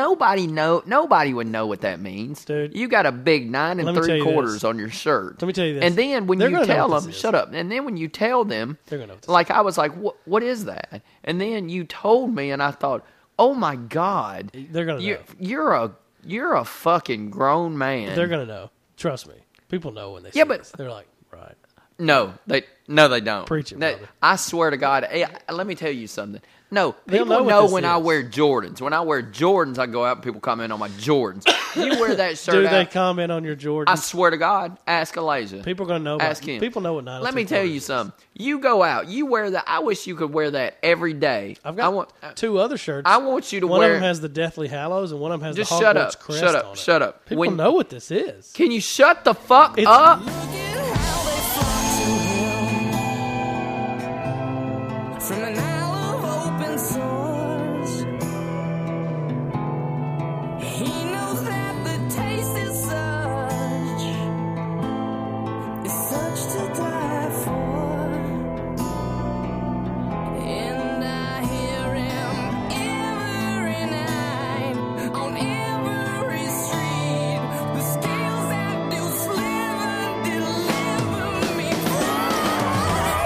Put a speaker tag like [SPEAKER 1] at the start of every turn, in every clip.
[SPEAKER 1] Nobody know. Nobody would know what that means,
[SPEAKER 2] Dude.
[SPEAKER 1] You got a big nine and
[SPEAKER 2] Let me tell
[SPEAKER 1] three
[SPEAKER 2] you
[SPEAKER 1] quarters
[SPEAKER 2] this.
[SPEAKER 1] on your shirt.
[SPEAKER 2] Let me tell you this.
[SPEAKER 1] And then when
[SPEAKER 2] They're
[SPEAKER 1] you
[SPEAKER 2] gonna know
[SPEAKER 1] tell
[SPEAKER 2] what
[SPEAKER 1] them,
[SPEAKER 2] this is.
[SPEAKER 1] shut up. And then when you tell them,
[SPEAKER 2] They're gonna know what this
[SPEAKER 1] like I was like, what What is that? And then you told me, and I thought, oh my god,
[SPEAKER 2] They're gonna
[SPEAKER 1] you,
[SPEAKER 2] know.
[SPEAKER 1] you're a you're a fucking grown man.
[SPEAKER 2] They're gonna know. Trust me. People know when they.
[SPEAKER 1] Yeah,
[SPEAKER 2] see
[SPEAKER 1] but-
[SPEAKER 2] this. they're like, right.
[SPEAKER 1] No, they no, they don't.
[SPEAKER 2] Preach it,
[SPEAKER 1] They-
[SPEAKER 2] brother.
[SPEAKER 1] I swear to God. eh, let me tell you something. No,
[SPEAKER 2] They'll
[SPEAKER 1] people
[SPEAKER 2] know
[SPEAKER 1] know,
[SPEAKER 2] what this
[SPEAKER 1] when I
[SPEAKER 2] is.
[SPEAKER 1] wear Jordans. When I wear Jordans, I go out and people comment on my Jordans. you wear that shirt
[SPEAKER 2] Do
[SPEAKER 1] out.
[SPEAKER 2] they comment on your Jordan?
[SPEAKER 1] I swear to God, ask Elijah.
[SPEAKER 2] People gonna know.
[SPEAKER 1] ask
[SPEAKER 2] about,
[SPEAKER 1] him.
[SPEAKER 2] People know what nine. and
[SPEAKER 1] Let me
[SPEAKER 2] three
[SPEAKER 1] tell
[SPEAKER 2] quarters
[SPEAKER 1] you
[SPEAKER 2] is.
[SPEAKER 1] something. You go out, you wear that. I wish you could wear that every day.
[SPEAKER 2] I've got
[SPEAKER 1] I want. uh,
[SPEAKER 2] two other shirts.
[SPEAKER 1] I want you to
[SPEAKER 2] one
[SPEAKER 1] wear.
[SPEAKER 2] of them has the Deathly Hallows, and one of them has
[SPEAKER 1] Just
[SPEAKER 2] the Hogwarts
[SPEAKER 1] shut up,
[SPEAKER 2] crest
[SPEAKER 1] shut up,
[SPEAKER 2] on it.
[SPEAKER 1] shut up.
[SPEAKER 2] People
[SPEAKER 1] When-
[SPEAKER 2] know what this is.
[SPEAKER 1] can you shut the fuck
[SPEAKER 2] It's-
[SPEAKER 1] up?
[SPEAKER 3] Look at how they flock to him. From an isle of open source, he knows that the taste is such, is such to die for. And I hear him every night on every street. The scales that do sliver deliver me.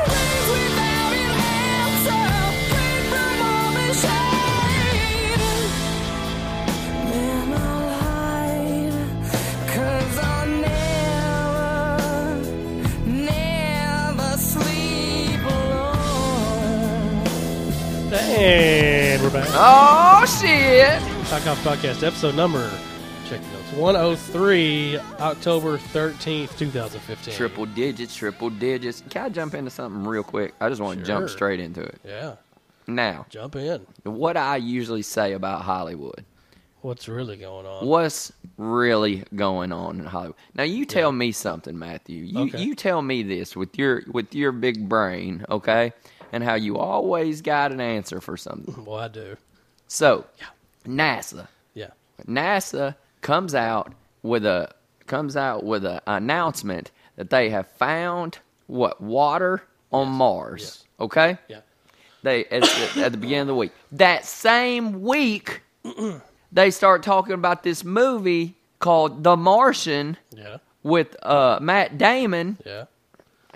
[SPEAKER 3] Rings without an answer, break from all the shade. Then I'll hide, 'cause I'll never, never sleep alone.
[SPEAKER 2] And we're back.
[SPEAKER 1] Oh shit!
[SPEAKER 2] Talk Off Podcast, episode number, check the notes, 103, October 13th, 2015.
[SPEAKER 1] Triple digits, triple digits. Can I jump into something real quick? I just want to jump
[SPEAKER 2] Sure.
[SPEAKER 1] straight into it.
[SPEAKER 2] Yeah,
[SPEAKER 1] Now,
[SPEAKER 2] jump in.
[SPEAKER 1] what I usually say about Hollywood.
[SPEAKER 2] What's really going on?
[SPEAKER 1] What's really going on in Hollywood? Now you tell me something, Matthew. You
[SPEAKER 2] Okay.
[SPEAKER 1] you tell me this with your with your big brain, okay? And how you always got an answer for something.
[SPEAKER 2] Well, I do.
[SPEAKER 1] So, NASA.
[SPEAKER 2] Yeah.
[SPEAKER 1] NASA comes out with a comes out with an announcement that they have found what water on Mars.
[SPEAKER 2] Yes.
[SPEAKER 1] Okay?
[SPEAKER 2] Yeah.
[SPEAKER 1] They at the, at the beginning of the week. That same week, they start talking about this movie called The Martian
[SPEAKER 2] Yeah.
[SPEAKER 1] with uh, Matt Damon,
[SPEAKER 2] Yeah.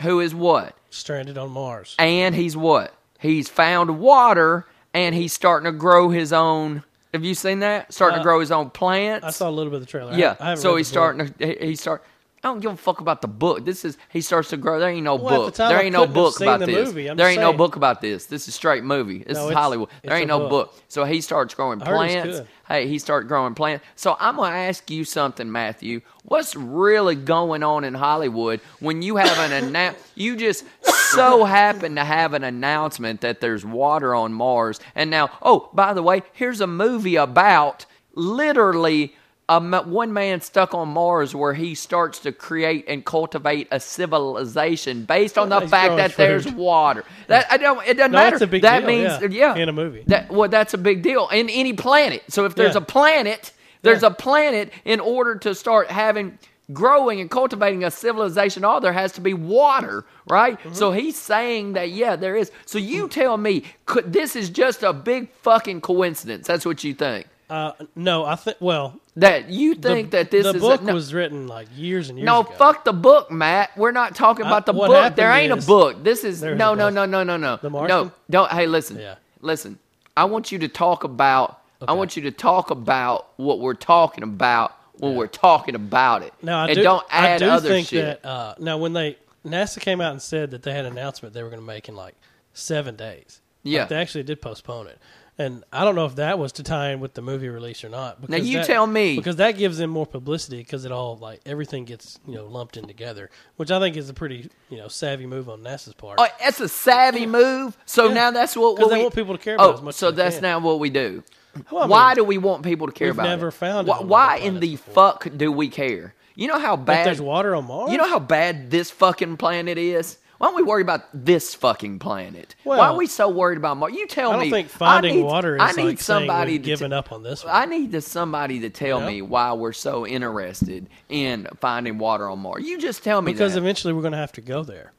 [SPEAKER 1] who is what,
[SPEAKER 2] Stranded on Mars.
[SPEAKER 1] and he's what he's found water, and he's starting to grow his own. Have you seen that? Starting
[SPEAKER 2] Uh,
[SPEAKER 1] to grow his own plants.
[SPEAKER 2] I saw a little bit of the trailer. I-
[SPEAKER 1] Yeah.
[SPEAKER 2] I haven't
[SPEAKER 1] so
[SPEAKER 2] read
[SPEAKER 1] he's
[SPEAKER 2] the book.
[SPEAKER 1] starting to he, he start. I don't give a fuck about the book. This is he starts to grow. There ain't no
[SPEAKER 2] Well, at
[SPEAKER 1] book.
[SPEAKER 2] the time,
[SPEAKER 1] there
[SPEAKER 2] I
[SPEAKER 1] ain't no
[SPEAKER 2] couldn't have
[SPEAKER 1] book
[SPEAKER 2] seen
[SPEAKER 1] about
[SPEAKER 2] the
[SPEAKER 1] this.
[SPEAKER 2] movie. I'm
[SPEAKER 1] there
[SPEAKER 2] just
[SPEAKER 1] ain't no
[SPEAKER 2] saying.
[SPEAKER 1] book about this. This is straight movie. This
[SPEAKER 2] No,
[SPEAKER 1] is
[SPEAKER 2] it's-
[SPEAKER 1] Hollywood. There
[SPEAKER 2] it's a
[SPEAKER 1] ain't no
[SPEAKER 2] book.
[SPEAKER 1] book. So he starts growing
[SPEAKER 2] I heard it's
[SPEAKER 1] plants.
[SPEAKER 2] good.
[SPEAKER 1] Hey, he starts growing plants. So I'm gonna ask you something, Matthew. What's really going on in Hollywood when you have an announce? You just so happen to have an announcement that there's water on Mars, and now, oh, by the way, here's a movie about literally. A m- one man stuck on Mars, where he starts to create and cultivate a civilization based on the
[SPEAKER 2] He's
[SPEAKER 1] fact
[SPEAKER 2] growing
[SPEAKER 1] that there's
[SPEAKER 2] fruit.
[SPEAKER 1] water. That I don't. It doesn't
[SPEAKER 2] No,
[SPEAKER 1] matter.
[SPEAKER 2] it's a big
[SPEAKER 1] that
[SPEAKER 2] deal,
[SPEAKER 1] means yeah.
[SPEAKER 2] yeah, in a movie.
[SPEAKER 1] That well, that's a big deal in any planet. So if there's a
[SPEAKER 2] Yeah.
[SPEAKER 1] planet, there's
[SPEAKER 2] Yeah.
[SPEAKER 1] a planet in order to start having growing and cultivating a civilization. All there has to be water, right?
[SPEAKER 2] Mm-hmm.
[SPEAKER 1] So he's saying that yeah, there is. So you tell me, could this is just a big fucking coincidence? That's what you think.
[SPEAKER 2] Uh, no, I think, well,
[SPEAKER 1] That you think
[SPEAKER 2] the,
[SPEAKER 1] that this
[SPEAKER 2] the
[SPEAKER 1] is
[SPEAKER 2] book
[SPEAKER 1] a, no,
[SPEAKER 2] was written like years and years
[SPEAKER 1] no,
[SPEAKER 2] ago.
[SPEAKER 1] fuck the book, Matt. We're not talking about the
[SPEAKER 2] what
[SPEAKER 1] book. There
[SPEAKER 2] happened
[SPEAKER 1] ain't a
[SPEAKER 2] is-
[SPEAKER 1] book. This is
[SPEAKER 2] There is
[SPEAKER 1] no,
[SPEAKER 2] a
[SPEAKER 1] no,
[SPEAKER 2] book.
[SPEAKER 1] no, no, no, no.
[SPEAKER 2] The
[SPEAKER 1] No,
[SPEAKER 2] Martian?
[SPEAKER 1] don't. Hey, listen,
[SPEAKER 2] Yeah.
[SPEAKER 1] listen. I want you to talk about. I
[SPEAKER 2] Okay.
[SPEAKER 1] want you to talk about what we're talking about when we're talking about it.
[SPEAKER 2] Now I
[SPEAKER 1] and
[SPEAKER 2] do,
[SPEAKER 1] don't add
[SPEAKER 2] I do
[SPEAKER 1] other
[SPEAKER 2] think
[SPEAKER 1] shit.
[SPEAKER 2] that uh, now when they NASA came out and said that they had an announcement they were going to make in like seven days. Like,
[SPEAKER 1] Yeah.
[SPEAKER 2] they actually did postpone it, and I don't know if that was to tie in with the movie release or not. Because
[SPEAKER 1] you
[SPEAKER 2] that-
[SPEAKER 1] tell me.
[SPEAKER 2] because that gives them more publicity because it all like everything gets you know lumped in together, which I think is a pretty you know savvy move on NASA's part.
[SPEAKER 1] Oh, that's a savvy move. So
[SPEAKER 2] Yeah.
[SPEAKER 1] now that's what
[SPEAKER 2] 'Cause
[SPEAKER 1] what
[SPEAKER 2] they
[SPEAKER 1] we
[SPEAKER 2] want people to care about
[SPEAKER 1] oh,
[SPEAKER 2] as much as
[SPEAKER 1] So
[SPEAKER 2] they
[SPEAKER 1] that's
[SPEAKER 2] can.
[SPEAKER 1] now what we do.
[SPEAKER 2] Well, I
[SPEAKER 1] why
[SPEAKER 2] mean,
[SPEAKER 1] do we want people to care
[SPEAKER 2] we've
[SPEAKER 1] about it?
[SPEAKER 2] never found it
[SPEAKER 1] Why,
[SPEAKER 2] on
[SPEAKER 1] why
[SPEAKER 2] other
[SPEAKER 1] in
[SPEAKER 2] planets
[SPEAKER 1] the
[SPEAKER 2] before.
[SPEAKER 1] fuck do we care? You know how
[SPEAKER 2] But
[SPEAKER 1] bad
[SPEAKER 2] there's water on Mars.
[SPEAKER 1] You know how bad this fucking planet is? Why don't we worry about this fucking planet? Why
[SPEAKER 2] Well,
[SPEAKER 1] are we so worried about Mars? You tell
[SPEAKER 2] I don't
[SPEAKER 1] me.
[SPEAKER 2] think finding
[SPEAKER 1] need-
[SPEAKER 2] water is
[SPEAKER 1] I need
[SPEAKER 2] like
[SPEAKER 1] somebody
[SPEAKER 2] saying we've
[SPEAKER 1] to
[SPEAKER 2] given up on this. One.
[SPEAKER 1] I need to, somebody to tell
[SPEAKER 2] Yeah.
[SPEAKER 1] me why we're so interested in finding water on Mars. You just tell me
[SPEAKER 2] because
[SPEAKER 1] that.
[SPEAKER 2] eventually we're going to have to go there.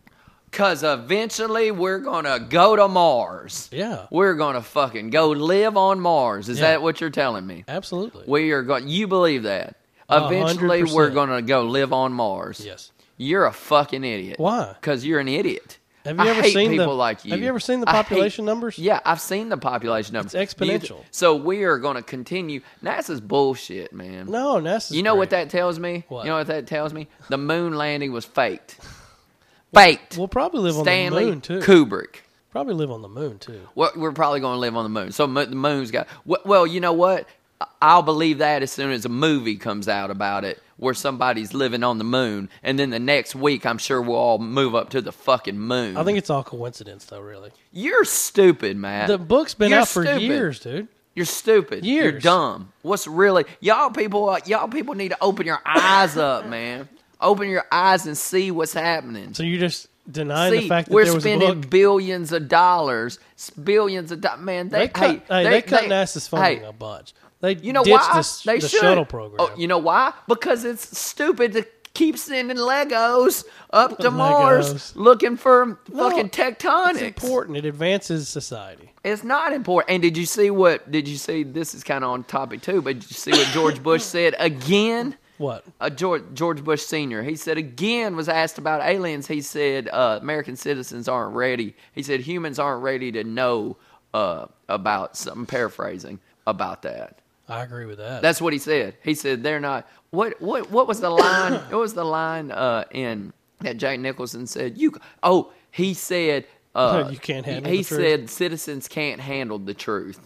[SPEAKER 1] Cause eventually we're gonna go to Mars.
[SPEAKER 2] Yeah.
[SPEAKER 1] We're gonna fucking go live on Mars. Is
[SPEAKER 2] Yeah.
[SPEAKER 1] that what you're telling me?
[SPEAKER 2] Absolutely.
[SPEAKER 1] We are going. You believe that?
[SPEAKER 2] A hundred
[SPEAKER 1] Eventually, we're
[SPEAKER 2] percent.
[SPEAKER 1] gonna go live on Mars.
[SPEAKER 2] yes.
[SPEAKER 1] You're a fucking idiot.
[SPEAKER 2] Why?
[SPEAKER 1] Because you're an idiot.
[SPEAKER 2] Have you
[SPEAKER 1] I
[SPEAKER 2] ever
[SPEAKER 1] hate
[SPEAKER 2] seen the-
[SPEAKER 1] people like you?
[SPEAKER 2] have you ever seen the
[SPEAKER 1] I hate-
[SPEAKER 2] population numbers?
[SPEAKER 1] Yeah, I've seen the population numbers.
[SPEAKER 2] It's
[SPEAKER 1] Do you th-
[SPEAKER 2] exponential.
[SPEAKER 1] so we are going to continue. NASA's bullshit, man.
[SPEAKER 2] No, NASA's
[SPEAKER 1] You know what
[SPEAKER 2] great.
[SPEAKER 1] that tells me?
[SPEAKER 2] What?
[SPEAKER 1] You know what that tells me? The moon landing was faked. Faked.
[SPEAKER 2] We'll probably live
[SPEAKER 1] Stanley
[SPEAKER 2] on the moon too.
[SPEAKER 1] Kubrick.
[SPEAKER 2] Probably live on the moon too.
[SPEAKER 1] Well, we're probably going to live on the moon. So mo- the moon's got. Well, well, you know what? I- I'll believe that as soon as a movie comes out about it, where somebody's living on the moon, and then the next week, I'm sure we'll all move up to the fucking moon.
[SPEAKER 2] I think it's all coincidence though, really.
[SPEAKER 1] you're stupid, Matt.
[SPEAKER 2] The book's been
[SPEAKER 1] You're
[SPEAKER 2] out for
[SPEAKER 1] stupid.
[SPEAKER 2] years, dude.
[SPEAKER 1] You're stupid. You're
[SPEAKER 2] Years.
[SPEAKER 1] dumb. What's really y'all people? uh, Y'all people need to open your eyes up, man. Open your eyes and see what's happening.
[SPEAKER 2] So you're just denying
[SPEAKER 1] See,
[SPEAKER 2] the fact that
[SPEAKER 1] we're
[SPEAKER 2] there was a
[SPEAKER 1] spending
[SPEAKER 2] book.
[SPEAKER 1] billions of dollars, s- billions of dollars. Man, they,
[SPEAKER 2] They cut, hey, they, cut NASA's funding
[SPEAKER 1] hey,
[SPEAKER 2] a bunch. They
[SPEAKER 1] You know
[SPEAKER 2] ditched
[SPEAKER 1] why?
[SPEAKER 2] the,
[SPEAKER 1] they
[SPEAKER 2] the
[SPEAKER 1] should.
[SPEAKER 2] shuttle program.
[SPEAKER 1] Oh, you know why? Because it's stupid to keep sending Legos up to
[SPEAKER 2] Legos.
[SPEAKER 1] Mars looking for fucking
[SPEAKER 2] It's
[SPEAKER 1] tectonics.
[SPEAKER 2] important. It advances society.
[SPEAKER 1] It's not important. And did you see what? Did you see? This is kind of on topic too. But did you see what George Bush said again?
[SPEAKER 2] What?
[SPEAKER 1] Uh, George George Bush Senior. He said again was asked about aliens. He said uh, American citizens aren't ready. He said humans aren't ready to know uh, about. Some paraphrasing about that.
[SPEAKER 2] I agree with that.
[SPEAKER 1] That's what he said. He said they're not. What what what was the line? what was the line uh, in that Jack Nicholson said? You oh he said uh,
[SPEAKER 2] You can't handle
[SPEAKER 1] He
[SPEAKER 2] the truth.
[SPEAKER 1] said citizens can't handle the truth,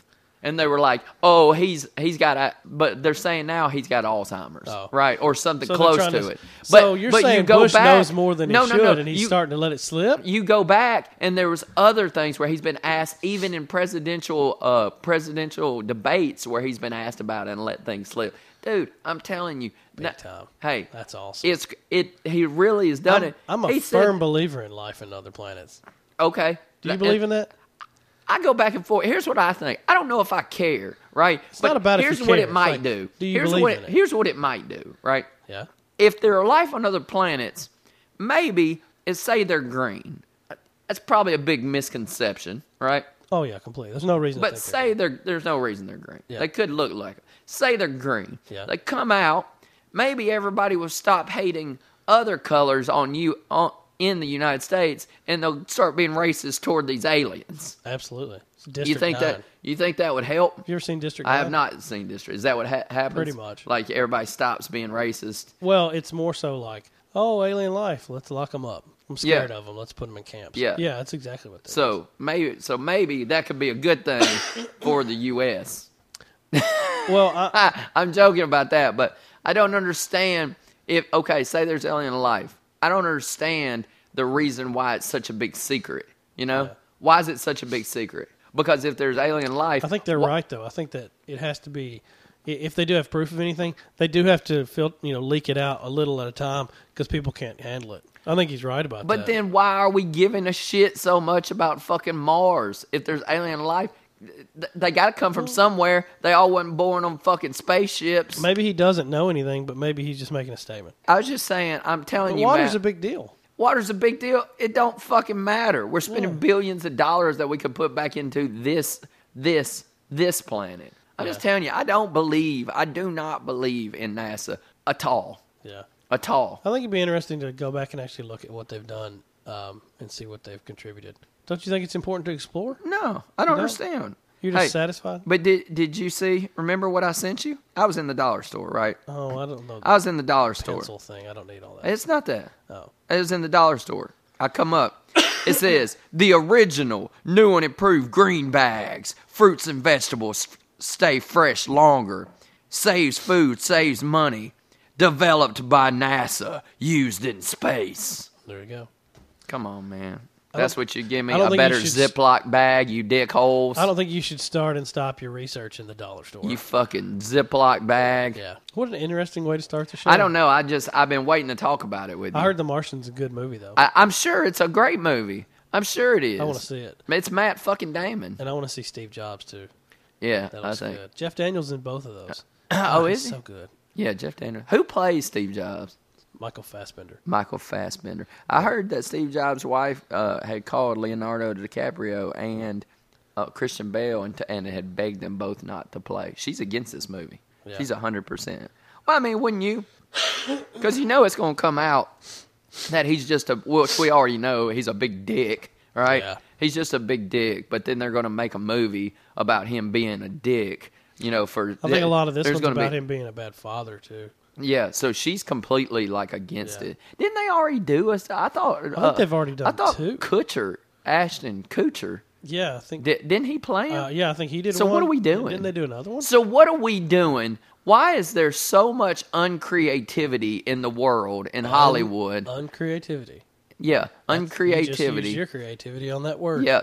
[SPEAKER 1] and they were like, oh he's he's got a but they're saying now he's got Alzheimer's
[SPEAKER 2] Oh.
[SPEAKER 1] right or something
[SPEAKER 2] So they're
[SPEAKER 1] close
[SPEAKER 2] trying
[SPEAKER 1] to,
[SPEAKER 2] to-
[SPEAKER 1] it.
[SPEAKER 2] so you're saying Bush knows more than he should, and he's
[SPEAKER 1] you-
[SPEAKER 2] starting to let it slip.
[SPEAKER 1] you go back and there was other things where he's been asked even in presidential uh presidential debates where he's been asked about it and let things slip dude i'm telling you na-
[SPEAKER 2] time.
[SPEAKER 1] hey
[SPEAKER 2] That's awesome.
[SPEAKER 1] it's it he really has done
[SPEAKER 2] I'm,
[SPEAKER 1] it
[SPEAKER 2] I'm a
[SPEAKER 1] He said-
[SPEAKER 2] firm believer in life and other planets.
[SPEAKER 1] okay
[SPEAKER 2] Do you believe in that?
[SPEAKER 1] i go back and forth here's what i think i don't know if i care right it's
[SPEAKER 2] not about if you
[SPEAKER 1] here's what
[SPEAKER 2] care.
[SPEAKER 1] it
[SPEAKER 2] It's
[SPEAKER 1] might
[SPEAKER 2] like,
[SPEAKER 1] do
[SPEAKER 2] do you
[SPEAKER 1] here's
[SPEAKER 2] believe
[SPEAKER 1] what
[SPEAKER 2] in it?
[SPEAKER 1] here's what it might do right
[SPEAKER 2] Yeah.
[SPEAKER 1] if there are life on other planets, maybe it's say they're green. That's probably a big misconception, right?
[SPEAKER 2] Oh yeah, completely. There's no reason.
[SPEAKER 1] But
[SPEAKER 2] to think
[SPEAKER 1] say they're there's no reason they're green.
[SPEAKER 2] Yeah.
[SPEAKER 1] They could look like 'em. Say they're green.
[SPEAKER 2] Yeah.
[SPEAKER 1] They come out. Maybe everybody will stop hating other colors on you on, in the United States, and they'll start being racist toward these aliens.
[SPEAKER 2] that. absolutely. It's District
[SPEAKER 1] you think
[SPEAKER 2] nine.
[SPEAKER 1] that you think that would help?
[SPEAKER 2] Have you ever seen District?
[SPEAKER 1] I have
[SPEAKER 2] 9?
[SPEAKER 1] not seen District. Is that what ha- happens?
[SPEAKER 2] Pretty much.
[SPEAKER 1] Like everybody stops being racist.
[SPEAKER 2] Well, it's more so like, oh, alien life. Let's lock them up. I'm scared
[SPEAKER 1] Yeah.
[SPEAKER 2] of them. Let's put them in camps.
[SPEAKER 1] Yeah.
[SPEAKER 2] Yeah, that's exactly what. That is.
[SPEAKER 1] So maybe so maybe that could be a good thing for the U.S.
[SPEAKER 2] well, I,
[SPEAKER 1] I, I'm joking about that, but I don't understand if okay, say there's alien life. I don't understand the reason why it's such a big secret. You know why is it such a big secret? Because if there's alien life,
[SPEAKER 2] I think they're right though. I think that it has to be. i- If they do have proof of anything, they do have to fil- you know leak it out a little at a time because people can't handle it. I think he's right about
[SPEAKER 1] But
[SPEAKER 2] that.
[SPEAKER 1] then why are we giving a shit so much about fucking Mars if there's alien life? Th- They got to come from somewhere. They all wasn't born on fucking spaceships.
[SPEAKER 2] maybe he doesn't know anything, but maybe he's just making a statement.
[SPEAKER 1] I was just saying. I'm telling
[SPEAKER 2] But
[SPEAKER 1] you,
[SPEAKER 2] water's
[SPEAKER 1] Matt,
[SPEAKER 2] a big deal.
[SPEAKER 1] Water's a big deal. It don't fucking matter. We're spending
[SPEAKER 2] Yeah.
[SPEAKER 1] billions of dollars that we could put back into this, this, this planet. I'm just
[SPEAKER 2] Yeah.
[SPEAKER 1] telling you, I don't believe, I do not believe in NASA at all.
[SPEAKER 2] Yeah,
[SPEAKER 1] At all.
[SPEAKER 2] I think it'd be interesting to go back and actually look at what they've done um, and see what they've contributed. Don't you think it's important to explore?
[SPEAKER 1] No, I don't
[SPEAKER 2] No.
[SPEAKER 1] understand.
[SPEAKER 2] You're just
[SPEAKER 1] Hey,
[SPEAKER 2] satisfied.
[SPEAKER 1] But did did you see? Remember what I sent you? I was in the dollar store, right?
[SPEAKER 2] Oh, I don't know.
[SPEAKER 1] I was in the dollar store.
[SPEAKER 2] pencil thing. I don't need all that.
[SPEAKER 1] It's not that.
[SPEAKER 2] Oh,
[SPEAKER 1] It was in the dollar store. I come up. It says the original, new and improved green bags. Fruits and vegetables f- stay fresh longer. Saves food, saves money. Developed by NASA, used in space.
[SPEAKER 2] there you go.
[SPEAKER 1] Come on, man. That's what you give me.
[SPEAKER 2] I don't
[SPEAKER 1] A
[SPEAKER 2] think you
[SPEAKER 1] better
[SPEAKER 2] should s-
[SPEAKER 1] Ziploc bag, you dickholes.
[SPEAKER 2] I don't think you should start and stop your research in the dollar store.
[SPEAKER 1] You fucking Ziploc bag.
[SPEAKER 2] yeah. What an interesting way to start the show.
[SPEAKER 1] I don't know. I just, I've been waiting to talk about it with you.
[SPEAKER 2] I heard The Martian's a good movie though. I,
[SPEAKER 1] I, I'm sure it's a great movie. I'm sure it is.
[SPEAKER 2] want to see it,
[SPEAKER 1] It's Matt fucking Damon.
[SPEAKER 2] and I want to see Steve Jobs too.
[SPEAKER 1] Yeah,
[SPEAKER 2] That
[SPEAKER 1] I
[SPEAKER 2] looks
[SPEAKER 1] think.
[SPEAKER 2] good. Jeff Daniels in both of those.
[SPEAKER 1] Oh,
[SPEAKER 2] he's
[SPEAKER 1] is he?
[SPEAKER 2] so good.
[SPEAKER 1] Yeah, Jeff Daniels. Who plays Steve Jobs?
[SPEAKER 2] Michael Fassbender.
[SPEAKER 1] Michael Fassbender. I heard that Steve Jobs' wife uh, had called Leonardo DiCaprio and uh, Christian Bale and, and had begged them both not to play. She's against this movie.
[SPEAKER 2] Yeah.
[SPEAKER 1] She's She's hundred percent. Well, I mean, wouldn't you? Because you know it's going to come out that he's just a which we already know he's a big dick, right?
[SPEAKER 2] Yeah.
[SPEAKER 1] He's just a big dick. But then they're going to make a movie about him being a dick. You know, for
[SPEAKER 2] I think a lot of this
[SPEAKER 1] there's
[SPEAKER 2] one's
[SPEAKER 1] gonna
[SPEAKER 2] about
[SPEAKER 1] be,
[SPEAKER 2] him being a bad father too.
[SPEAKER 1] yeah, so she's completely like against
[SPEAKER 2] Yeah.
[SPEAKER 1] it. Didn't they already do us? I thought. I
[SPEAKER 2] think they've already done
[SPEAKER 1] I thought
[SPEAKER 2] two.
[SPEAKER 1] Kutcher, Ashton Kutcher,
[SPEAKER 2] Yeah, I think.
[SPEAKER 1] did, didn't he play him?
[SPEAKER 2] uh, yeah, I think he did.
[SPEAKER 1] So what
[SPEAKER 2] one.
[SPEAKER 1] are we doing?
[SPEAKER 2] Didn't they do another one?
[SPEAKER 1] So what are we doing? Why is there so much uncreativity in the world in Hollywood?
[SPEAKER 2] Uncreativity.
[SPEAKER 1] yeah,
[SPEAKER 2] Oh. Uh, You just used
[SPEAKER 1] uncreativity.
[SPEAKER 2] your creativity on that word.
[SPEAKER 1] yeah,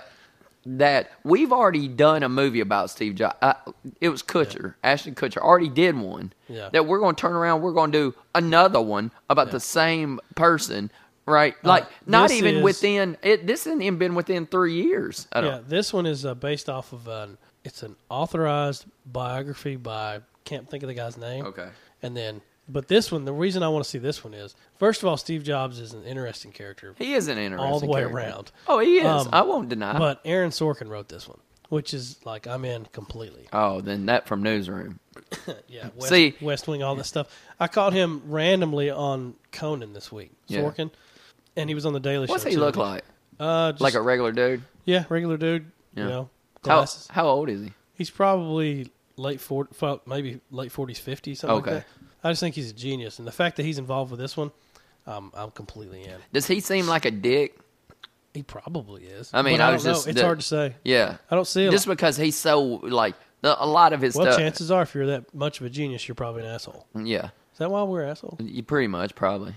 [SPEAKER 1] that we've already done a movie about Steve Jobs. Uh, it was Kutcher, Ashton Kutcher already did one.
[SPEAKER 2] Yeah.
[SPEAKER 1] That we're going to turn around. We're going to do another one about the same person, right? Like not
[SPEAKER 2] Uh, this
[SPEAKER 1] even
[SPEAKER 2] is-
[SPEAKER 1] within it. This hasn't even been within three years. I don't.
[SPEAKER 2] Yeah, this one is uh, based off of an it's an authorized biography by can't think of the guy's name.
[SPEAKER 1] Okay.
[SPEAKER 2] And then but this one the reason I want to see this one is first of all Steve Jobs is an interesting character.
[SPEAKER 1] He is an interesting
[SPEAKER 2] All the way
[SPEAKER 1] character. Uh-huh.
[SPEAKER 2] around.
[SPEAKER 1] Oh, he is.
[SPEAKER 2] Um,
[SPEAKER 1] I won't deny.
[SPEAKER 2] But Aaron Sorkin wrote this one, which is like I'm in completely.
[SPEAKER 1] oh, then that from Newsroom.
[SPEAKER 2] Yeah, West,
[SPEAKER 1] See-
[SPEAKER 2] West Wing, all this stuff. I caught him randomly on Conan this week,
[SPEAKER 1] Yeah.
[SPEAKER 2] Sorkin, and he was on the Daily Show.
[SPEAKER 1] What's he
[SPEAKER 2] too.
[SPEAKER 1] look like?
[SPEAKER 2] Uh, just,
[SPEAKER 1] Like a regular dude?
[SPEAKER 2] yeah, regular dude.
[SPEAKER 1] Yeah.
[SPEAKER 2] You know,
[SPEAKER 1] How,
[SPEAKER 2] glasses.
[SPEAKER 1] how old is he?
[SPEAKER 2] He's probably late 40, well, maybe late 40s, 50s, something
[SPEAKER 1] Okay.
[SPEAKER 2] like that. I just think he's a genius. And the fact that he's involved with this one, um, I'm completely in.
[SPEAKER 1] Does he seem like a dick?
[SPEAKER 2] He probably is.
[SPEAKER 1] I mean,
[SPEAKER 2] But
[SPEAKER 1] I
[SPEAKER 2] don't
[SPEAKER 1] was
[SPEAKER 2] know.
[SPEAKER 1] just-
[SPEAKER 2] It's
[SPEAKER 1] the-
[SPEAKER 2] hard to say.
[SPEAKER 1] Yeah.
[SPEAKER 2] I don't see a
[SPEAKER 1] Just
[SPEAKER 2] lot.
[SPEAKER 1] because he's so, like, the, a lot of his
[SPEAKER 2] Well,
[SPEAKER 1] stuff.
[SPEAKER 2] chances are, if you're that much of a genius, you're probably an asshole.
[SPEAKER 1] Yeah.
[SPEAKER 2] Is that why we're assholes?
[SPEAKER 1] You pretty much, probably.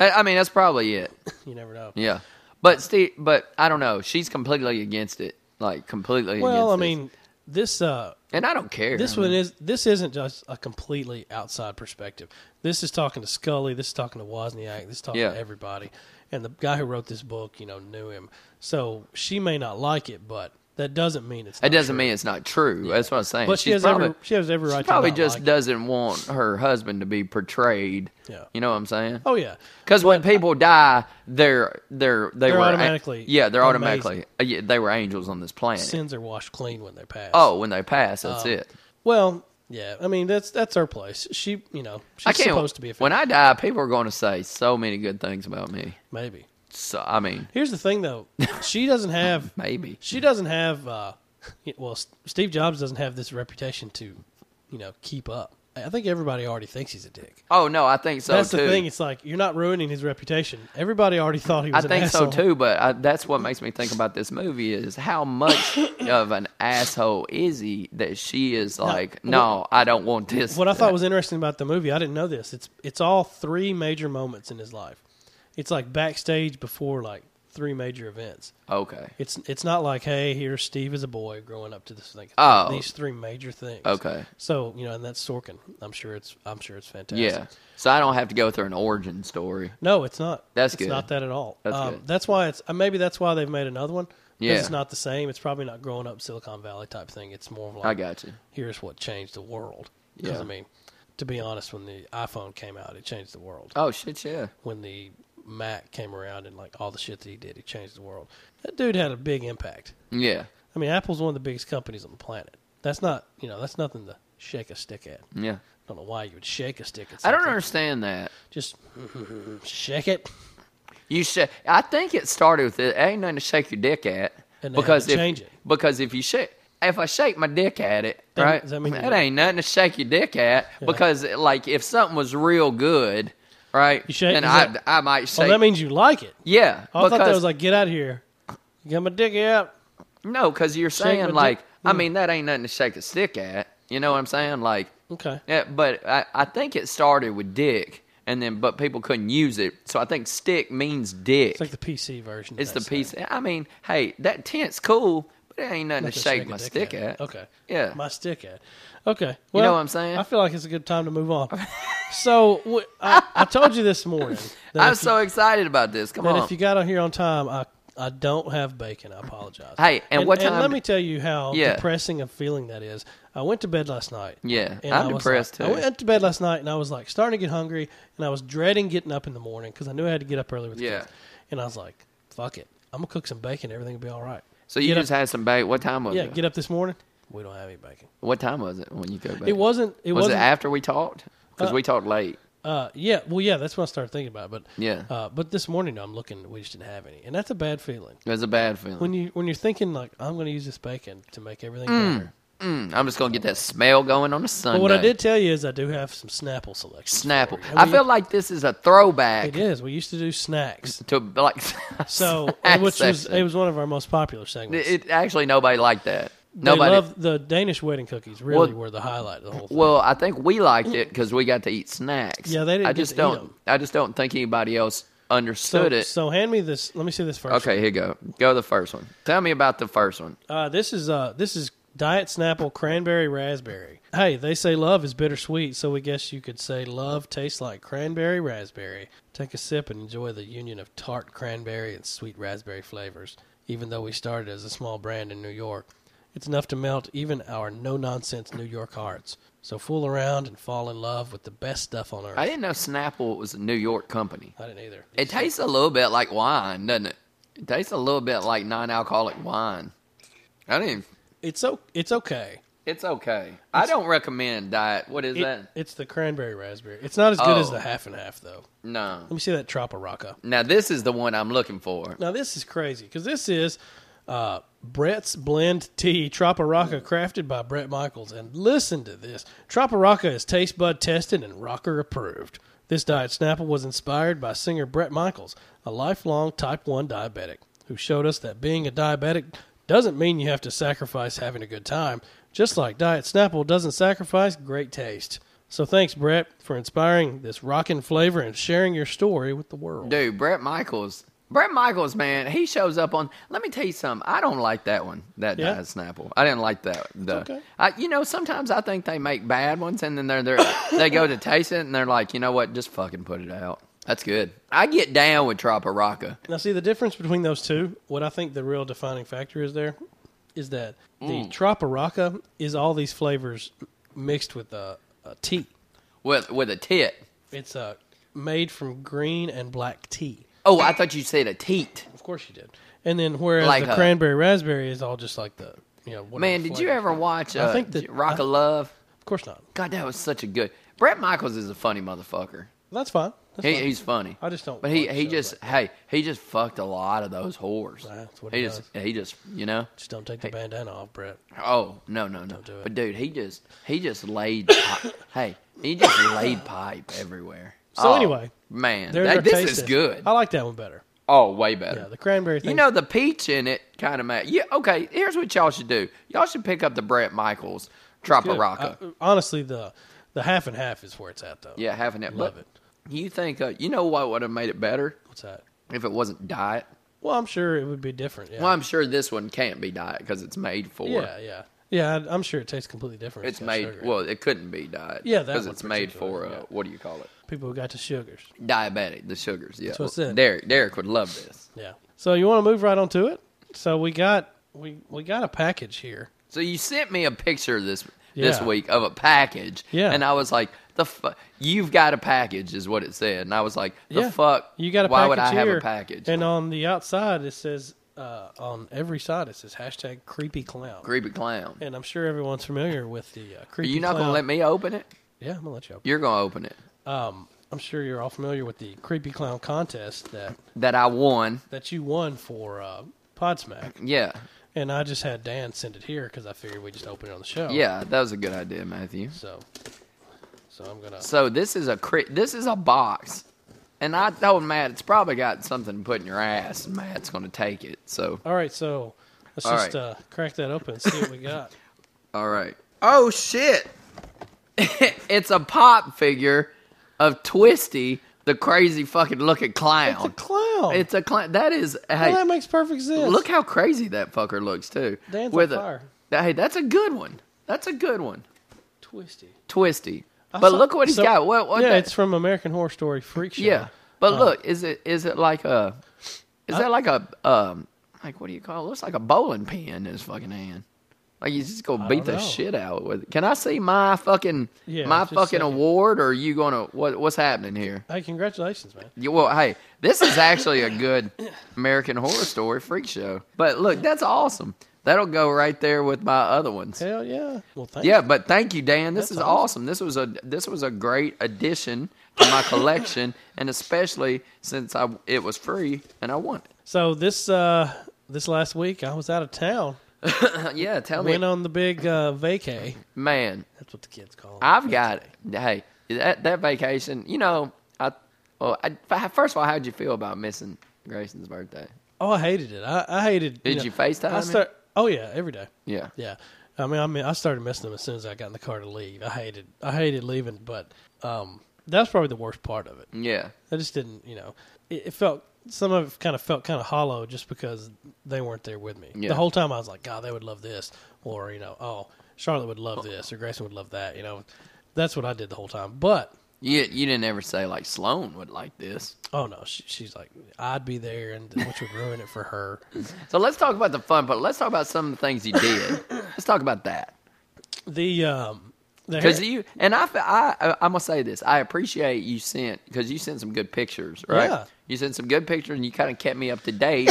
[SPEAKER 1] I, I mean, that's probably it.
[SPEAKER 2] You never know.
[SPEAKER 1] Mm. Yeah. But Steve, but I don't know. She's completely against it. Like, completely
[SPEAKER 2] well, I
[SPEAKER 1] against this.
[SPEAKER 2] mean, this uh,
[SPEAKER 1] And I don't care.
[SPEAKER 2] this
[SPEAKER 1] I mean,
[SPEAKER 2] one is this isn't just a completely outside perspective. This is talking to Scully. This is talking to Wozniak. This is talking
[SPEAKER 1] Yeah.
[SPEAKER 2] to everybody. And the guy who wrote this book, you know, knew him. So she may not like it, but that doesn't mean it's.
[SPEAKER 1] It
[SPEAKER 2] not
[SPEAKER 1] doesn't
[SPEAKER 2] true.
[SPEAKER 1] mean it's not true. That's what I'm saying.
[SPEAKER 2] But she
[SPEAKER 1] She's
[SPEAKER 2] has
[SPEAKER 1] probably,
[SPEAKER 2] every she has every right.
[SPEAKER 1] she probably
[SPEAKER 2] to not
[SPEAKER 1] just
[SPEAKER 2] like it.
[SPEAKER 1] doesn't want her husband to be portrayed.
[SPEAKER 2] Yeah.
[SPEAKER 1] You know what I'm saying?
[SPEAKER 2] Oh yeah,
[SPEAKER 1] Because when people die, they're they're they
[SPEAKER 2] They're
[SPEAKER 1] were
[SPEAKER 2] automatically
[SPEAKER 1] yeah they're
[SPEAKER 2] amazing.
[SPEAKER 1] automatically uh, yeah, they were angels on this planet.
[SPEAKER 2] sins are washed clean when they pass.
[SPEAKER 1] Oh, when they pass, that's it.
[SPEAKER 2] well, yeah. I mean, that's that's her place. She, you know, she's
[SPEAKER 1] I can't.
[SPEAKER 2] supposed to be a
[SPEAKER 1] when I die, people are going to say so many good things about me.
[SPEAKER 2] maybe.
[SPEAKER 1] So I mean,
[SPEAKER 2] Here's the thing, though. She doesn't have
[SPEAKER 1] maybe
[SPEAKER 2] She doesn't have. Uh, well, S- Steve Jobs doesn't have this reputation to, you know, keep up. I I think everybody already thinks he's a dick.
[SPEAKER 1] oh no, I think so
[SPEAKER 2] That's
[SPEAKER 1] too.
[SPEAKER 2] the thing. It's like you're not ruining his reputation. Everybody already thought he
[SPEAKER 1] I
[SPEAKER 2] was. an
[SPEAKER 1] think
[SPEAKER 2] asshole.
[SPEAKER 1] so too, but I, that's what makes me think about this movie is how much of an asshole is he that she is like, no, I don't want this.
[SPEAKER 2] What I thought was interesting about the movie, I didn't know this. It's it's all three major moments in his life. It's like backstage before like three major events.
[SPEAKER 1] okay,
[SPEAKER 2] It's it's not like hey, here's Steve as a boy growing up to this thing. It's
[SPEAKER 1] Oh.
[SPEAKER 2] these three major things.
[SPEAKER 1] Okay.
[SPEAKER 2] So you know, and that's Sorkin. I'm sure it's I'm sure it's fantastic.
[SPEAKER 1] yeah. So I don't have to go through an origin story.
[SPEAKER 2] No, it's not.
[SPEAKER 1] That's
[SPEAKER 2] it's
[SPEAKER 1] good.
[SPEAKER 2] Not that at all.
[SPEAKER 1] That's
[SPEAKER 2] um,
[SPEAKER 1] good.
[SPEAKER 2] That's why it's uh, maybe that's why they've made another one. 'cause
[SPEAKER 1] Yeah.
[SPEAKER 2] it's not the same. It's probably not growing up Silicon Valley type thing. It's more of like
[SPEAKER 1] I got you.
[SPEAKER 2] Here's what changed the world. 'Cause,
[SPEAKER 1] Yeah.
[SPEAKER 2] I mean, to be honest, when the iPhone came out, it changed the world.
[SPEAKER 1] Oh shit, yeah.
[SPEAKER 2] When the Mac came around and like all the shit that he did, it changed the world. That dude had a big impact.
[SPEAKER 1] Yeah.
[SPEAKER 2] I mean, Apple's one of the biggest companies on the planet. That's not you know that's nothing to shake a stick at. I
[SPEAKER 1] Yeah.
[SPEAKER 2] don't know why you would shake a stick
[SPEAKER 1] I
[SPEAKER 2] at. Something.
[SPEAKER 1] don't understand that.
[SPEAKER 2] Just shake it.
[SPEAKER 1] You should. I think it started with it ain't nothing to shake your dick at
[SPEAKER 2] And they had
[SPEAKER 1] because
[SPEAKER 2] to
[SPEAKER 1] if
[SPEAKER 2] change it.
[SPEAKER 1] because if you shake if I shake my dick at it
[SPEAKER 2] Then
[SPEAKER 1] right
[SPEAKER 2] does that mean you-
[SPEAKER 1] ain't nothing to shake your dick at because like if something was real good right
[SPEAKER 2] You shake-
[SPEAKER 1] then
[SPEAKER 2] is
[SPEAKER 1] I
[SPEAKER 2] that-
[SPEAKER 1] I might shake
[SPEAKER 2] Well, that means you like it.
[SPEAKER 1] yeah
[SPEAKER 2] I thought that
[SPEAKER 1] because-
[SPEAKER 2] was like, get out of here. You got my dick out.
[SPEAKER 1] no because you're
[SPEAKER 2] my
[SPEAKER 1] saying
[SPEAKER 2] dick-
[SPEAKER 1] like I mean that ain't nothing to shake a stick at you know what I'm saying like
[SPEAKER 2] Okay.
[SPEAKER 1] Yeah, but I, I think it started with dick, and then but people couldn't use it, so I think stick means dick.
[SPEAKER 2] It's like the PC version. of
[SPEAKER 1] It's
[SPEAKER 2] that
[SPEAKER 1] the piece.
[SPEAKER 2] saying.
[SPEAKER 1] I mean, hey, that tent's cool, but it ain't nothing
[SPEAKER 2] Nothing
[SPEAKER 1] to
[SPEAKER 2] to
[SPEAKER 1] shake
[SPEAKER 2] a
[SPEAKER 1] my
[SPEAKER 2] dick
[SPEAKER 1] stick at.
[SPEAKER 2] Okay.
[SPEAKER 1] Yeah.
[SPEAKER 2] My stick at. Okay. Well,
[SPEAKER 1] know what I'm saying?
[SPEAKER 2] I feel like it's a good time to move on. so wh- I, I told you this morning that,
[SPEAKER 1] I'm
[SPEAKER 2] if,
[SPEAKER 1] so excited about this.
[SPEAKER 2] you,
[SPEAKER 1] Come
[SPEAKER 2] that
[SPEAKER 1] on.
[SPEAKER 2] if you got on here on time, I I don't have bacon. I apologize.
[SPEAKER 1] Hey, and what time-
[SPEAKER 2] let me tell you how
[SPEAKER 1] Yeah.
[SPEAKER 2] depressing a feeling that is. I went to bed last night.
[SPEAKER 1] Yeah,
[SPEAKER 2] and
[SPEAKER 1] I'm
[SPEAKER 2] I was
[SPEAKER 1] depressed,
[SPEAKER 2] like-
[SPEAKER 1] too.
[SPEAKER 2] I went to bed last night and I was like starting to get hungry, and I was dreading getting up in the morning because I knew I had to get up early with the
[SPEAKER 1] Yeah.
[SPEAKER 2] kids. And I was like, "Fuck it, I'm gonna cook some bacon. Everything will be all right."
[SPEAKER 1] So you
[SPEAKER 2] Get
[SPEAKER 1] just
[SPEAKER 2] up,
[SPEAKER 1] had some bacon. What time was
[SPEAKER 2] yeah.
[SPEAKER 1] it?
[SPEAKER 2] Get up this morning. We don't have any bacon.
[SPEAKER 1] What time was it when you go back?
[SPEAKER 2] It wasn't. It
[SPEAKER 1] was
[SPEAKER 2] wasn't
[SPEAKER 1] it after we talked? Because
[SPEAKER 2] Uh,
[SPEAKER 1] we talked late.
[SPEAKER 2] Uh, yeah, well, yeah, that's when I started thinking about it. But
[SPEAKER 1] Yeah.
[SPEAKER 2] uh, but this morning I'm looking, we just didn't have any, and that's a bad feeling
[SPEAKER 1] It was a bad feeling.
[SPEAKER 2] when you when you're thinking like I'm going to use this bacon to make everything better.
[SPEAKER 1] Mm, I'm just gonna get that smell going on the Sunday.
[SPEAKER 2] But what I did tell you is I do have some Snapple selections. for
[SPEAKER 1] Snapple.
[SPEAKER 2] you. And
[SPEAKER 1] I
[SPEAKER 2] we-
[SPEAKER 1] feel like this is a throwback
[SPEAKER 2] it is. We used to do snacks,
[SPEAKER 1] to like
[SPEAKER 2] so uh,
[SPEAKER 1] snack
[SPEAKER 2] which was
[SPEAKER 1] section.
[SPEAKER 2] it was one of our most popular segments.
[SPEAKER 1] It, actually nobody liked that.
[SPEAKER 2] they
[SPEAKER 1] Nobody.
[SPEAKER 2] loved the Danish wedding cookies. Really,
[SPEAKER 1] Well-
[SPEAKER 2] were the highlight of the whole thing.
[SPEAKER 1] well, I think we liked it because we got to eat snacks.
[SPEAKER 2] Mm. Yeah, they didn't
[SPEAKER 1] I
[SPEAKER 2] get
[SPEAKER 1] just
[SPEAKER 2] to eat
[SPEAKER 1] don't.
[SPEAKER 2] 'em.
[SPEAKER 1] I just don't think anybody else
[SPEAKER 2] so,
[SPEAKER 1] understood it.
[SPEAKER 2] so hand me this. Let me see this first. one.
[SPEAKER 1] okay, here go. Go the first one. Tell me about the first one.
[SPEAKER 2] Uh, this is uh, this is diet Snapple cranberry raspberry. Hey, they say love is bittersweet, so we guess you could say love tastes like cranberry raspberry. Take a sip and enjoy the union of tart cranberry and sweet raspberry flavors. Even though we started as a small brand in New York, it's enough to melt even our no nonsense New York hearts. So fool around and fall in love with the best stuff on earth.
[SPEAKER 1] I
[SPEAKER 2] I,
[SPEAKER 1] didn't know Snapple was a New York company.
[SPEAKER 2] didn't either.
[SPEAKER 1] It tastes a little bit like wine, doesn't it? It tastes a little bit like non-alcoholic wine. I didn't.
[SPEAKER 2] It's o- it's okay.
[SPEAKER 1] It's okay. I don't recommend diet. What is
[SPEAKER 2] It-
[SPEAKER 1] that?
[SPEAKER 2] it's the cranberry raspberry. It's not as good as
[SPEAKER 1] Oh.
[SPEAKER 2] the half and half though.
[SPEAKER 1] No.
[SPEAKER 2] Let me see that Tropa Rocca.
[SPEAKER 1] Now this is the one I'm looking for.
[SPEAKER 2] Now this is crazy because this is uh, Brett's blend tea Troparaca crafted by Brett Michaels. And listen to this: Troparaca is taste bud tested and rocker approved. This diet Snapple was inspired by singer Brett Michaels, a lifelong type one diabetic, who showed us that being a diabetic doesn't mean you have to sacrifice having a good time. Just like diet Snapple doesn't sacrifice great taste. So thanks, Brett, for inspiring this rockin' flavor and sharing your story with the world.
[SPEAKER 1] Dude, Brett Michaels. Brett Michaels, man, he shows up on. Let me tell you something. I don't like that one. That
[SPEAKER 2] Yeah?
[SPEAKER 1] diet Snapple. I didn't like that. The,
[SPEAKER 2] okay.
[SPEAKER 1] I, you know, sometimes I think they make bad ones, and then they're, they're they go to taste it, and they're like, you know what? Just fucking put it out. That's good. I get down with Troparaca.
[SPEAKER 2] Now, see the difference between those two. What I think the real defining factor is there is that
[SPEAKER 1] Mm.
[SPEAKER 2] the Troparaca is all these flavors mixed with a, a tea.
[SPEAKER 1] with with a tit.
[SPEAKER 2] It's uh, made from green and black tea.
[SPEAKER 1] Oh, I thought you said a teat.
[SPEAKER 2] Of course, you did. And then whereas
[SPEAKER 1] Like
[SPEAKER 2] the
[SPEAKER 1] a-
[SPEAKER 2] cranberry raspberry is all just like the you know. whatever
[SPEAKER 1] Man, did you
[SPEAKER 2] flavor.
[SPEAKER 1] ever watch uh,
[SPEAKER 2] I think that-
[SPEAKER 1] Rock
[SPEAKER 2] I-
[SPEAKER 1] of Love?
[SPEAKER 2] Of course not.
[SPEAKER 1] God, that was such a good. Brett Michaels is a funny motherfucker.
[SPEAKER 2] That's fine. That's
[SPEAKER 1] He,
[SPEAKER 2] fine.
[SPEAKER 1] he's funny.
[SPEAKER 2] I just don't
[SPEAKER 1] But he
[SPEAKER 2] watch
[SPEAKER 1] he
[SPEAKER 2] shows
[SPEAKER 1] just
[SPEAKER 2] like
[SPEAKER 1] hey he just fucked a lot of those whores.
[SPEAKER 2] That's what
[SPEAKER 1] he
[SPEAKER 2] he
[SPEAKER 1] just he just you know.
[SPEAKER 2] just don't take the bandana off, Brett.
[SPEAKER 1] Oh no no no.
[SPEAKER 2] do it.
[SPEAKER 1] But dude, he just he just laid. pi- hey, he just laid pipe everywhere.
[SPEAKER 2] So
[SPEAKER 1] Oh,
[SPEAKER 2] anyway,
[SPEAKER 1] man,
[SPEAKER 2] There's
[SPEAKER 1] that-
[SPEAKER 2] our
[SPEAKER 1] this
[SPEAKER 2] taste
[SPEAKER 1] is
[SPEAKER 2] test.
[SPEAKER 1] good.
[SPEAKER 2] I like that one better.
[SPEAKER 1] Oh, way better.
[SPEAKER 2] Yeah, the cranberry. Thing
[SPEAKER 1] You know the peach in it kind of matters. Yeah, okay. Here's what y'all should do. Y'all should pick up the Brett Michaels
[SPEAKER 2] good.
[SPEAKER 1] Troparaca.
[SPEAKER 2] I- honestly, the the half and half is where it's at, though.
[SPEAKER 1] yeah, having it.
[SPEAKER 2] love
[SPEAKER 1] but
[SPEAKER 2] it.
[SPEAKER 1] You think uh, you know what would have made it better
[SPEAKER 2] What's that?
[SPEAKER 1] if it wasn't diet?
[SPEAKER 2] Well, I'm sure it would be different. Yeah,
[SPEAKER 1] Well, I'm sure this one can't be diet because it's made for.
[SPEAKER 2] yeah, yeah, yeah. I- I'm sure it tastes completely different.
[SPEAKER 1] It's
[SPEAKER 2] got
[SPEAKER 1] made.
[SPEAKER 2] sugar in it.
[SPEAKER 1] Well, it couldn't be diet.
[SPEAKER 2] Yeah, that
[SPEAKER 1] because
[SPEAKER 2] one
[SPEAKER 1] it's made for.
[SPEAKER 2] particularly,
[SPEAKER 1] Uh,
[SPEAKER 2] yeah.
[SPEAKER 1] What do you call it?
[SPEAKER 2] people who got to sugars.
[SPEAKER 1] Diabetic. The sugars. Yeah.
[SPEAKER 2] what I said.
[SPEAKER 1] Derek. Derek would love this.
[SPEAKER 2] Yeah. So you want to move right on to it? So we got we we got a package here.
[SPEAKER 1] So you sent me a picture this this
[SPEAKER 2] Yeah.
[SPEAKER 1] week of a package.
[SPEAKER 2] Yeah.
[SPEAKER 1] And I was like, the fu- you've got a package is what it said. And I was like, the
[SPEAKER 2] yeah.
[SPEAKER 1] fuck
[SPEAKER 2] You got a
[SPEAKER 1] why
[SPEAKER 2] package
[SPEAKER 1] would I have
[SPEAKER 2] here,
[SPEAKER 1] a package?
[SPEAKER 2] And uh, on the outside it says uh, on every side it says hashtag creepy clown.
[SPEAKER 1] Creepy clown.
[SPEAKER 2] and I'm sure everyone's familiar with the uh,
[SPEAKER 1] Are
[SPEAKER 2] creepy.
[SPEAKER 1] you not
[SPEAKER 2] clown.
[SPEAKER 1] gonna let me open it?
[SPEAKER 2] Yeah, I'm gonna let you. Open.
[SPEAKER 1] You're gonna open it.
[SPEAKER 2] Um, I'm sure you're all familiar with the creepy clown contest that
[SPEAKER 1] That I won.
[SPEAKER 2] that you won for uh, Podsmack.
[SPEAKER 1] Yeah.
[SPEAKER 2] And I just had Dan send it here because I figured we just open it on the show.
[SPEAKER 1] Yeah, that was a good idea, Matthew.
[SPEAKER 2] So, so I'm gonna.
[SPEAKER 1] So this is a cre- this is a box. And I told Matt it's probably got something put in your ass and Matt's gonna take it. So
[SPEAKER 2] All right, so let's
[SPEAKER 1] All right.
[SPEAKER 2] just uh, crack that open and see what we got.
[SPEAKER 1] All right. Oh shit! it's a pop figure of Twisty, the crazy fucking looking
[SPEAKER 2] it's a
[SPEAKER 1] clown.
[SPEAKER 2] clown.
[SPEAKER 1] It's a clown. That is.
[SPEAKER 2] well,
[SPEAKER 1] Hey,
[SPEAKER 2] that makes perfect sense.
[SPEAKER 1] look how crazy that fucker looks too.
[SPEAKER 2] Dan's
[SPEAKER 1] With
[SPEAKER 2] on
[SPEAKER 1] a-
[SPEAKER 2] fire.
[SPEAKER 1] Hey, that's a good one. That's a good one.
[SPEAKER 2] twisty.
[SPEAKER 1] Twisty.
[SPEAKER 2] I
[SPEAKER 1] But
[SPEAKER 2] saw-
[SPEAKER 1] look what he's
[SPEAKER 2] so-
[SPEAKER 1] got. What? what
[SPEAKER 2] yeah,
[SPEAKER 1] that-
[SPEAKER 2] Uh, it's from American Horror Story Freak Show.
[SPEAKER 1] yeah. But look, is it is it like a Is that like a um like what do you call it? Looks like a bowling pin in his fucking hand. Like you just gonna beat
[SPEAKER 2] don't
[SPEAKER 1] the
[SPEAKER 2] know.
[SPEAKER 1] shit out with it. Can I see my fucking
[SPEAKER 2] Yeah,
[SPEAKER 1] my
[SPEAKER 2] just
[SPEAKER 1] fucking
[SPEAKER 2] saying.
[SPEAKER 1] award or are you gonna what what's happening here?
[SPEAKER 2] Hey, congratulations, man.
[SPEAKER 1] Yeah, well, hey, this is actually a good American horror story freak show. But look, that's awesome. That'll go right there with my other ones.
[SPEAKER 2] Hell yeah. Well, thank
[SPEAKER 1] Yeah, but thank you, Dan. This
[SPEAKER 2] That's
[SPEAKER 1] is awesome. This was a this was a great addition to my collection, and especially since I it was free and I won it.
[SPEAKER 2] So this uh this last week I was out of town.
[SPEAKER 1] Uh, yeah, tell me,
[SPEAKER 2] Went on the big uh vacay.
[SPEAKER 1] man.
[SPEAKER 2] That's what the kids call it.
[SPEAKER 1] I've got hey that that vacation. You know, I well, I, f- first of all, how'd you feel about missing Grayson's birthday?
[SPEAKER 2] oh, I hated it. I, I hated
[SPEAKER 1] Did you FaceTime
[SPEAKER 2] I
[SPEAKER 1] him?
[SPEAKER 2] start Oh yeah, every day.
[SPEAKER 1] Yeah,
[SPEAKER 2] Yeah. I mean, I mean, I started missing them as soon as I got in the car to leave. I hated, I hated leaving, but um, that's probably the worst part of it.
[SPEAKER 1] yeah,
[SPEAKER 2] I just didn't, you know, it, it felt some of it kind of felt kind of hollow just because they weren't there with me.
[SPEAKER 1] Yeah.
[SPEAKER 2] The whole time I was like, God, they would love this, or you know, oh, Charlotte would love this, or Grayson would love that. You know, that's what I did the whole time. But
[SPEAKER 1] you you didn't ever say like Sloan would like this.
[SPEAKER 2] oh no, she, she's like, I'd be there, and which would ruin it for her.
[SPEAKER 1] So let's talk about the fun part. Let's talk about some of the things you did. let's talk about that.
[SPEAKER 2] The um, the
[SPEAKER 1] Because you and I, fe- I, I- I'm gonna say this. I appreciate you sent because you sent some good pictures, right?
[SPEAKER 2] Yeah.
[SPEAKER 1] You sent some good pictures, and you kind of kept me up to date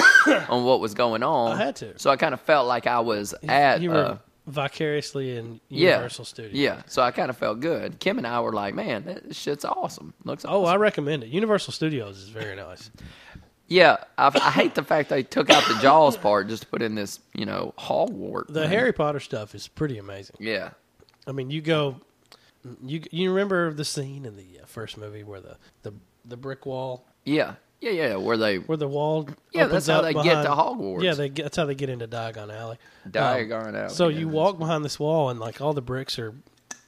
[SPEAKER 1] on what was going on.
[SPEAKER 2] I had to.
[SPEAKER 1] So I kind of felt like I was at.
[SPEAKER 2] you were
[SPEAKER 1] uh,
[SPEAKER 2] vicariously in
[SPEAKER 1] yeah,
[SPEAKER 2] Universal Studios.
[SPEAKER 1] Yeah, so I kind of felt good. Kim and I were like, "Man, that shit's awesome. Looks
[SPEAKER 2] Oh,
[SPEAKER 1] awesome."
[SPEAKER 2] I recommend it. Universal Studios is very nice.
[SPEAKER 1] yeah, I, I hate the fact they took out the Jaws part just to put in this, you know, Hallwart.
[SPEAKER 2] The
[SPEAKER 1] thing.
[SPEAKER 2] Harry Potter stuff is pretty amazing.
[SPEAKER 1] Yeah,
[SPEAKER 2] I mean, you go, you you remember the scene in the uh, first movie where the, the the brick wall,
[SPEAKER 1] yeah, yeah, yeah. Where they
[SPEAKER 2] where the wall,
[SPEAKER 1] Yeah,
[SPEAKER 2] opens
[SPEAKER 1] that's how they
[SPEAKER 2] up
[SPEAKER 1] get
[SPEAKER 2] behind-
[SPEAKER 1] to Hogwarts.
[SPEAKER 2] Yeah, they get, that's how they get into Diagon Alley. Um,
[SPEAKER 1] Diagon Alley,
[SPEAKER 2] So
[SPEAKER 1] yeah,
[SPEAKER 2] you
[SPEAKER 1] that's
[SPEAKER 2] walk behind this wall, and like all the bricks are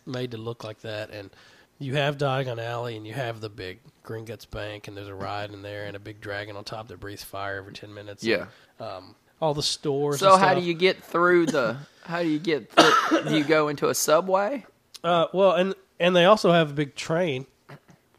[SPEAKER 2] made to look like that, and you have Diagon Alley, and you have the big Green Guts Bank, and there's a ride in there, and a big dragon on top that breathes fire every ten minutes.
[SPEAKER 1] yeah.
[SPEAKER 2] um, all the stores.
[SPEAKER 1] So
[SPEAKER 2] and
[SPEAKER 1] how
[SPEAKER 2] stuff.
[SPEAKER 1] do you get through the? How do you get? Through, do you go into a subway?
[SPEAKER 2] Uh, well, and and they also have a big train.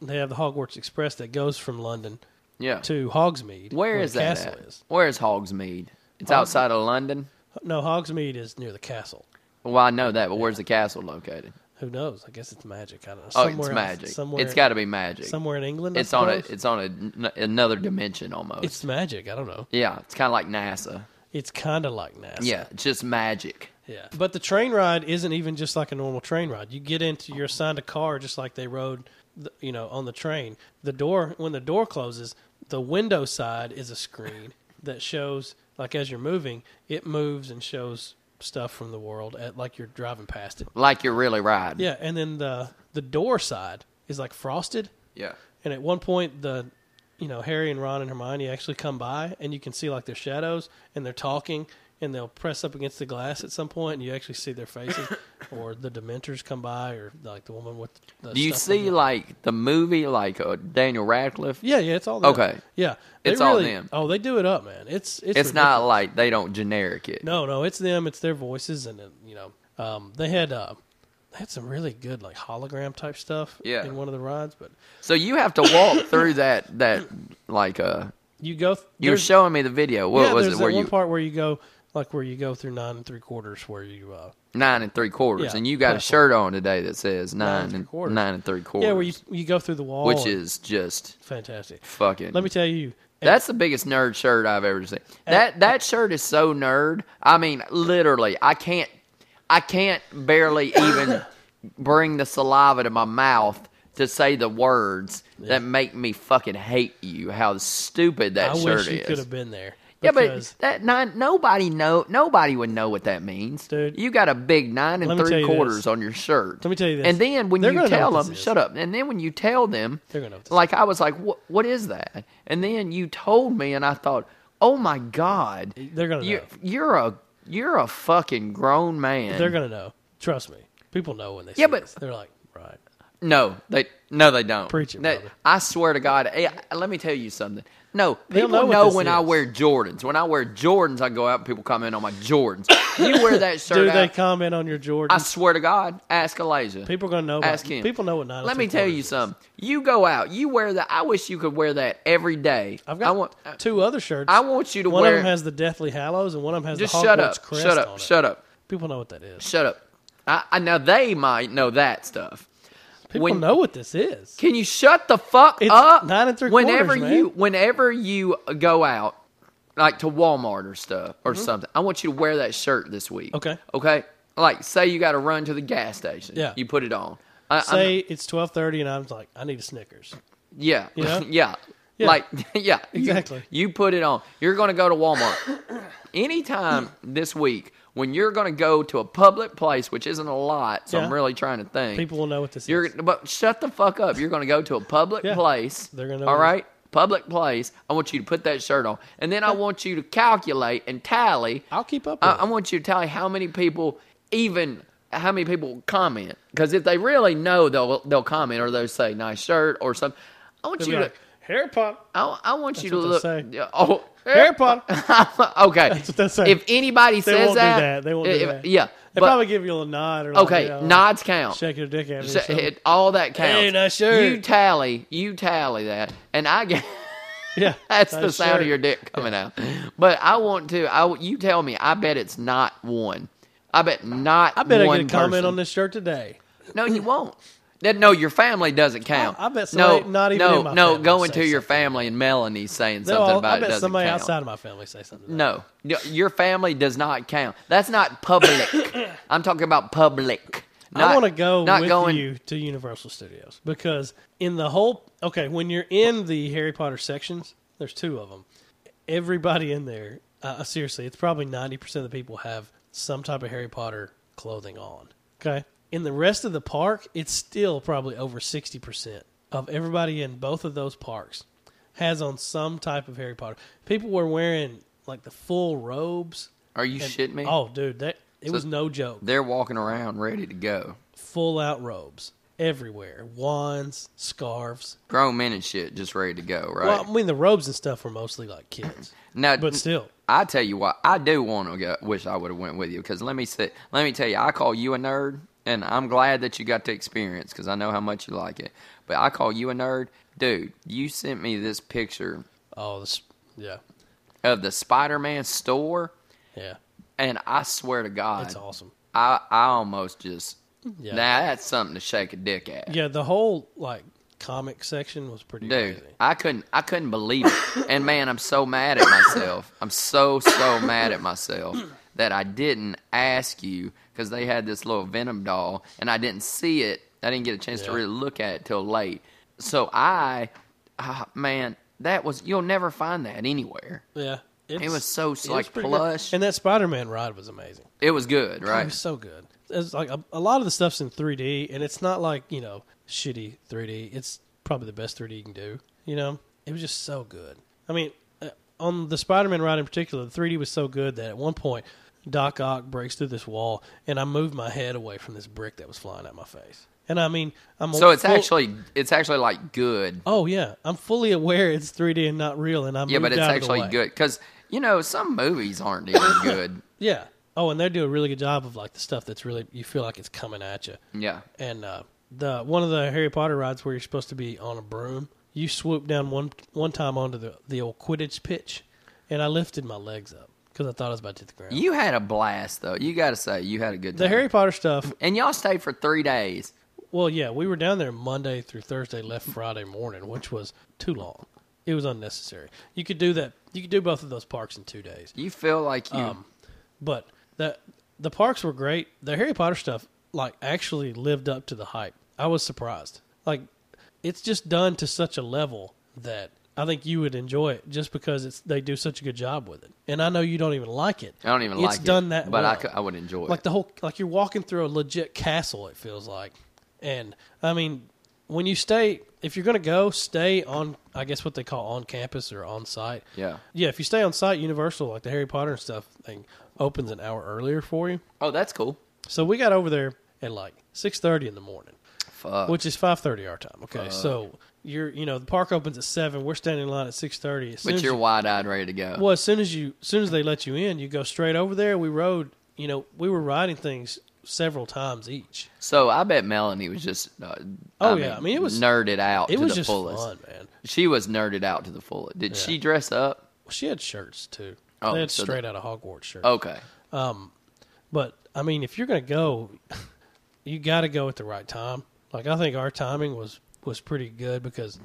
[SPEAKER 2] They have the Hogwarts Express that goes from London
[SPEAKER 1] Yeah.
[SPEAKER 2] to Hogsmeade.
[SPEAKER 1] Oh. Where
[SPEAKER 2] the
[SPEAKER 1] is that?
[SPEAKER 2] Castle
[SPEAKER 1] at?
[SPEAKER 2] is.
[SPEAKER 1] Where is Hogsmeade? It's outside of London.
[SPEAKER 2] No, Hogsmeade is near the castle.
[SPEAKER 1] Well, I know that, but where's the castle located?
[SPEAKER 2] Who knows? I guess it's magic. I don't know.
[SPEAKER 1] Oh,
[SPEAKER 2] Somewhere
[SPEAKER 1] it's
[SPEAKER 2] else-
[SPEAKER 1] magic.
[SPEAKER 2] Somewhere,
[SPEAKER 1] it's got to be magic.
[SPEAKER 2] somewhere in England. I
[SPEAKER 1] it's on a.
[SPEAKER 2] suppose?
[SPEAKER 1] It's on a n another dimension almost.
[SPEAKER 2] It's magic. I don't know.
[SPEAKER 1] yeah, it's kind of like NASA.
[SPEAKER 2] It's kind of like NASA.
[SPEAKER 1] Yeah, it's just magic.
[SPEAKER 2] Yeah. But the train ride isn't even just like a normal train ride. You get into you're assigned a car just like they rode, the, you know, on the train. The door when the door closes, the window side is a screen that shows like as you're moving, it moves and shows stuff from the world at like you're driving past it.
[SPEAKER 1] Like you're really riding.
[SPEAKER 2] Yeah, and then the the door side is like frosted
[SPEAKER 1] Yeah.
[SPEAKER 2] and at one point, the you know Harry and Ron and Hermione actually come by, and you can see like their shadows, and they're talking, and they'll press up against the glass at some point, and you actually see their faces, or the Dementors come by, or like the woman with. The
[SPEAKER 1] Do you
[SPEAKER 2] stuff on
[SPEAKER 1] see
[SPEAKER 2] the-
[SPEAKER 1] like the movie like uh, Daniel Radcliffe?
[SPEAKER 2] Yeah, yeah, it's all them.
[SPEAKER 1] Okay.
[SPEAKER 2] Yeah,
[SPEAKER 1] It's all them.
[SPEAKER 2] Oh, they do it up, man. It's it's,
[SPEAKER 1] It's not
[SPEAKER 2] ridiculous.
[SPEAKER 1] like they don't generic it.
[SPEAKER 2] No, no, it's them. It's their voices, and uh, you know, um, they had uh, they had some really good like hologram type stuff.
[SPEAKER 1] Yeah.
[SPEAKER 2] in one of the rides, but
[SPEAKER 1] So you have to walk through that that like uh
[SPEAKER 2] you go. Th-
[SPEAKER 1] you were
[SPEAKER 2] there's-
[SPEAKER 1] showing me the video. What
[SPEAKER 2] yeah,
[SPEAKER 1] was
[SPEAKER 2] there's
[SPEAKER 1] it?
[SPEAKER 2] that
[SPEAKER 1] Where
[SPEAKER 2] one
[SPEAKER 1] you
[SPEAKER 2] part where you go like where you go through nine and three quarters where you uh
[SPEAKER 1] nine and three quarters,
[SPEAKER 2] Yeah,
[SPEAKER 1] and you got a
[SPEAKER 2] platform.
[SPEAKER 1] shirt on today that says nine,
[SPEAKER 2] and
[SPEAKER 1] and
[SPEAKER 2] three-quarters.
[SPEAKER 1] nine and three quarters.
[SPEAKER 2] yeah where you you go through the wall
[SPEAKER 1] which
[SPEAKER 2] and-
[SPEAKER 1] is just
[SPEAKER 2] fantastic
[SPEAKER 1] fucking.
[SPEAKER 2] let me tell you
[SPEAKER 1] that's the biggest nerd shirt I've ever seen. That that shirt is so nerd. I mean, literally, I can't, I can't barely even bring the saliva to my mouth to say the words that make me fucking hate you. How stupid that
[SPEAKER 2] i
[SPEAKER 1] shirt
[SPEAKER 2] wish you
[SPEAKER 1] is.
[SPEAKER 2] could have been there
[SPEAKER 1] Yeah, but
[SPEAKER 2] because
[SPEAKER 1] that nine, nobody know nobody would know what that means,
[SPEAKER 2] Dude.
[SPEAKER 1] You got a big nine and
[SPEAKER 2] Let me tell
[SPEAKER 1] three
[SPEAKER 2] you
[SPEAKER 1] quarters
[SPEAKER 2] this.
[SPEAKER 1] on your shirt.
[SPEAKER 2] Let me tell you this.
[SPEAKER 1] And then when
[SPEAKER 2] They're
[SPEAKER 1] you
[SPEAKER 2] gonna know
[SPEAKER 1] tell
[SPEAKER 2] what
[SPEAKER 1] them,
[SPEAKER 2] this is.
[SPEAKER 1] shut up. And then when you tell them,
[SPEAKER 2] They're gonna know what this
[SPEAKER 1] like I was like, what, what is that? And then you told me, and I thought, oh my god,
[SPEAKER 2] They're gonna
[SPEAKER 1] you,
[SPEAKER 2] know.
[SPEAKER 1] you're a you're a fucking grown man.
[SPEAKER 2] they're gonna know trust me people know when they
[SPEAKER 1] Yeah,
[SPEAKER 2] see
[SPEAKER 1] but-
[SPEAKER 2] this. they're like right
[SPEAKER 1] No, they no, they don't.
[SPEAKER 2] Preach it,
[SPEAKER 1] They-
[SPEAKER 2] brother.
[SPEAKER 1] I swear to God. eh, let me tell you something. No, people
[SPEAKER 2] know
[SPEAKER 1] know,
[SPEAKER 2] what this
[SPEAKER 1] when I
[SPEAKER 2] is.
[SPEAKER 1] wear Jordans. When I wear Jordans, I go out and people comment on my Jordans. you wear that shirt
[SPEAKER 2] Do
[SPEAKER 1] out.
[SPEAKER 2] they comment on your Jordan?
[SPEAKER 1] I swear to God, ask Elijah.
[SPEAKER 2] People gonna know about-
[SPEAKER 1] Ask him.
[SPEAKER 2] people know what nine and
[SPEAKER 1] Let me
[SPEAKER 2] three
[SPEAKER 1] tell
[SPEAKER 2] quarters
[SPEAKER 1] you
[SPEAKER 2] is.
[SPEAKER 1] something. You go out. You wear that. I wish you could wear that every day.
[SPEAKER 2] I've got
[SPEAKER 1] I want,
[SPEAKER 2] two other shirts.
[SPEAKER 1] I want you to
[SPEAKER 2] one
[SPEAKER 1] wear.
[SPEAKER 2] of them has the Deathly Hallows, and one of them has
[SPEAKER 1] just
[SPEAKER 2] the Hogwarts
[SPEAKER 1] shut up.
[SPEAKER 2] crest
[SPEAKER 1] Shut
[SPEAKER 2] on
[SPEAKER 1] up.
[SPEAKER 2] it.
[SPEAKER 1] Shut up.
[SPEAKER 2] People know what that is.
[SPEAKER 1] Shut up. I, I now they might know that stuff.
[SPEAKER 2] People
[SPEAKER 1] When-
[SPEAKER 2] know what this is.
[SPEAKER 1] Can you shut the fuck
[SPEAKER 2] It's
[SPEAKER 1] up?
[SPEAKER 2] nine and three
[SPEAKER 1] Whenever
[SPEAKER 2] quarters, man.
[SPEAKER 1] you, whenever you go out, like to Walmart or stuff or something, I want you to wear that shirt this week.
[SPEAKER 2] Mm-hmm. Okay.
[SPEAKER 1] Okay. Like, say you got to run to the gas station.
[SPEAKER 2] Yeah.
[SPEAKER 1] You put it on. I, I'm-
[SPEAKER 2] Say it's twelve thirty, and I'm like, I need a Snickers.
[SPEAKER 1] yeah.
[SPEAKER 2] You know?
[SPEAKER 1] yeah.
[SPEAKER 2] Yeah.
[SPEAKER 1] Like, yeah. You-
[SPEAKER 2] Exactly.
[SPEAKER 1] You, put it on. You're going to go to Walmart anytime this week when you're going to go to a public place, which isn't a lot. So
[SPEAKER 2] Yeah.
[SPEAKER 1] I'm really trying to think.
[SPEAKER 2] People will know what this
[SPEAKER 1] You're
[SPEAKER 2] is.
[SPEAKER 1] but shut the fuck up. You're going to go to a public
[SPEAKER 2] Yeah.
[SPEAKER 1] place.
[SPEAKER 2] They're gonna know
[SPEAKER 1] All
[SPEAKER 2] what-
[SPEAKER 1] right, public place. I want you to put that shirt on, and then I want you to calculate and tally.
[SPEAKER 2] I'll keep up. With
[SPEAKER 1] I,
[SPEAKER 2] it.
[SPEAKER 1] I want you to tally how many people even how many people comment because if they really know, they'll they'll comment or they'll say nice shirt or something. I want
[SPEAKER 2] They'll
[SPEAKER 1] you
[SPEAKER 2] be
[SPEAKER 1] to.
[SPEAKER 2] like, Harry Potter.
[SPEAKER 1] I, I want you to
[SPEAKER 2] That's what
[SPEAKER 1] look.
[SPEAKER 2] they'll say.
[SPEAKER 1] Yeah, Oh,
[SPEAKER 2] Harry Potter.
[SPEAKER 1] okay.
[SPEAKER 2] That's what they'll say.
[SPEAKER 1] If anybody
[SPEAKER 2] They
[SPEAKER 1] says
[SPEAKER 2] won't do
[SPEAKER 1] that,
[SPEAKER 2] that. They won't do
[SPEAKER 1] if-
[SPEAKER 2] that.
[SPEAKER 1] Yeah,
[SPEAKER 2] They
[SPEAKER 1] but
[SPEAKER 2] probably give you a little nod or like,
[SPEAKER 1] okay,
[SPEAKER 2] you know,
[SPEAKER 1] nods count.
[SPEAKER 2] shake your dick at me. or
[SPEAKER 1] So,
[SPEAKER 2] something.
[SPEAKER 1] it, all that counts.
[SPEAKER 2] Hey, nice shirt.
[SPEAKER 1] You tally, you tally that, and I get
[SPEAKER 2] yeah,
[SPEAKER 1] that's the
[SPEAKER 2] Nice
[SPEAKER 1] sound
[SPEAKER 2] shirt.
[SPEAKER 1] of your dick coming out. But I want to. I you tell me. I bet it's not one. I bet not.
[SPEAKER 2] I bet I
[SPEAKER 1] one
[SPEAKER 2] get a comment
[SPEAKER 1] person.
[SPEAKER 2] on this shirt today.
[SPEAKER 1] No, you won't. That- No, your family doesn't count.
[SPEAKER 2] I- I bet
[SPEAKER 1] no,
[SPEAKER 2] somebody not even
[SPEAKER 1] no,
[SPEAKER 2] in my
[SPEAKER 1] no.
[SPEAKER 2] family
[SPEAKER 1] Going
[SPEAKER 2] say
[SPEAKER 1] to your
[SPEAKER 2] something.
[SPEAKER 1] family and Melanie saying
[SPEAKER 2] No,
[SPEAKER 1] something
[SPEAKER 2] I'll-
[SPEAKER 1] about
[SPEAKER 2] I
[SPEAKER 1] it
[SPEAKER 2] bet
[SPEAKER 1] doesn't
[SPEAKER 2] somebody
[SPEAKER 1] count.
[SPEAKER 2] outside of my family say something.
[SPEAKER 1] No, Y- your family does not count. That's not public. I'm talking about public. Not,
[SPEAKER 2] I want to go
[SPEAKER 1] Not
[SPEAKER 2] with
[SPEAKER 1] going.
[SPEAKER 2] you to Universal Studios because in the whole okay, when you're in the Harry Potter sections, there's two of them. Everybody in there, uh, seriously, it's probably ninety percent of the people have some type of Harry Potter clothing on. Okay, in the rest of the park, it's still probably over sixty percent of everybody in both of those parks has on some type of Harry Potter. People were wearing like the full robes.
[SPEAKER 1] Are you
[SPEAKER 2] and-
[SPEAKER 1] shitting me?
[SPEAKER 2] Oh, dude, that it was no joke
[SPEAKER 1] They're walking around ready to go.
[SPEAKER 2] full out robes everywhere wands scarves
[SPEAKER 1] Grown men and shit just ready to go, right?
[SPEAKER 2] well i mean the robes and stuff were mostly like kids
[SPEAKER 1] now,
[SPEAKER 2] but still
[SPEAKER 1] I tell you what, I do want to go. Wish I would have went with you because let me sit. Let me tell you, I call you a nerd, and I'm glad that you got to experience because I know how much you like it. But I call you a nerd, dude. You sent me this picture
[SPEAKER 2] oh this yeah
[SPEAKER 1] of the Spider-Man store,
[SPEAKER 2] yeah
[SPEAKER 1] and I swear to God,
[SPEAKER 2] it's awesome
[SPEAKER 1] I I almost just
[SPEAKER 2] Yeah.
[SPEAKER 1] now that's something to shake a dick at.
[SPEAKER 2] yeah the whole like comic section was pretty
[SPEAKER 1] Dude,
[SPEAKER 2] crazy
[SPEAKER 1] I couldn't I couldn't believe it. And man, I'm so mad at myself. I'm so so mad at myself that I didn't ask you cuz they had this little Venom doll and I didn't see it. I didn't get a chance to
[SPEAKER 2] Yeah.
[SPEAKER 1] really look at it till late. So I ah, man, that was you'll never find that anywhere.
[SPEAKER 2] yeah it's,
[SPEAKER 1] was so, like,
[SPEAKER 2] pretty good.
[SPEAKER 1] plush.
[SPEAKER 2] and that spider-man ride was amazing
[SPEAKER 1] It was good,
[SPEAKER 2] it
[SPEAKER 1] right?
[SPEAKER 2] was so good it's like a, a lot of the stuff's in 3d and it's not like you know shitty 3d it's probably the best 3d you can do you know it was just so good i mean uh, on the spider-man ride in particular the 3d was so good that at one point doc ock breaks through this wall and i moved my head away from this brick that was flying at my face and i mean i'm
[SPEAKER 1] So it's
[SPEAKER 2] full-
[SPEAKER 1] actually it's actually like good.
[SPEAKER 2] oh yeah i'm fully aware it's 3d and not real and i'm
[SPEAKER 1] Yeah, but it's
[SPEAKER 2] the
[SPEAKER 1] actually
[SPEAKER 2] way.
[SPEAKER 1] good cuz you know, some movies aren't even good.
[SPEAKER 2] yeah oh and they do a really good job of like the stuff that's really you feel like it's coming at you
[SPEAKER 1] Yeah.
[SPEAKER 2] and uh, the one of the Harry Potter rides where you're supposed to be on a broom, you swoop down one one time onto the the old Quidditch pitch, and I lifted my legs up because I thought I was about to hit the ground.
[SPEAKER 1] You had a blast though. You got to say you had a good time.
[SPEAKER 2] the Harry Potter stuff.
[SPEAKER 1] and y'all stayed for three days.
[SPEAKER 2] Well, yeah, we were down there Monday through Thursday, left Friday morning, which was too long. It was unnecessary. You could do that. You could do both of those parks in two days.
[SPEAKER 1] You feel like you.
[SPEAKER 2] Um, But the the parks were great. The Harry Potter stuff like actually lived up to the hype. I was surprised. Like it's just done to such a level that I think you would enjoy it just because it's they do such a good job with it. And I know you don't even like it.
[SPEAKER 1] I don't even
[SPEAKER 2] it's
[SPEAKER 1] like it,
[SPEAKER 2] It's done that
[SPEAKER 1] but I
[SPEAKER 2] well.
[SPEAKER 1] cou- I would enjoy
[SPEAKER 2] Like
[SPEAKER 1] it.
[SPEAKER 2] the whole like you're walking through a legit castle it feels like. And I mean when you stay if you're going to go stay on I guess what they call on campus or on site.
[SPEAKER 1] Yeah.
[SPEAKER 2] Yeah, if you stay on site, Universal, like the Harry Potter and stuff thing, opens an hour earlier for you.
[SPEAKER 1] oh, that's cool.
[SPEAKER 2] So we got over there at like six thirty in the morning.
[SPEAKER 1] Fuck.
[SPEAKER 2] which is five thirty our time. Okay,
[SPEAKER 1] Uh.
[SPEAKER 2] so you're you know the park opens at seven. We're standing in line at six thirty.
[SPEAKER 1] but you're wide eyed, ready to go.
[SPEAKER 2] well as soon as you as soon as they let you in, you go straight over there. We rode. You know we were riding things several times each.
[SPEAKER 1] So I bet Melanie was just. Uh,
[SPEAKER 2] Oh, yeah. I mean, it was-
[SPEAKER 1] nerded out
[SPEAKER 2] It
[SPEAKER 1] to
[SPEAKER 2] was
[SPEAKER 1] the
[SPEAKER 2] just
[SPEAKER 1] fullest.
[SPEAKER 2] fun, man.
[SPEAKER 1] She was nerded out to the fullest. Did she dress up?
[SPEAKER 2] She had shirts too.
[SPEAKER 1] Oh,
[SPEAKER 2] they had
[SPEAKER 1] so Oh.
[SPEAKER 2] straight out of Hogwarts shirts.
[SPEAKER 1] Okay.
[SPEAKER 2] But I mean, if you're going to go, you got to go at the right time. Like I think our timing was was pretty good because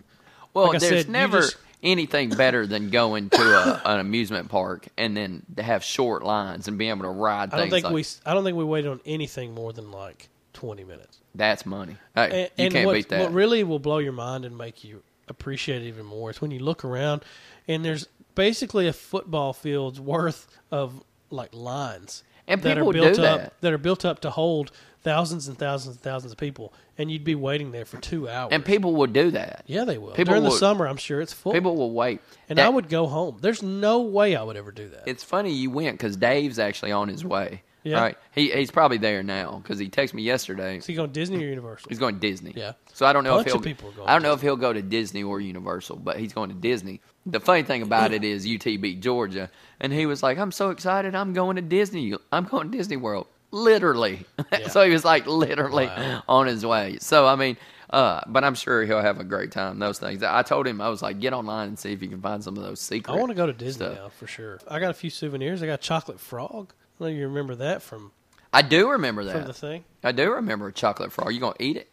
[SPEAKER 1] Well,
[SPEAKER 2] Like I
[SPEAKER 1] there's
[SPEAKER 2] said, you
[SPEAKER 1] never
[SPEAKER 2] just-
[SPEAKER 1] anything better than going to a, an amusement park and then to have short lines and be able to ride
[SPEAKER 2] I
[SPEAKER 1] things.
[SPEAKER 2] don't think
[SPEAKER 1] like,
[SPEAKER 2] we I don't think we waited on anything more than like 20 minutes.
[SPEAKER 1] That's money. Hey,
[SPEAKER 2] And,
[SPEAKER 1] you
[SPEAKER 2] and
[SPEAKER 1] can't
[SPEAKER 2] what,
[SPEAKER 1] beat that.
[SPEAKER 2] what really will blow your mind and make you appreciate it even more is when you look around and there's basically a football field's worth of like lines
[SPEAKER 1] And
[SPEAKER 2] that
[SPEAKER 1] people
[SPEAKER 2] are built
[SPEAKER 1] do
[SPEAKER 2] up
[SPEAKER 1] that.
[SPEAKER 2] that are built up to hold thousands and thousands and thousands of people and you'd be waiting there for 2 hours.
[SPEAKER 1] and people will do that.
[SPEAKER 2] yeah, they will.
[SPEAKER 1] people
[SPEAKER 2] During the
[SPEAKER 1] will-
[SPEAKER 2] summer, I'm sure it's full.
[SPEAKER 1] People will wait.
[SPEAKER 2] And
[SPEAKER 1] That-
[SPEAKER 2] I would go home. There's no way I would ever do that.
[SPEAKER 1] It's funny you went because Dave's actually on his way.
[SPEAKER 2] Yeah.
[SPEAKER 1] Right. He he's probably there now because he texted me yesterday.
[SPEAKER 2] Is he going Disney or Universal?
[SPEAKER 1] He's going to Disney.
[SPEAKER 2] Yeah.
[SPEAKER 1] So I don't know
[SPEAKER 2] Bunch
[SPEAKER 1] if he'll.
[SPEAKER 2] of people are going
[SPEAKER 1] I don't
[SPEAKER 2] to
[SPEAKER 1] know if he'll go to Disney or Universal, but he's going to Disney. The funny thing about it is UTB Georgia, and he was like, "I'm so excited! I'm going to Disney. I'm going to Disney World." Literally.
[SPEAKER 2] Yeah.
[SPEAKER 1] so he was like literally
[SPEAKER 2] Wow.
[SPEAKER 1] on his way. So I mean, uh, but I'm sure he'll have a great time. Those things. I told him I was like, get online and see if you can find some of those
[SPEAKER 2] I
[SPEAKER 1] secret.
[SPEAKER 2] want to go to Disney
[SPEAKER 1] stuff.
[SPEAKER 2] now for sure. I got a few souvenirs. I got chocolate frog. I know you remember that from
[SPEAKER 1] I do remember that.
[SPEAKER 2] from the thing.
[SPEAKER 1] I do remember a chocolate frog. You gonna eat it?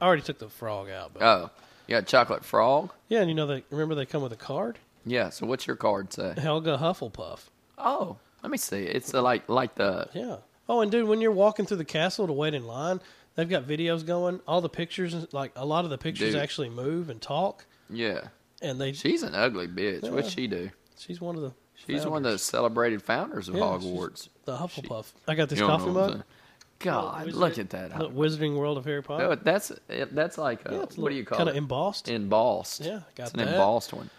[SPEAKER 2] I already took the frog out, but
[SPEAKER 1] Oh, you got chocolate frog.
[SPEAKER 2] yeah, and you know they remember they come with a card.
[SPEAKER 1] Yeah. So what's your card say?
[SPEAKER 2] Helga Hufflepuff.
[SPEAKER 1] Oh, let me see. It's the, like like the
[SPEAKER 2] Yeah. Oh, and dude, when you're walking through the castle to wait in line, they've got videos going. All the pictures, like a lot of the pictures,
[SPEAKER 1] Dude.
[SPEAKER 2] actually move and talk.
[SPEAKER 1] yeah.
[SPEAKER 2] And they,
[SPEAKER 1] She's an ugly bitch. What'd
[SPEAKER 2] Yeah.
[SPEAKER 1] she do?
[SPEAKER 2] she's one of the,
[SPEAKER 1] She's one of the celebrated founders of
[SPEAKER 2] Yeah, she's
[SPEAKER 1] Hogwarts.
[SPEAKER 2] the Hufflepuff. I got this
[SPEAKER 1] You don't know
[SPEAKER 2] coffee
[SPEAKER 1] what I'm
[SPEAKER 2] mug.
[SPEAKER 1] saying. God,
[SPEAKER 2] Wizard-
[SPEAKER 1] look at that.
[SPEAKER 2] Look, Wizarding World of Harry Potter.
[SPEAKER 1] No, that's it- that's like a, what do you call
[SPEAKER 2] kind
[SPEAKER 1] it?
[SPEAKER 2] of embossed.
[SPEAKER 1] embossed.
[SPEAKER 2] Yeah, got
[SPEAKER 1] it's an
[SPEAKER 2] that.
[SPEAKER 1] embossed one.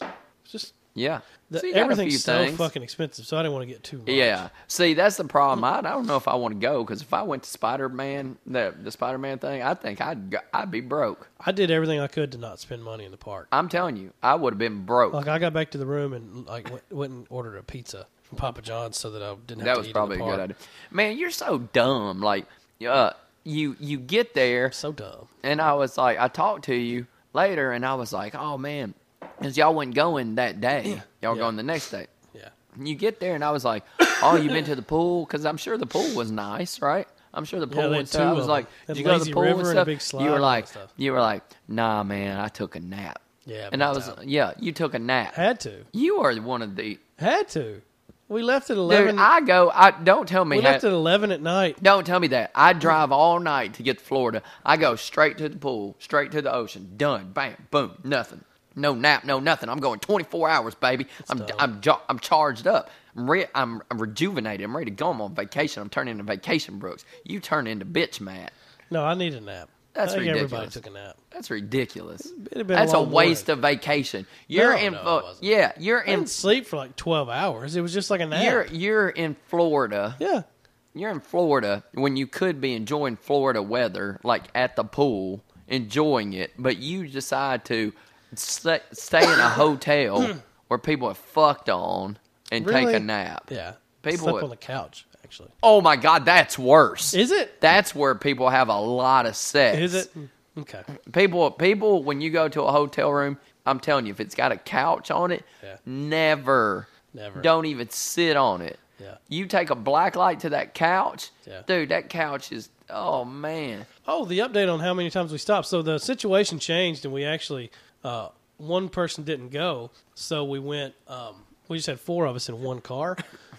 [SPEAKER 2] It's just
[SPEAKER 1] Yeah,
[SPEAKER 2] the,
[SPEAKER 1] See, you got a few
[SPEAKER 2] everything's so
[SPEAKER 1] things.
[SPEAKER 2] fucking expensive, so I didn't want to get too much.
[SPEAKER 1] Yeah, see, that's the problem. I, I don't know if I want to go because if I went to Spider Man, the the Spider Man thing, I think I'd go, I'd be broke.
[SPEAKER 2] I did everything I could to not spend money in the park.
[SPEAKER 1] I'm telling you, I would have been broke.
[SPEAKER 2] Like I got back to the room and like went, went and ordered a pizza from Papa John's so that I didn't have
[SPEAKER 1] that
[SPEAKER 2] to
[SPEAKER 1] was
[SPEAKER 2] eat
[SPEAKER 1] probably
[SPEAKER 2] in
[SPEAKER 1] a
[SPEAKER 2] the park.
[SPEAKER 1] good idea. Man, you're so dumb. Like, uh, you you get there,
[SPEAKER 2] So dumb.
[SPEAKER 1] and I was like, I talked to you later, and I was like, oh man, because y'all wasn't going that day. Y'all
[SPEAKER 2] Yeah.
[SPEAKER 1] going the next day.
[SPEAKER 2] Yeah.
[SPEAKER 1] And you get there, and I was like, oh, you been to the pool? Because I'm sure the pool was nice, right? I'm sure the
[SPEAKER 2] Yeah,
[SPEAKER 1] pool
[SPEAKER 2] they
[SPEAKER 1] and
[SPEAKER 2] had
[SPEAKER 1] stuff. I
[SPEAKER 2] two
[SPEAKER 1] was
[SPEAKER 2] of
[SPEAKER 1] like, did
[SPEAKER 2] them. Had
[SPEAKER 1] you go to
[SPEAKER 2] lazy
[SPEAKER 1] the pool
[SPEAKER 2] river and a
[SPEAKER 1] stuff?
[SPEAKER 2] big slide
[SPEAKER 1] you
[SPEAKER 2] and
[SPEAKER 1] were
[SPEAKER 2] all
[SPEAKER 1] like,
[SPEAKER 2] that stuff.
[SPEAKER 1] you were like, nah, man, I took a nap.
[SPEAKER 2] Yeah, uh,
[SPEAKER 1] and
[SPEAKER 2] big
[SPEAKER 1] I was,
[SPEAKER 2] time.
[SPEAKER 1] yeah, you took a nap.
[SPEAKER 2] Had to.
[SPEAKER 1] you are one of the
[SPEAKER 2] Had to. We left at eleven.
[SPEAKER 1] dude. I go. I don't tell me.
[SPEAKER 2] we
[SPEAKER 1] how-
[SPEAKER 2] left at eleven at night.
[SPEAKER 1] Don't tell me that. I drive all night to get to Florida. I go straight to the pool, straight to the ocean. Done. Bam. Boom. Nothing. No nap. No nothing. I'm going 24 hours, baby. I'm
[SPEAKER 2] dumb.
[SPEAKER 1] I'm jo- I'm charged up. I'm, re- I'm I'm rejuvenated. I'm ready to go. I'm on vacation. I'm turning into vacation, Brooks. You turn into bitch, Matt.
[SPEAKER 2] No, I need a nap.
[SPEAKER 1] That's
[SPEAKER 2] I think everybody
[SPEAKER 1] ridiculous.
[SPEAKER 2] took a nap.
[SPEAKER 1] That's ridiculous.
[SPEAKER 2] have been a
[SPEAKER 1] That's a
[SPEAKER 2] long
[SPEAKER 1] waste
[SPEAKER 2] morning.
[SPEAKER 1] of vacation. You're
[SPEAKER 2] No,
[SPEAKER 1] in.
[SPEAKER 2] no, it
[SPEAKER 1] Flo-
[SPEAKER 2] wasn't.
[SPEAKER 1] yeah, you're
[SPEAKER 2] I
[SPEAKER 1] in.
[SPEAKER 2] didn't sleep for like twelve hours. It was just like a nap.
[SPEAKER 1] You're you're in Florida.
[SPEAKER 2] yeah.
[SPEAKER 1] you're in Florida when you could be enjoying Florida weather, like at the pool, enjoying it, but you decide to sta stay in a hotel where people have fucked on and take
[SPEAKER 2] Really?
[SPEAKER 1] a nap.
[SPEAKER 2] Yeah.
[SPEAKER 1] People
[SPEAKER 2] slept
[SPEAKER 1] would-
[SPEAKER 2] on the couch actually.
[SPEAKER 1] Oh my God, that's worse.
[SPEAKER 2] Is it?
[SPEAKER 1] That's where people have a lot of sex.
[SPEAKER 2] Is it? Mm. Okay.
[SPEAKER 1] People, people, when you go to a hotel room, I'm telling you, if it's got a couch on it,
[SPEAKER 2] Yeah.
[SPEAKER 1] never,
[SPEAKER 2] Never.
[SPEAKER 1] don't even sit on it.
[SPEAKER 2] Yeah.
[SPEAKER 1] You take a black light to that couch,
[SPEAKER 2] Yeah.
[SPEAKER 1] dude. That couch is, oh man.
[SPEAKER 2] Oh, the update on how many times we stopped. So the situation changed, and we actually uh, one person didn't go, so we went. Um, we just had four of us in one car,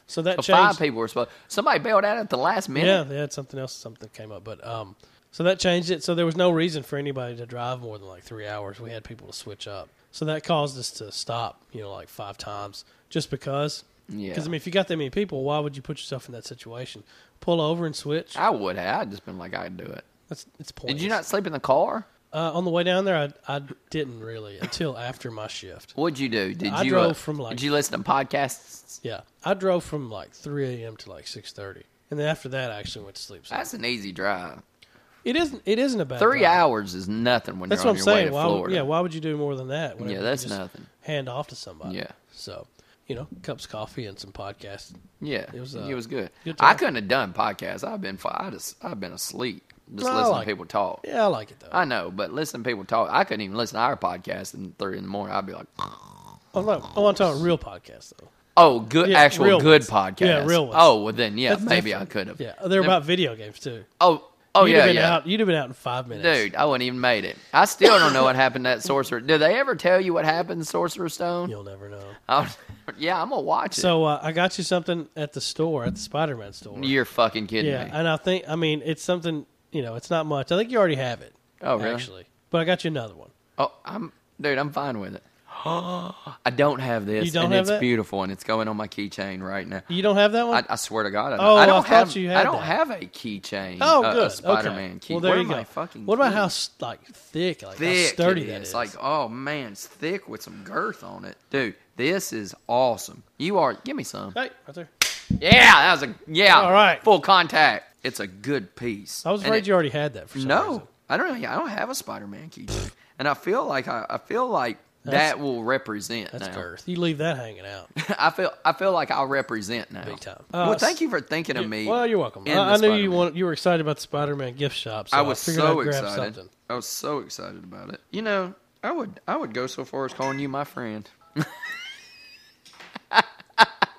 [SPEAKER 2] so that
[SPEAKER 1] But
[SPEAKER 2] changed.
[SPEAKER 1] Oh, five people were supposed. Somebody bailed out at the last
[SPEAKER 2] Yeah,
[SPEAKER 1] minute.
[SPEAKER 2] they had something else, something came up, but um, so that changed it. So there was no reason for anybody to drive more than like three hours. We had people to switch up, so that caused us to stop. You know, like five times, just because.
[SPEAKER 1] Yeah.
[SPEAKER 2] Because I mean, if you got that many people, why would you put yourself in that situation? Pull over and switch.
[SPEAKER 1] I would have. I'd just been like, I'd do it.
[SPEAKER 2] That's it's pointless.
[SPEAKER 1] Did you not sleep in the car?
[SPEAKER 2] Uh, on the way down there, I, I didn't really until after my shift.
[SPEAKER 1] What'd you do? Did
[SPEAKER 2] I
[SPEAKER 1] you? uh,
[SPEAKER 2] drove from, like-
[SPEAKER 1] did you listen to podcasts?
[SPEAKER 2] Yeah, I drove from like 3 a.m. to like 6:30, and then after that, I actually went to sleep. So
[SPEAKER 1] That's an easy drive.
[SPEAKER 2] It isn't. It isn't a bad
[SPEAKER 1] Three
[SPEAKER 2] time.
[SPEAKER 1] hours is nothing when
[SPEAKER 2] That's
[SPEAKER 1] you're on
[SPEAKER 2] what
[SPEAKER 1] your
[SPEAKER 2] I'm
[SPEAKER 1] way
[SPEAKER 2] saying.
[SPEAKER 1] to
[SPEAKER 2] Why, would-
[SPEAKER 1] Florida.
[SPEAKER 2] yeah. Why would you do more than that? Whenever
[SPEAKER 1] Yeah,
[SPEAKER 2] you
[SPEAKER 1] that's
[SPEAKER 2] just
[SPEAKER 1] nothing.
[SPEAKER 2] Hand off to somebody.
[SPEAKER 1] Yeah.
[SPEAKER 2] So, you know, cups of coffee and some podcasts.
[SPEAKER 1] Yeah,
[SPEAKER 2] It
[SPEAKER 1] it
[SPEAKER 2] was,
[SPEAKER 1] was,
[SPEAKER 2] uh,
[SPEAKER 1] good.
[SPEAKER 2] good
[SPEAKER 1] I
[SPEAKER 2] time.
[SPEAKER 1] couldn't have done podcasts. I've been fi- I just I've been asleep just
[SPEAKER 2] No, I
[SPEAKER 1] listening
[SPEAKER 2] like it.
[SPEAKER 1] to people talk.
[SPEAKER 2] Yeah, I like it though.
[SPEAKER 1] I know, but listening to people talk, I couldn't even listen to our podcast in three in the morning. I'd be like,
[SPEAKER 2] I'm not, I want to talk real podcasts though.
[SPEAKER 1] oh, good
[SPEAKER 2] Yeah, real
[SPEAKER 1] actual good
[SPEAKER 2] ones.
[SPEAKER 1] podcast.
[SPEAKER 2] Yeah, real ones.
[SPEAKER 1] Oh, well then, yeah,
[SPEAKER 2] That's
[SPEAKER 1] maybe I
[SPEAKER 2] different.
[SPEAKER 1] could have.
[SPEAKER 2] Yeah, they're
[SPEAKER 1] Then-
[SPEAKER 2] about video games too.
[SPEAKER 1] Oh, oh
[SPEAKER 2] you'd
[SPEAKER 1] yeah,
[SPEAKER 2] have been
[SPEAKER 1] yeah.
[SPEAKER 2] Out, you'd have been out in five minutes,
[SPEAKER 1] Dude, I wouldn't even made it. I still don't know what happened to that sorcerer. Did they ever tell you what happened to Sorcerer Stone?
[SPEAKER 2] You'll never know.
[SPEAKER 1] Oh, yeah, I'm gonna watch it.
[SPEAKER 2] So uh, I got you something at the store, at the Spider-Man store.
[SPEAKER 1] You're fucking kidding
[SPEAKER 2] yeah,
[SPEAKER 1] me.
[SPEAKER 2] and I think I mean it's something. You know, it's not much. I think you already have it.
[SPEAKER 1] Oh, really?
[SPEAKER 2] Actually, but I got you another one.
[SPEAKER 1] Oh, I'm dude. I'm fine with it. I don't have this,
[SPEAKER 2] You don't
[SPEAKER 1] and
[SPEAKER 2] have
[SPEAKER 1] it's
[SPEAKER 2] that?
[SPEAKER 1] beautiful, and it's going on my keychain right now.
[SPEAKER 2] You don't have that one.
[SPEAKER 1] I, I swear to God, I don't,
[SPEAKER 2] Oh,
[SPEAKER 1] I
[SPEAKER 2] I
[SPEAKER 1] don't
[SPEAKER 2] thought
[SPEAKER 1] have.
[SPEAKER 2] you
[SPEAKER 1] I
[SPEAKER 2] had
[SPEAKER 1] don't
[SPEAKER 2] that.
[SPEAKER 1] have a keychain. uh,
[SPEAKER 2] Oh,
[SPEAKER 1] a- a
[SPEAKER 2] good.
[SPEAKER 1] Spider-Man
[SPEAKER 2] okay.
[SPEAKER 1] key.
[SPEAKER 2] Well, there
[SPEAKER 1] Where
[SPEAKER 2] you
[SPEAKER 1] am
[SPEAKER 2] go.
[SPEAKER 1] I fucking
[SPEAKER 2] what about
[SPEAKER 1] key?
[SPEAKER 2] how s- like thick, like
[SPEAKER 1] thick
[SPEAKER 2] how sturdy
[SPEAKER 1] it
[SPEAKER 2] that is?
[SPEAKER 1] Like, oh man, it's thick with some girth on it, dude. This is awesome. You are. Give me some.
[SPEAKER 2] hey, right there.
[SPEAKER 1] Yeah, that was a yeah.
[SPEAKER 2] All right.
[SPEAKER 1] full contact. It's a good piece.
[SPEAKER 2] I was
[SPEAKER 1] And
[SPEAKER 2] afraid
[SPEAKER 1] it-
[SPEAKER 2] you already had that for some
[SPEAKER 1] no,
[SPEAKER 2] reason.
[SPEAKER 1] I don't. know. I don't have a Spider-Man keychain, and I feel like I, I feel like
[SPEAKER 2] That's-
[SPEAKER 1] that will represent
[SPEAKER 2] That's
[SPEAKER 1] now.
[SPEAKER 2] girth. You leave that hanging out.
[SPEAKER 1] I feel I feel like I'll represent now.
[SPEAKER 2] Big time. Uh,
[SPEAKER 1] well, thank you for thinking of me.
[SPEAKER 2] Well, you're welcome. I,
[SPEAKER 1] in the
[SPEAKER 2] I knew you
[SPEAKER 1] Spider-Man.
[SPEAKER 2] want, you were excited about the Spider-Man gift shop. So
[SPEAKER 1] I was
[SPEAKER 2] figured
[SPEAKER 1] so
[SPEAKER 2] I'd grab
[SPEAKER 1] excited.
[SPEAKER 2] Something.
[SPEAKER 1] I was so excited about it. You know, I would I would go so far as calling you my friend. what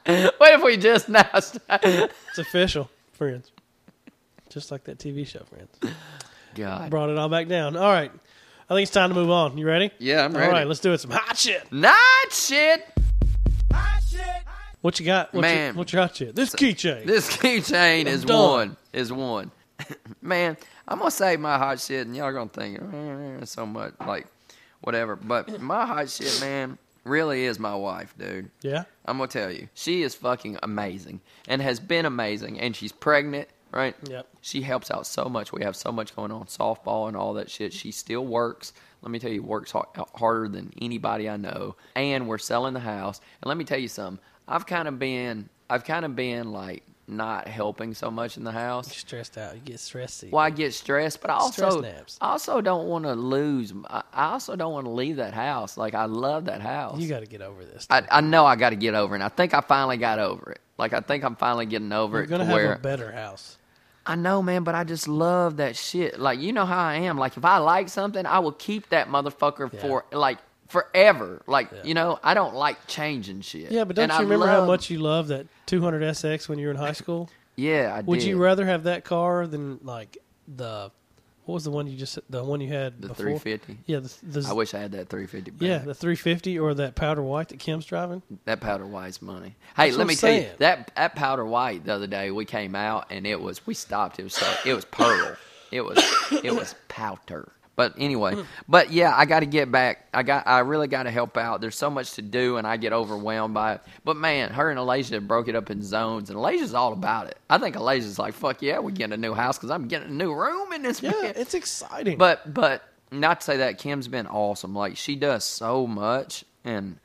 [SPEAKER 1] if we just now? st-
[SPEAKER 2] It's official, friends. Just like that TV show, friends.
[SPEAKER 1] God.
[SPEAKER 2] Brought it all back down. All right. I think it's time to move on. You ready?
[SPEAKER 1] Yeah, I'm
[SPEAKER 2] All
[SPEAKER 1] ready.
[SPEAKER 2] right, let's do it. Some hot shit.
[SPEAKER 1] Not shit.
[SPEAKER 2] What you got? What
[SPEAKER 1] Man.
[SPEAKER 2] You, what you hot shit? This keychain.
[SPEAKER 1] This keychain is
[SPEAKER 2] done.
[SPEAKER 1] one. Is one. Man, I'm gonna say my hot shit, and y'all gonna think "Eh, so much like whatever. But my hot shit, man, really is my wife, dude.
[SPEAKER 2] yeah.
[SPEAKER 1] I'm gonna tell you, she is fucking amazing and has been amazing, and she's pregnant, right?
[SPEAKER 2] Yep.
[SPEAKER 1] She helps out so much. We have so much going on, softball and all that shit. She still works. Let me tell you, works har- harder than anybody I know. And we're selling the house. And let me tell you something. I've kind of been, I've kind of been like not helping so much in the house.
[SPEAKER 2] You stressed out. You get stressy.
[SPEAKER 1] Well, I get stressed, but I
[SPEAKER 2] Stress
[SPEAKER 1] also
[SPEAKER 2] naps.
[SPEAKER 1] I also don't want to lose. I I also don't want to leave that house. Like I love that house.
[SPEAKER 2] You got to get over this.
[SPEAKER 1] I, I know I got to get over it. And I think I finally got over it. Like I think I'm finally getting over
[SPEAKER 2] You're
[SPEAKER 1] it.
[SPEAKER 2] gonna
[SPEAKER 1] to
[SPEAKER 2] have
[SPEAKER 1] where
[SPEAKER 2] a better house.
[SPEAKER 1] I know, man, but I just love that shit. Like you know how I am. Like if I like something, I will keep that motherfucker
[SPEAKER 2] Yeah.
[SPEAKER 1] for like forever. Like
[SPEAKER 2] Yeah.
[SPEAKER 1] you know, I don't like changing shit.
[SPEAKER 2] Yeah, but don't
[SPEAKER 1] And
[SPEAKER 2] you
[SPEAKER 1] I
[SPEAKER 2] remember how
[SPEAKER 1] love-
[SPEAKER 2] much you loved that 200 SX when you were in high school?
[SPEAKER 1] Yeah, I
[SPEAKER 2] Would
[SPEAKER 1] did.
[SPEAKER 2] you rather have that car than like the what was the one you just the one you had
[SPEAKER 1] the
[SPEAKER 2] before?
[SPEAKER 1] 350?
[SPEAKER 2] Yeah, the, the
[SPEAKER 1] I wish I had that 350. back.
[SPEAKER 2] yeah the 350 or that powder white that Kim's driving.
[SPEAKER 1] That powder white's money. Hey,
[SPEAKER 2] That's what
[SPEAKER 1] let
[SPEAKER 2] I'm
[SPEAKER 1] me tell
[SPEAKER 2] saying.
[SPEAKER 1] you that that powder white the other day we came out and it was we stopped. It was so, it was pearl. It was it was powder. But
[SPEAKER 2] Hmm.
[SPEAKER 1] anyway, but yeah, I got to get back. I got I really got to help out. There's so much to do and I get overwhelmed by it. But man, her and Alasia broke it up in zones and Alasia's all about it. I think Alasia's like, fuck yeah, we're getting a new house because I'm getting a new room in this.
[SPEAKER 2] Yeah,
[SPEAKER 1] man-
[SPEAKER 2] it's exciting.
[SPEAKER 1] but but not to say that Kim's been awesome. Like she does so much, and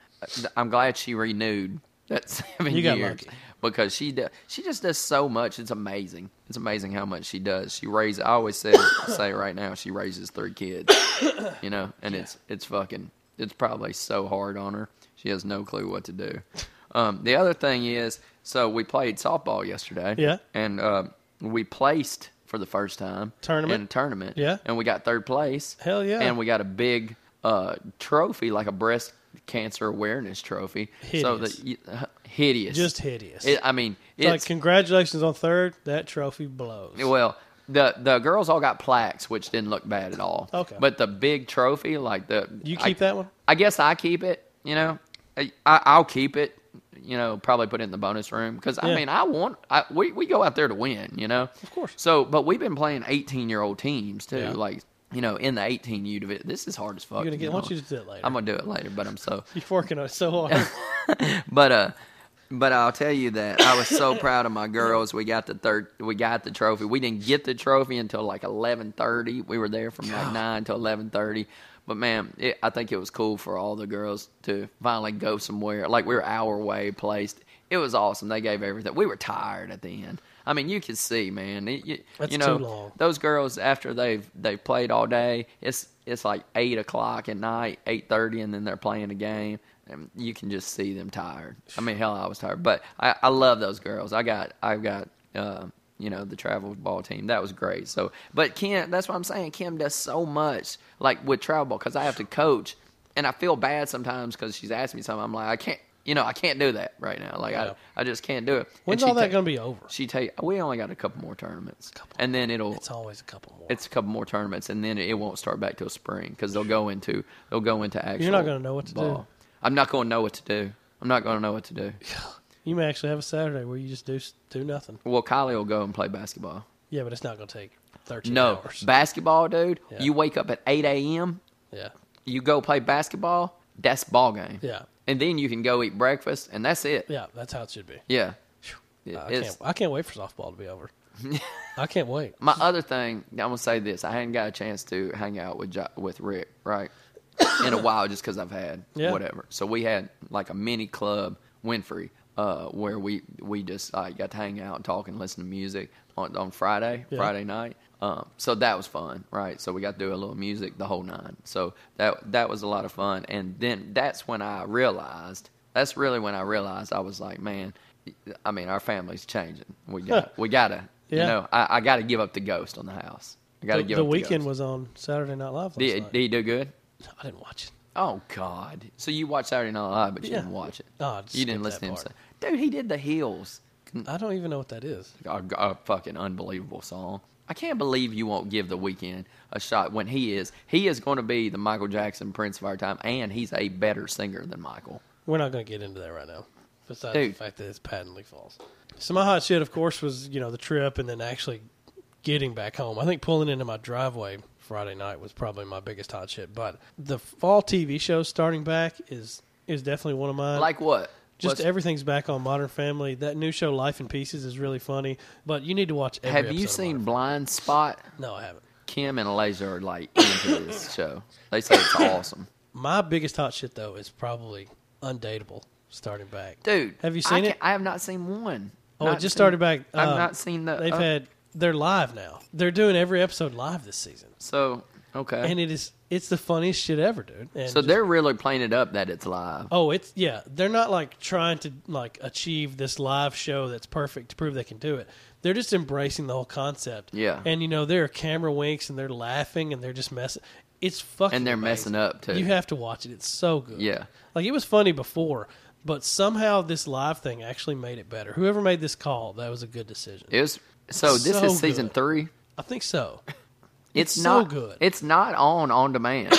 [SPEAKER 1] I'm glad she renewed that seven
[SPEAKER 2] You got
[SPEAKER 1] years
[SPEAKER 2] lucky.
[SPEAKER 1] because she does. She just does so much. It's amazing. It's amazing how much she does. She raises. I always say say right now she raises three kids. You know, and it's it's fucking. It's probably so hard on her. She has no clue what to do. Um, the other thing is, so we played softball yesterday.
[SPEAKER 2] Yeah.
[SPEAKER 1] and uh, we placed for the first time
[SPEAKER 2] Tournament?
[SPEAKER 1] in a tournament.
[SPEAKER 2] Yeah.
[SPEAKER 1] And we got third place.
[SPEAKER 2] Hell yeah.
[SPEAKER 1] And we got a big uh, trophy, like a breast cancer awareness trophy. So
[SPEAKER 2] Hideous.
[SPEAKER 1] that you- hideous.
[SPEAKER 2] just hideous.
[SPEAKER 1] It, I mean,
[SPEAKER 2] It's like
[SPEAKER 1] it's
[SPEAKER 2] congratulations on third. That trophy blows.
[SPEAKER 1] well, the the girls all got plaques, which didn't look bad at all.
[SPEAKER 2] Okay.
[SPEAKER 1] But the big trophy, like the
[SPEAKER 2] You
[SPEAKER 1] I-
[SPEAKER 2] keep that one?
[SPEAKER 1] I guess I keep it. You know, I, I I'll keep it. You know, probably put it in the bonus room because I
[SPEAKER 2] Yeah.
[SPEAKER 1] mean, I want I, we we go out there to win. You know, of
[SPEAKER 2] course.
[SPEAKER 1] So, but we've been playing eighteen year old teams too.
[SPEAKER 2] Yeah.
[SPEAKER 1] Like you know, in the eighteen U division, this is hard as fuck.
[SPEAKER 2] You're gonna
[SPEAKER 1] to
[SPEAKER 2] get.
[SPEAKER 1] be
[SPEAKER 2] Why don't you
[SPEAKER 1] honest.
[SPEAKER 2] just do it later?
[SPEAKER 1] I'm gonna do it later, but I'm so
[SPEAKER 2] You're working on it so hard.
[SPEAKER 1] but uh but I'll tell you that I was so proud of my girls. We got the third we got the trophy. We didn't get the trophy until like 11:30. We were there from like 9 till 11:30. But man, it, I think it was cool for all the girls to finally go somewhere. Like we were our way placed. It was awesome. They gave everything. We were tired at the end. I mean, you can see, man. It- you,
[SPEAKER 2] That's
[SPEAKER 1] you know,
[SPEAKER 2] too long.
[SPEAKER 1] those girls after they've they've played all day, it's it's like eight o'clock at night, eight thirty, and then they're playing the game, and you can just see them tired. I mean, hell, I was tired, but I, I love those girls. I got I've got uh, you know the travel ball team that was great. So, but Kim, that's what I'm saying. Kim does so much like with travel ball because I have to coach, and I feel bad sometimes because she's asking me something. I'm like, I can't. You know, I can't do that right now. Like
[SPEAKER 2] Yeah.
[SPEAKER 1] I, I just can't do it.
[SPEAKER 2] When's
[SPEAKER 1] And she
[SPEAKER 2] all that
[SPEAKER 1] ta-
[SPEAKER 2] going to be over?
[SPEAKER 1] she take we only got a couple more tournaments, and then it'll
[SPEAKER 2] It's always a couple more.
[SPEAKER 1] it's a couple more tournaments, and then it won't start back till spring because they'll go into they'll go into actual.
[SPEAKER 2] not gonna know what to do.
[SPEAKER 1] ball. I'm not going to know what to do. I'm not going to know what to do.
[SPEAKER 2] you may actually have a Saturday where you just do s- do nothing.
[SPEAKER 1] Well, Kylie will go and play basketball.
[SPEAKER 2] Yeah, but it's not going to take 13
[SPEAKER 1] No
[SPEAKER 2] hours.
[SPEAKER 1] basketball, dude.
[SPEAKER 2] Yeah.
[SPEAKER 1] You wake up at 8 a.m.
[SPEAKER 2] yeah.
[SPEAKER 1] You go play basketball. That's ball game.
[SPEAKER 2] Yeah.
[SPEAKER 1] and then you can go eat breakfast, and that's it.
[SPEAKER 2] Yeah, that's how it should be.
[SPEAKER 1] Yeah,
[SPEAKER 2] I
[SPEAKER 1] It's-
[SPEAKER 2] can't, I can't wait for softball to be over. I can't wait.
[SPEAKER 1] My other thing, I'm gonna say this: I hadn't got a chance to hang out with jo- with Rick right in a while, just because I've had
[SPEAKER 2] Yeah.
[SPEAKER 1] whatever. So we had like a mini club, Winfrey, uh, where we we just like got to hang out and talk and listen to music on, on Friday,
[SPEAKER 2] Yeah.
[SPEAKER 1] Friday night. Um, so that was fun, right? So we got to do a little music the whole nine. So that that was a lot of fun. And then that's when I realized. That's really when I realized I was like, man, I mean, our family's changing. We got we gotta,
[SPEAKER 2] Yeah.
[SPEAKER 1] you know, I, I got to give up the ghost on the house. I got to
[SPEAKER 2] the
[SPEAKER 1] give
[SPEAKER 2] the
[SPEAKER 1] up
[SPEAKER 2] weekend
[SPEAKER 1] the ghost.
[SPEAKER 2] was on Saturday Night Live last
[SPEAKER 1] Did,
[SPEAKER 2] night.
[SPEAKER 1] did he do good?
[SPEAKER 2] I didn't watch it.
[SPEAKER 1] Oh God! So you watched Saturday Night Live, but you
[SPEAKER 2] Yeah.
[SPEAKER 1] didn't watch it.
[SPEAKER 2] No, I Ah, just
[SPEAKER 1] you didn't
[SPEAKER 2] skipped
[SPEAKER 1] listen to him.
[SPEAKER 2] that
[SPEAKER 1] Say, Dude, he did the heels.
[SPEAKER 2] I don't even know what that is.
[SPEAKER 1] A, a fucking unbelievable song. I can't believe you won't give the weekend a shot when he is. He is going to be the Michael Jackson Prince of our time, and he's a better singer than Michael.
[SPEAKER 2] We're not going to get into that right now. Besides
[SPEAKER 1] Dude.
[SPEAKER 2] the fact that it's patently false. So my hot shit, of course, was you know the trip and then actually getting back home. I think pulling into my driveway Friday night was probably my biggest hot shit. But the fall TV shows starting back is is definitely one of mine.
[SPEAKER 1] Like what?
[SPEAKER 2] just
[SPEAKER 1] What's-
[SPEAKER 2] everything's back on Modern Family. That new show Life in Pieces is really funny. But you need to watch. Every
[SPEAKER 1] have you
[SPEAKER 2] episode of
[SPEAKER 1] seen
[SPEAKER 2] Modern-
[SPEAKER 1] Blind Spot?
[SPEAKER 2] No, I haven't.
[SPEAKER 1] Kim and Elijah are like into this show. They say it's awesome.
[SPEAKER 2] My biggest hot shit though is probably Undateable starting back.
[SPEAKER 1] Dude,
[SPEAKER 2] Have you
[SPEAKER 1] I
[SPEAKER 2] seen
[SPEAKER 1] can't-
[SPEAKER 2] it?
[SPEAKER 1] I have not seen one.
[SPEAKER 2] Oh,
[SPEAKER 1] Not
[SPEAKER 2] it just
[SPEAKER 1] seen-
[SPEAKER 2] started back.
[SPEAKER 1] I've
[SPEAKER 2] um,
[SPEAKER 1] not seen the.
[SPEAKER 2] They've
[SPEAKER 1] uh,
[SPEAKER 2] had. They're live now. They're doing every episode live this season,
[SPEAKER 1] so okay.
[SPEAKER 2] and it is. It's the funniest shit ever, dude. And
[SPEAKER 1] so
[SPEAKER 2] just-
[SPEAKER 1] they're really playing it up that it's live.
[SPEAKER 2] Oh, it's yeah. They're not like trying to like achieve this live show that's perfect to prove they can do it. They're just embracing the whole concept.
[SPEAKER 1] Yeah.
[SPEAKER 2] And you know there are camera winks and they're laughing and they're just messing. It's fucking.
[SPEAKER 1] And they're
[SPEAKER 2] amazing.
[SPEAKER 1] messing up, too.
[SPEAKER 2] You have to watch it. It's so good.
[SPEAKER 1] Yeah.
[SPEAKER 2] Like it was funny before, but somehow this live thing actually made it better. Whoever made this call, that was a good decision.
[SPEAKER 1] It was, so this
[SPEAKER 2] So
[SPEAKER 1] is season
[SPEAKER 2] good.
[SPEAKER 1] three.
[SPEAKER 2] I think so.
[SPEAKER 1] It's,
[SPEAKER 2] so
[SPEAKER 1] not
[SPEAKER 2] good.
[SPEAKER 1] It's not on on demand.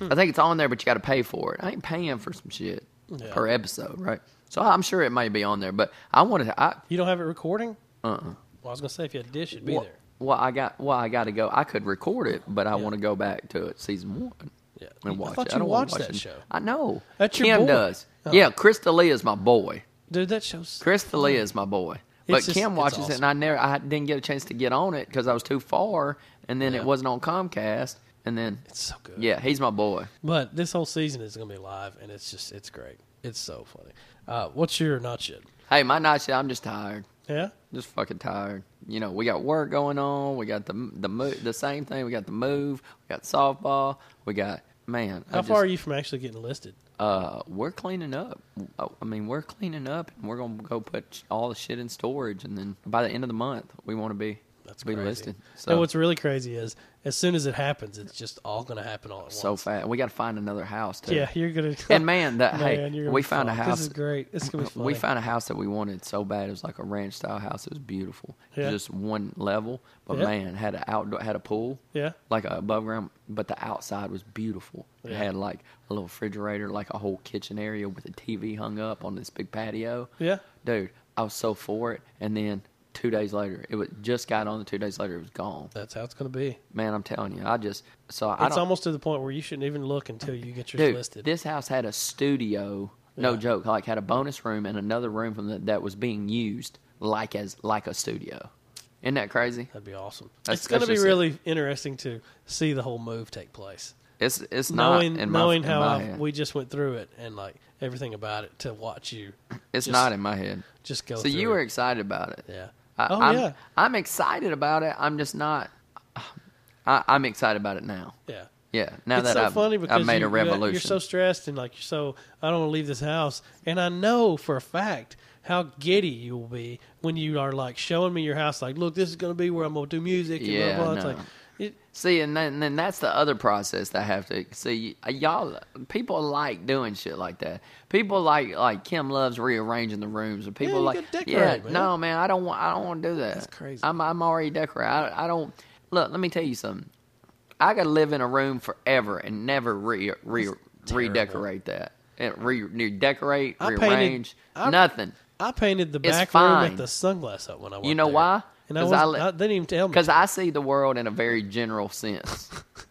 [SPEAKER 1] I think it's on there, but you got to pay for it. I ain't paying for some shit
[SPEAKER 2] Yeah.
[SPEAKER 1] per episode, right? So I'm sure it may be on there, but I wanted to. I,
[SPEAKER 2] You don't have it recording?
[SPEAKER 1] uh-uh.
[SPEAKER 2] Well, I was gonna say if you had a dish, it'd be
[SPEAKER 1] well,
[SPEAKER 2] there.
[SPEAKER 1] well, I got. Well, I got to go. I could record it, but I want to go back to it, season one.
[SPEAKER 2] Yeah.
[SPEAKER 1] and
[SPEAKER 2] I
[SPEAKER 1] watch
[SPEAKER 2] thought
[SPEAKER 1] it.
[SPEAKER 2] you
[SPEAKER 1] I don't wanna
[SPEAKER 2] watched
[SPEAKER 1] watch
[SPEAKER 2] that
[SPEAKER 1] it.
[SPEAKER 2] show,
[SPEAKER 1] I know.
[SPEAKER 2] That's your
[SPEAKER 1] Kim
[SPEAKER 2] boy.
[SPEAKER 1] does.
[SPEAKER 2] Oh.
[SPEAKER 1] Yeah, Chris D'Elia is my boy.
[SPEAKER 2] dude. That show's
[SPEAKER 1] Chris D'Elia is my boy. But
[SPEAKER 2] just-
[SPEAKER 1] Kim
[SPEAKER 2] it's
[SPEAKER 1] watches it,
[SPEAKER 2] awesome.
[SPEAKER 1] and I never, I didn't get a chance to get on it because I was too far, and then
[SPEAKER 2] Yeah.
[SPEAKER 1] it wasn't on Comcast, and then
[SPEAKER 2] it's so good.
[SPEAKER 1] yeah, he's my boy.
[SPEAKER 2] But this whole season is going to be live, and it's just it's great. It's so funny. Uh, what's your not shit?
[SPEAKER 1] Hey, my night shift, I'm just tired,
[SPEAKER 2] Yeah,
[SPEAKER 1] just fucking tired. You know, we got work going on, we got the the mo- the same thing, we got the move, we got softball, we got man. I
[SPEAKER 2] how
[SPEAKER 1] just-
[SPEAKER 2] far are you from actually getting listed?
[SPEAKER 1] uh, we're cleaning up. Uh, I mean, we're cleaning up, and we're gonna go put all the shit in storage, and then by the end of the month, we want to be
[SPEAKER 2] That's
[SPEAKER 1] be
[SPEAKER 2] crazy.
[SPEAKER 1] listed.
[SPEAKER 2] and
[SPEAKER 1] So
[SPEAKER 2] what's really crazy is as soon as it happens, it's just all going to happen all at
[SPEAKER 1] so
[SPEAKER 2] once.
[SPEAKER 1] fast. We got to find another house too.
[SPEAKER 2] yeah, you're gonna.
[SPEAKER 1] And man, that
[SPEAKER 2] Man, you're
[SPEAKER 1] hey,
[SPEAKER 2] gonna
[SPEAKER 1] we
[SPEAKER 2] be
[SPEAKER 1] found a
[SPEAKER 2] fine.
[SPEAKER 1] house.
[SPEAKER 2] This is great. It's gonna be funny.
[SPEAKER 1] Uh, We found a house that we wanted so bad. It was like a ranch style house. It was beautiful. It was
[SPEAKER 2] Yeah.
[SPEAKER 1] just one level, but
[SPEAKER 2] Yeah.
[SPEAKER 1] man, had a outdoor, had a pool.
[SPEAKER 2] Yeah.
[SPEAKER 1] Like a above ground, but the outside was beautiful. It
[SPEAKER 2] Yeah.
[SPEAKER 1] had like a little refrigerator, like a whole kitchen area with a TV hung up on this big patio.
[SPEAKER 2] Yeah.
[SPEAKER 1] Dude, I was so for it. And then two days later, it was just got on. Two days later, it was gone.
[SPEAKER 2] That's how it's going to be.
[SPEAKER 1] Man, I'm telling you, I just so I
[SPEAKER 2] It's
[SPEAKER 1] don't.
[SPEAKER 2] almost to the point where you shouldn't even look until you get yours
[SPEAKER 1] Dude,
[SPEAKER 2] listed.
[SPEAKER 1] this house had a studio. No
[SPEAKER 2] Yeah.
[SPEAKER 1] joke. Like had a bonus room and another room from the, that was being used like as like a studio. Isn't that crazy?
[SPEAKER 2] That'd be awesome.
[SPEAKER 1] That's-
[SPEAKER 2] it's going to
[SPEAKER 1] that's
[SPEAKER 2] be
[SPEAKER 1] just it.
[SPEAKER 2] really interesting to see the whole move take place.
[SPEAKER 1] It's it's not
[SPEAKER 2] knowing
[SPEAKER 1] in my,
[SPEAKER 2] knowing
[SPEAKER 1] in
[SPEAKER 2] how
[SPEAKER 1] my
[SPEAKER 2] I,
[SPEAKER 1] head.
[SPEAKER 2] we just went through it and like everything about it to watch you
[SPEAKER 1] it's
[SPEAKER 2] just-
[SPEAKER 1] not in my head.
[SPEAKER 2] just go.
[SPEAKER 1] So
[SPEAKER 2] through
[SPEAKER 1] you were
[SPEAKER 2] it.
[SPEAKER 1] excited about it.
[SPEAKER 2] yeah.
[SPEAKER 1] I,
[SPEAKER 2] oh
[SPEAKER 1] I'm,
[SPEAKER 2] yeah,
[SPEAKER 1] I'm excited about it. I'm just not. I, I'm excited about it now.
[SPEAKER 2] yeah.
[SPEAKER 1] Yeah. Now
[SPEAKER 2] it's
[SPEAKER 1] that
[SPEAKER 2] so
[SPEAKER 1] I've,
[SPEAKER 2] funny because
[SPEAKER 1] I've made
[SPEAKER 2] you,
[SPEAKER 1] a revolution.
[SPEAKER 2] You're so stressed and like you're so I don't want to leave this house, and I know for a fact how giddy you will be when you are like showing me your house. Like, look, this is going to be where I'm going to do music. And
[SPEAKER 1] Yeah,
[SPEAKER 2] blah, blah. It's
[SPEAKER 1] no.
[SPEAKER 2] like it,
[SPEAKER 1] See, and then, and then that's the other process that I have to see. Y'all, people like doing shit like that. People like like Kim loves rearranging the rooms, and people
[SPEAKER 2] you
[SPEAKER 1] like
[SPEAKER 2] gotta decorate,
[SPEAKER 1] yeah,
[SPEAKER 2] man.
[SPEAKER 1] no man, I don't want I don't want to do that.
[SPEAKER 2] That's crazy.
[SPEAKER 1] I'm I'm already decorated. I, I don't look. Let me tell you something. I could live in a room forever and never re, re redecorate that and re, redecorate,
[SPEAKER 2] I painted-
[SPEAKER 1] rearrange
[SPEAKER 2] I-
[SPEAKER 1] nothing
[SPEAKER 2] I painted the
[SPEAKER 1] It's
[SPEAKER 2] back room
[SPEAKER 1] fine.
[SPEAKER 2] at the sunglass hut when I went.
[SPEAKER 1] You know
[SPEAKER 2] there.
[SPEAKER 1] why?
[SPEAKER 2] And I,
[SPEAKER 1] 'Cause I
[SPEAKER 2] wasn't-
[SPEAKER 1] li-
[SPEAKER 2] I- they didn't even tell me.
[SPEAKER 1] because I see the world in a very general sense.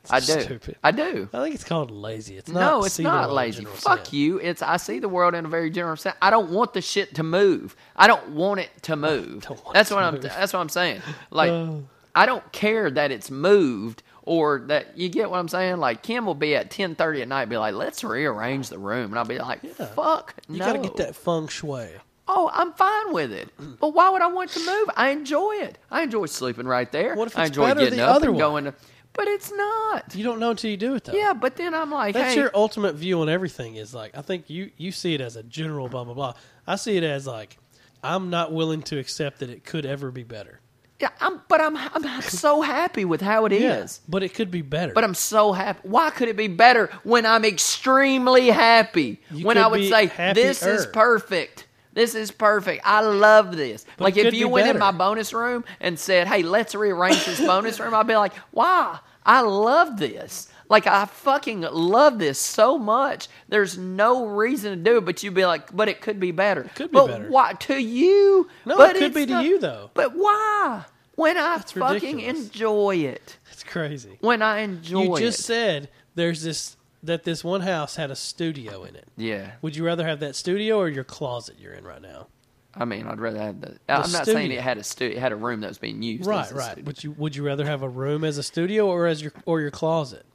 [SPEAKER 1] I do.
[SPEAKER 2] stupid.
[SPEAKER 1] I do.
[SPEAKER 2] I think it's called lazy. It's not.
[SPEAKER 1] No, it's
[SPEAKER 2] see the
[SPEAKER 1] not
[SPEAKER 2] world in
[SPEAKER 1] lazy.
[SPEAKER 2] general
[SPEAKER 1] Fuck
[SPEAKER 2] sense.
[SPEAKER 1] you. It's I see the world in a very general sense. I don't want the shit to move. I don't want it to move.
[SPEAKER 2] don't want
[SPEAKER 1] That's
[SPEAKER 2] it
[SPEAKER 1] what
[SPEAKER 2] to
[SPEAKER 1] I'm.
[SPEAKER 2] move.
[SPEAKER 1] That's what I'm saying. Like,
[SPEAKER 2] Oh.
[SPEAKER 1] I don't care that it's moved or that you get what I'm saying. Like, Kim will be at 10:30 at night, be like, "Let's rearrange the room," and I'll be like, "Fuck,
[SPEAKER 2] You
[SPEAKER 1] no."
[SPEAKER 2] gotta get that Mm. feng shui.
[SPEAKER 1] Oh, I'm fine with it. But why would I want to move? I enjoy it. I enjoy sleeping right there.
[SPEAKER 2] What if
[SPEAKER 1] I
[SPEAKER 2] it's
[SPEAKER 1] enjoy
[SPEAKER 2] better
[SPEAKER 1] getting
[SPEAKER 2] the
[SPEAKER 1] up
[SPEAKER 2] other
[SPEAKER 1] and
[SPEAKER 2] way?
[SPEAKER 1] going. To, but it's not.
[SPEAKER 2] You don't know until you do it though.
[SPEAKER 1] Yeah, but then I'm like,
[SPEAKER 2] That's
[SPEAKER 1] hey,
[SPEAKER 2] your ultimate view on everything. Is like I think you you see it as a general blah blah blah. I see it as like I'm not willing to accept that it could ever be better.
[SPEAKER 1] Yeah, I'm, but I'm I'm so happy with how it is.
[SPEAKER 2] but it could be better.
[SPEAKER 1] But I'm so happy. Why could it be better when I'm extremely happy?
[SPEAKER 2] You
[SPEAKER 1] when I
[SPEAKER 2] could
[SPEAKER 1] would
[SPEAKER 2] be
[SPEAKER 1] say this is
[SPEAKER 2] happier.
[SPEAKER 1] perfect. This is perfect. I love this.
[SPEAKER 2] But
[SPEAKER 1] like
[SPEAKER 2] it
[SPEAKER 1] if
[SPEAKER 2] could
[SPEAKER 1] you
[SPEAKER 2] be
[SPEAKER 1] went in
[SPEAKER 2] better.
[SPEAKER 1] my bonus room and said, "Hey, let's rearrange this bonus room," I'd be like, "Why? I love this." Like I fucking love this so much. There's no reason to do it, but you'd be like, "But it could be better."
[SPEAKER 2] could be
[SPEAKER 1] but
[SPEAKER 2] better.
[SPEAKER 1] Why to you?
[SPEAKER 2] No,
[SPEAKER 1] but
[SPEAKER 2] it could be
[SPEAKER 1] it's
[SPEAKER 2] to you, though.
[SPEAKER 1] But why? When I fucking
[SPEAKER 2] ridiculous.
[SPEAKER 1] enjoy it.
[SPEAKER 2] it's crazy.
[SPEAKER 1] When I enjoy
[SPEAKER 2] You
[SPEAKER 1] it.
[SPEAKER 2] just said there's this that this one house had a studio in it.
[SPEAKER 1] Yeah,
[SPEAKER 2] Would you rather have that studio or your closet you're in right now?
[SPEAKER 1] I mean, I'd rather have the. I'm not saying it
[SPEAKER 2] studio.
[SPEAKER 1] had a stu- it had a room that was being used.
[SPEAKER 2] Right,
[SPEAKER 1] as a
[SPEAKER 2] right.
[SPEAKER 1] studio,
[SPEAKER 2] Would you would you rather have a room as a studio or as your or your closet?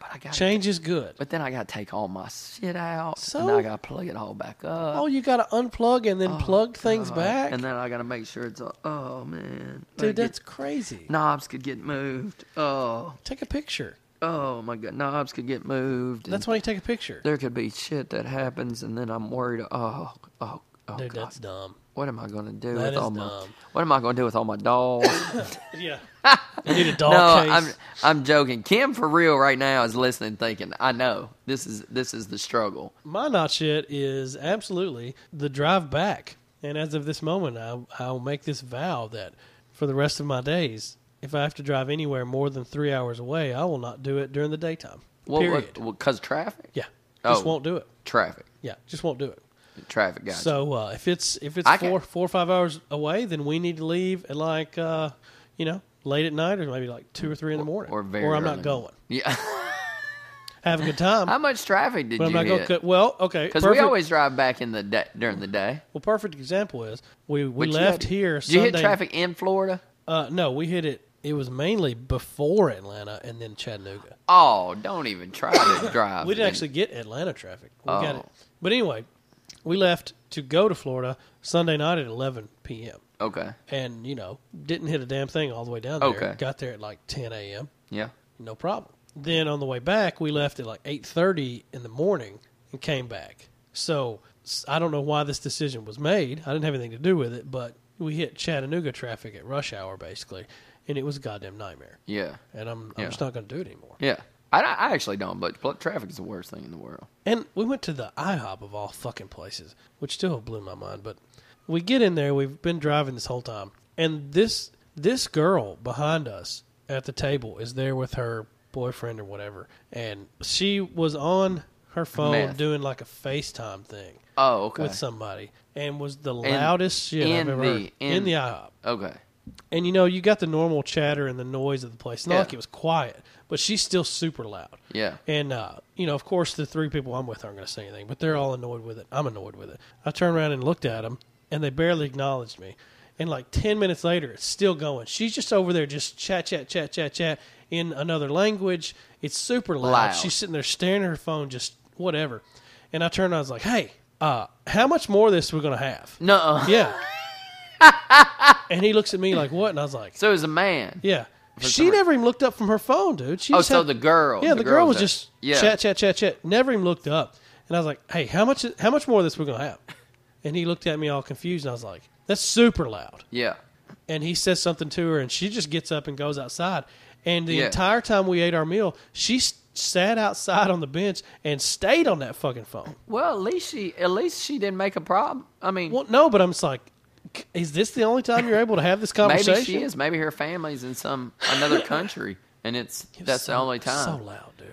[SPEAKER 1] but I got
[SPEAKER 2] Change is good.
[SPEAKER 1] But then I got to take all my shit out, and
[SPEAKER 2] So?
[SPEAKER 1] I got to plug it all back up.
[SPEAKER 2] Oh, you got to unplug and then plug things
[SPEAKER 1] Oh, God,
[SPEAKER 2] back.
[SPEAKER 1] and then I got to make sure it's. All, oh man, Better
[SPEAKER 2] Dude,
[SPEAKER 1] get-
[SPEAKER 2] that's crazy.
[SPEAKER 1] knobs could get moved. Oh,
[SPEAKER 2] Take a picture.
[SPEAKER 1] oh my God, knobs could get moved. and
[SPEAKER 2] That's why you take a picture.
[SPEAKER 1] there could be shit that happens, and then I'm worried. Oh, oh, oh
[SPEAKER 2] Dude,
[SPEAKER 1] God,
[SPEAKER 2] that's dumb.
[SPEAKER 1] what am I gonna do
[SPEAKER 2] that
[SPEAKER 1] with
[SPEAKER 2] is
[SPEAKER 1] all my?
[SPEAKER 2] dumb.
[SPEAKER 1] What am I gonna do with all my dolls?
[SPEAKER 2] Yeah. you need a doll
[SPEAKER 1] no,
[SPEAKER 2] case.
[SPEAKER 1] I'm I'm joking. Kim for real right now is listening, thinking, I know this is this is the struggle.
[SPEAKER 2] My not shit is absolutely the drive back. And as of this moment, I, I'll make this vow that for the rest of my days, if I have to drive anywhere more than three hours away, I will not do it during the daytime. period.
[SPEAKER 1] Because traffic.
[SPEAKER 2] yeah. Just
[SPEAKER 1] Oh.
[SPEAKER 2] won't do it.
[SPEAKER 1] Traffic.
[SPEAKER 2] Yeah. Just won't do it.
[SPEAKER 1] Traffic guys.
[SPEAKER 2] So uh, if it's if it's
[SPEAKER 1] I can-
[SPEAKER 2] four four or five hours away, then we need to leave at like uh, you know late at night or maybe like two or three in the morning,
[SPEAKER 1] or very
[SPEAKER 2] I'm
[SPEAKER 1] early.
[SPEAKER 2] not going.
[SPEAKER 1] yeah.
[SPEAKER 2] Have a good time,
[SPEAKER 1] How much traffic did
[SPEAKER 2] but I'm
[SPEAKER 1] you
[SPEAKER 2] not going.
[SPEAKER 1] hit?
[SPEAKER 2] to Well, okay,
[SPEAKER 1] Because
[SPEAKER 2] perfect.
[SPEAKER 1] we always drive back in the day during the day.
[SPEAKER 2] well, perfect example is we we
[SPEAKER 1] But you
[SPEAKER 2] left
[SPEAKER 1] had-
[SPEAKER 2] here.
[SPEAKER 1] Did
[SPEAKER 2] Sunday,
[SPEAKER 1] you hit traffic in Florida?
[SPEAKER 2] Uh, no, we hit it. It was mainly before Atlanta and then Chattanooga.
[SPEAKER 1] Oh, don't even try to drive.
[SPEAKER 2] We didn't
[SPEAKER 1] in-
[SPEAKER 2] actually get Atlanta traffic. We got
[SPEAKER 1] Oh.
[SPEAKER 2] it, but anyway, we left to go to Florida Sunday night at 11 p.m.
[SPEAKER 1] Okay.
[SPEAKER 2] and you know didn't hit a damn thing all the way down there.
[SPEAKER 1] Okay.
[SPEAKER 2] Got there at like 10 a.m.
[SPEAKER 1] Yeah.
[SPEAKER 2] No problem. Then on the way back, we left at like 8:30 in the morning and came back. So s- I don't know why this decision was made. I didn't have anything to do with it, but we hit Chattanooga traffic at rush hour basically, and it was a goddamn nightmare.
[SPEAKER 1] Yeah.
[SPEAKER 2] And I'm,
[SPEAKER 1] Yeah.
[SPEAKER 2] I'm just not going to do it anymore.
[SPEAKER 1] Yeah. I, I actually don't, but pl- traffic is the worst thing in the world.
[SPEAKER 2] And we went to the IHOP of all fucking places, which still blew my mind. But we get in there. We've been driving this whole time, and this this girl behind us at the table is there with her boyfriend or whatever, and she was on her phone
[SPEAKER 1] Meth.
[SPEAKER 2] doing like a FaceTime thing
[SPEAKER 1] Oh, okay.
[SPEAKER 2] with somebody, and was the loudest shit
[SPEAKER 1] in
[SPEAKER 2] I've ever
[SPEAKER 1] the-
[SPEAKER 2] heard
[SPEAKER 1] in-
[SPEAKER 2] in the IHOP.
[SPEAKER 1] okay.
[SPEAKER 2] And you know, you got the normal chatter and the noise of the place. Not
[SPEAKER 1] Yeah.
[SPEAKER 2] like it was quiet, but she's still super loud.
[SPEAKER 1] Yeah.
[SPEAKER 2] And uh, you know, of course, the three people I'm with aren't going to say anything, but they're all annoyed with it. I'm annoyed with it. I turned around and looked at them, and they barely acknowledged me. And like ten minutes later, it's still going. She's just over there, just chat, chat, chat, chat, chat, in another language. It's super loud.
[SPEAKER 1] Loud.
[SPEAKER 2] She's sitting there staring at her phone, just whatever. And I turned. I was like, "Hey, uh, how much more of this we gonna have?"
[SPEAKER 1] No.
[SPEAKER 2] Yeah. and he looks at me like, "What?" And I was like,
[SPEAKER 1] So it was a man.
[SPEAKER 2] "Yeah."
[SPEAKER 1] some
[SPEAKER 2] She never even looked up from her phone, dude. She
[SPEAKER 1] Oh,
[SPEAKER 2] just
[SPEAKER 1] so
[SPEAKER 2] had-
[SPEAKER 1] the girl.
[SPEAKER 2] yeah, the, girl, was
[SPEAKER 1] a-
[SPEAKER 2] just
[SPEAKER 1] yeah.
[SPEAKER 2] chat, chat, chat, chat. Never even looked up. And I was like, "Hey, how much? How much more of this we're gonna have?" And he looked at me all confused, and I was like, "That's super loud."
[SPEAKER 1] Yeah.
[SPEAKER 2] And he says something to her, and she just gets up and goes outside. And the
[SPEAKER 1] Yeah.
[SPEAKER 2] entire time we ate our meal, she s- sat outside on the bench and stayed on that fucking phone.
[SPEAKER 1] Well, at least she at least she didn't make a problem. I mean,
[SPEAKER 2] Well, no, but I'm just like, "C- is this the only time you're able to have this conversation?
[SPEAKER 1] maybe she is. Maybe her family's in some another country, and it's
[SPEAKER 2] It was
[SPEAKER 1] that's the
[SPEAKER 2] so-
[SPEAKER 1] only time.
[SPEAKER 2] So loud, dude.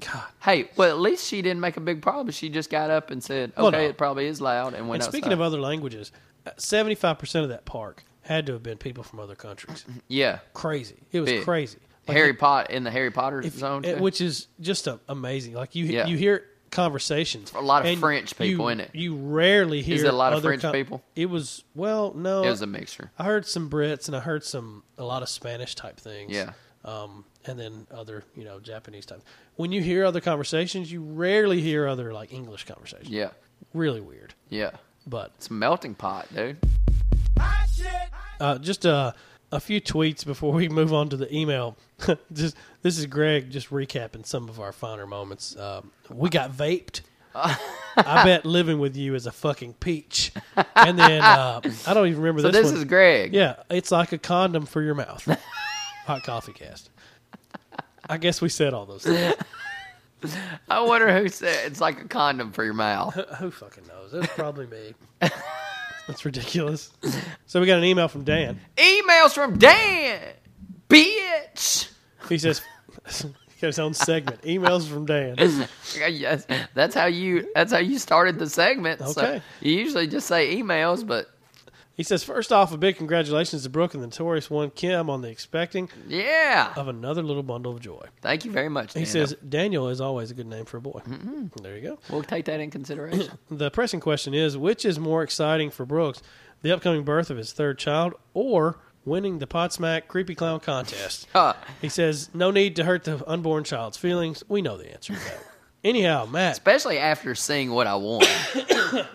[SPEAKER 2] God.
[SPEAKER 1] Hey, well, at least she didn't make a big problem. She just got up and said, "Okay,
[SPEAKER 2] Well, no.
[SPEAKER 1] it probably is loud," and went
[SPEAKER 2] And
[SPEAKER 1] outside.
[SPEAKER 2] speaking of other languages, uh, seventy-five percent of that park had to have been people from other countries.
[SPEAKER 1] yeah,
[SPEAKER 2] crazy. It was
[SPEAKER 1] Big.
[SPEAKER 2] crazy. Like,
[SPEAKER 1] Harry Potter in the Harry Potter
[SPEAKER 2] if-
[SPEAKER 1] zone,
[SPEAKER 2] eh,
[SPEAKER 1] too?
[SPEAKER 2] which is just a, amazing. Like you,
[SPEAKER 1] Yeah.
[SPEAKER 2] you hear conversations.
[SPEAKER 1] A lot of
[SPEAKER 2] and
[SPEAKER 1] French people,
[SPEAKER 2] you,
[SPEAKER 1] innit?
[SPEAKER 2] You rarely hear.
[SPEAKER 1] it a lot of
[SPEAKER 2] other
[SPEAKER 1] French people?
[SPEAKER 2] It was well, no.
[SPEAKER 1] it was a mixture.
[SPEAKER 2] I heard some Brits and I heard some a lot of Spanish type things.
[SPEAKER 1] Yeah.
[SPEAKER 2] Um, and then other, you know, Japanese type. When you hear other conversations, you rarely hear other like English conversations.
[SPEAKER 1] Yeah,
[SPEAKER 2] Really weird.
[SPEAKER 1] yeah.
[SPEAKER 2] But
[SPEAKER 1] It's a melting pot, dude.
[SPEAKER 2] Uh, just uh, a few tweets before we move on to the email. just this is Greg just recapping some of our finer moments. Um, we got vaped. I bet living with you is a fucking peach. And then uh, I don't even remember
[SPEAKER 1] So
[SPEAKER 2] this.
[SPEAKER 1] this
[SPEAKER 2] one.
[SPEAKER 1] is Greg.
[SPEAKER 2] Yeah, it's like a condom for your mouth. Hot coffee cast. I guess we said all those things.
[SPEAKER 1] I wonder who said it's like a condom for your mouth.
[SPEAKER 2] Who fucking knows? It was probably me. That's ridiculous. So we got an email from Dan.
[SPEAKER 1] Emails from Dan, bitch.
[SPEAKER 2] He says, he got his own segment. Emails from Dan.
[SPEAKER 1] yes, that's how you. That's how you started the segment. So
[SPEAKER 2] Okay.
[SPEAKER 1] you usually just say emails, but
[SPEAKER 2] He says, first off, a big congratulations to Brooke and the notorious one Kim on the expecting
[SPEAKER 1] yeah.
[SPEAKER 2] of another little bundle of joy.
[SPEAKER 1] Thank you very much.
[SPEAKER 2] He says, Daniel is always a good name for a boy. There you go.
[SPEAKER 1] we'll take that in consideration.
[SPEAKER 2] The pressing question is which is more exciting for Brooks, the upcoming birth of his third child or winning the Podsmack Creepy Clown contest?
[SPEAKER 1] Huh.
[SPEAKER 2] he says, no need to hurt the unborn child's feelings. We know the answer to that. Anyhow, Matt,
[SPEAKER 1] Especially after seeing what I want,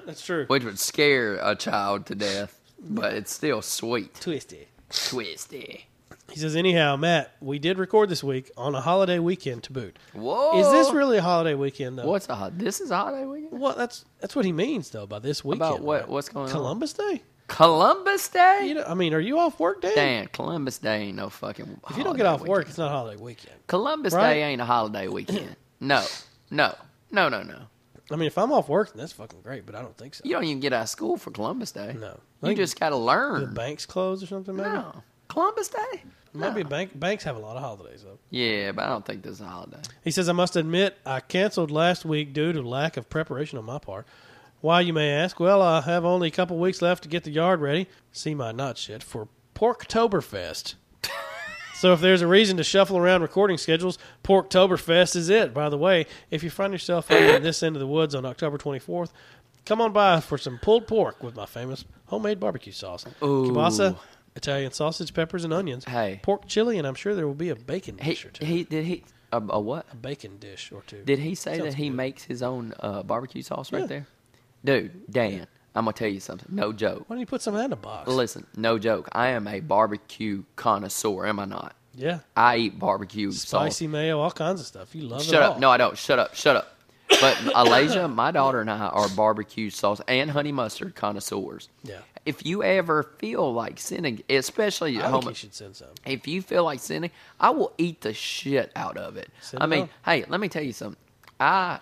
[SPEAKER 2] that's true.
[SPEAKER 1] which would scare a child to death, but it's still sweet,
[SPEAKER 2] Twisty.
[SPEAKER 1] twisty.
[SPEAKER 2] He says, anyhow, Matt, we did record this week on a holiday weekend to boot.
[SPEAKER 1] Whoa!
[SPEAKER 2] Is this really a holiday weekend though?
[SPEAKER 1] What's a hot? This is a holiday weekend.
[SPEAKER 2] Well, that's that's what he means though by this weekend.
[SPEAKER 1] About what?
[SPEAKER 2] right?
[SPEAKER 1] What's going
[SPEAKER 2] Columbus Day?
[SPEAKER 1] on? Columbus Day.
[SPEAKER 2] You know, I mean, are you off work, Dan?
[SPEAKER 1] Dan, Columbus Day ain't no fucking.
[SPEAKER 2] If you don't get off work, it's not holiday weekend.
[SPEAKER 1] Columbus
[SPEAKER 2] Right?
[SPEAKER 1] Day ain't a holiday weekend. No, no, no, no, no.
[SPEAKER 2] I mean, if I'm off work, then that's fucking great, but I don't think so.
[SPEAKER 1] You don't even get out of school for Columbus Day.
[SPEAKER 2] No.
[SPEAKER 1] you
[SPEAKER 2] Like,
[SPEAKER 1] just gotta
[SPEAKER 2] the
[SPEAKER 1] learn.
[SPEAKER 2] banks closed or something, maybe.
[SPEAKER 1] No, Columbus Day.
[SPEAKER 2] Maybe bank banks have a lot of holidays though.
[SPEAKER 1] Yeah, but I don't think this is a holiday.
[SPEAKER 2] He says, I must admit, I canceled last week due to lack of preparation on my part. Why, you may ask? Well, I have only a couple weeks left to get the yard ready. See my not shit for Porktoberfest. so, if there's a reason to shuffle around recording schedules, Porktoberfest is it. By the way, if you find yourself out in this end of the woods on October 24th, come on by for some pulled pork with my famous homemade barbecue sauce, kielbasa, Italian sausage, peppers, and onions,
[SPEAKER 1] Hey.
[SPEAKER 2] pork chili, and I'm sure there will be a bacon
[SPEAKER 1] He,
[SPEAKER 2] dish or two
[SPEAKER 1] he did he a, a what?
[SPEAKER 2] bacon dish or two.
[SPEAKER 1] Did he say
[SPEAKER 2] Sounds
[SPEAKER 1] that he
[SPEAKER 2] good.
[SPEAKER 1] makes his own uh, barbecue sauce right
[SPEAKER 2] Yeah.
[SPEAKER 1] there? Dude, Dan, I'm gonna tell you something. No joke.
[SPEAKER 2] Why don't you put some of that in a box?
[SPEAKER 1] Listen, no joke. I am a barbecue connoisseur. Am I not?
[SPEAKER 2] yeah,
[SPEAKER 1] I eat barbecue sauce.
[SPEAKER 2] spicy mayo, all kinds of stuff. You love it.
[SPEAKER 1] Shut
[SPEAKER 2] all.
[SPEAKER 1] up. No, I don't. Shut up. Shut up. But Alasia, my daughter and I are barbecue sauce and honey mustard connoisseurs.
[SPEAKER 2] Yeah.
[SPEAKER 1] If you ever feel like sending, especially at
[SPEAKER 2] I think
[SPEAKER 1] home,
[SPEAKER 2] you should send some.
[SPEAKER 1] if you feel like sending, I will eat the shit out of it.
[SPEAKER 2] Send
[SPEAKER 1] I
[SPEAKER 2] it
[SPEAKER 1] mean,
[SPEAKER 2] on.
[SPEAKER 1] hey, let me tell you something. I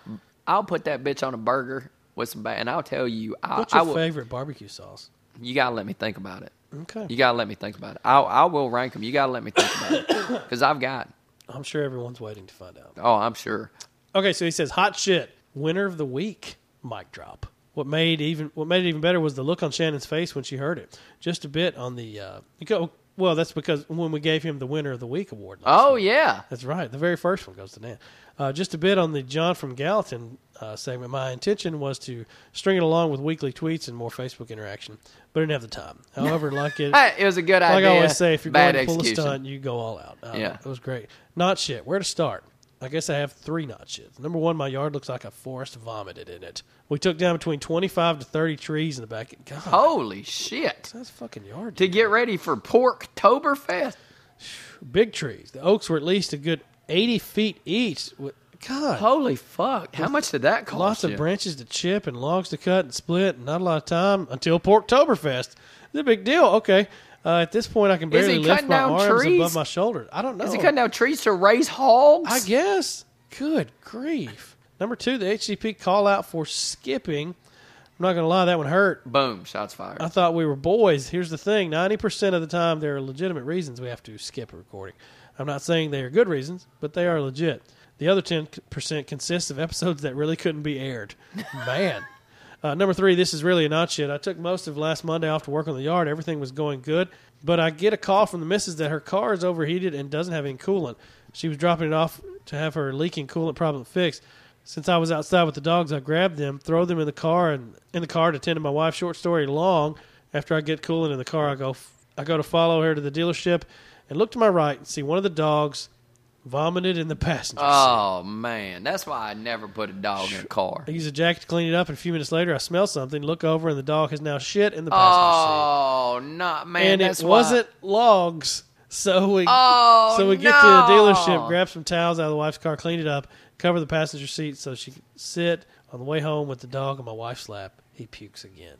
[SPEAKER 1] I'll put that bitch on a burger with some ba- and I'll tell you, I,
[SPEAKER 2] What's
[SPEAKER 1] I
[SPEAKER 2] your
[SPEAKER 1] will.
[SPEAKER 2] favorite barbecue sauce?
[SPEAKER 1] You gotta let me think about it.
[SPEAKER 2] Okay,
[SPEAKER 1] You gotta let me think about it. I I will rank them. You gotta let me think about it because I've got.
[SPEAKER 2] I'm sure everyone's waiting to find out.
[SPEAKER 1] Oh, I'm sure.
[SPEAKER 2] Okay, so he says hot shit. Winner of the week. Mic drop. What made even what made it even better was the look on Shannon's face when she heard it. Just a bit on the uh, you go Well, that's because when we gave him the Winner of the Week award. last
[SPEAKER 1] Oh
[SPEAKER 2] week.
[SPEAKER 1] yeah.
[SPEAKER 2] That's right. The very first one goes to Dan. Uh, just a bit on the John from Gallatin uh, segment. My intention was to string it along with weekly tweets and more Facebook interaction, but I didn't have the time. However, like it,
[SPEAKER 1] Hey, it was a good
[SPEAKER 2] like
[SPEAKER 1] idea.
[SPEAKER 2] I always say, if you're
[SPEAKER 1] bad
[SPEAKER 2] going to pull a
[SPEAKER 1] execution.
[SPEAKER 2] stunt, you go all out. Uh,
[SPEAKER 1] Yeah.
[SPEAKER 2] it was great. Not shit. Where to start? I guess I have three not shits. Number one, my yard looks like a forest vomited in it. We took down between twenty-five to thirty trees in the back. God,
[SPEAKER 1] Holy shit!
[SPEAKER 2] that's fucking yard.
[SPEAKER 1] To get ready for Pork Toberfest.
[SPEAKER 2] Big trees. The oaks were at least a good eighty feet each. Wh- God,
[SPEAKER 1] Holy fuck! How much did that cost?
[SPEAKER 2] Lots
[SPEAKER 1] you?
[SPEAKER 2] of branches to chip and logs to cut and split, and not a lot of time until Porktoberfest. It's a big deal. Okay. Uh, at this point, I can
[SPEAKER 1] Is he
[SPEAKER 2] barely lift
[SPEAKER 1] cutting
[SPEAKER 2] my
[SPEAKER 1] down
[SPEAKER 2] arms
[SPEAKER 1] trees?
[SPEAKER 2] above my shoulders. I don't know.
[SPEAKER 1] Is he cutting down trees to raise hogs?
[SPEAKER 2] Oh. I guess. Good grief. Number two, the HCP call out for skipping. I'm not going to lie, that one hurt.
[SPEAKER 1] Boom! Shots fired.
[SPEAKER 2] I thought we were boys. Here's the thing 90% of the time, there are legitimate reasons we have to skip a recording. I'm not saying they are good reasons, but they are legit. The other 10% consists of episodes that really couldn't be aired. Man. Uh, number three, this is really a not shit. I took most of last Monday off to work on the yard. Everything was going good, but I get a call from the missus that her car is overheated and doesn't have any coolant. She was dropping it off to have her leaking coolant problem fixed. Since I was outside with the dogs, I grabbed them, throw them in the car, and in the car to tend to my wife's short story long. After I get coolant in the car, I go I go to follow her to the dealership, and look to my right and see one of the dogs vomited in the passenger seat.
[SPEAKER 1] Oh man, that's why I never put a dog in a car.
[SPEAKER 2] I use a jacket to clean it up, and a few minutes later, I smell something. Look over, and the dog has now shit in the passenger seat.
[SPEAKER 1] Oh no, man,
[SPEAKER 2] and
[SPEAKER 1] that's Oh,
[SPEAKER 2] it wasn't logs. So we so we get to the
[SPEAKER 1] no.
[SPEAKER 2] dealership, grab some towels out of the wife's car, clean it up, cover the passenger seat so she can sit on the way home with the dog on my wife's lap. He pukes again.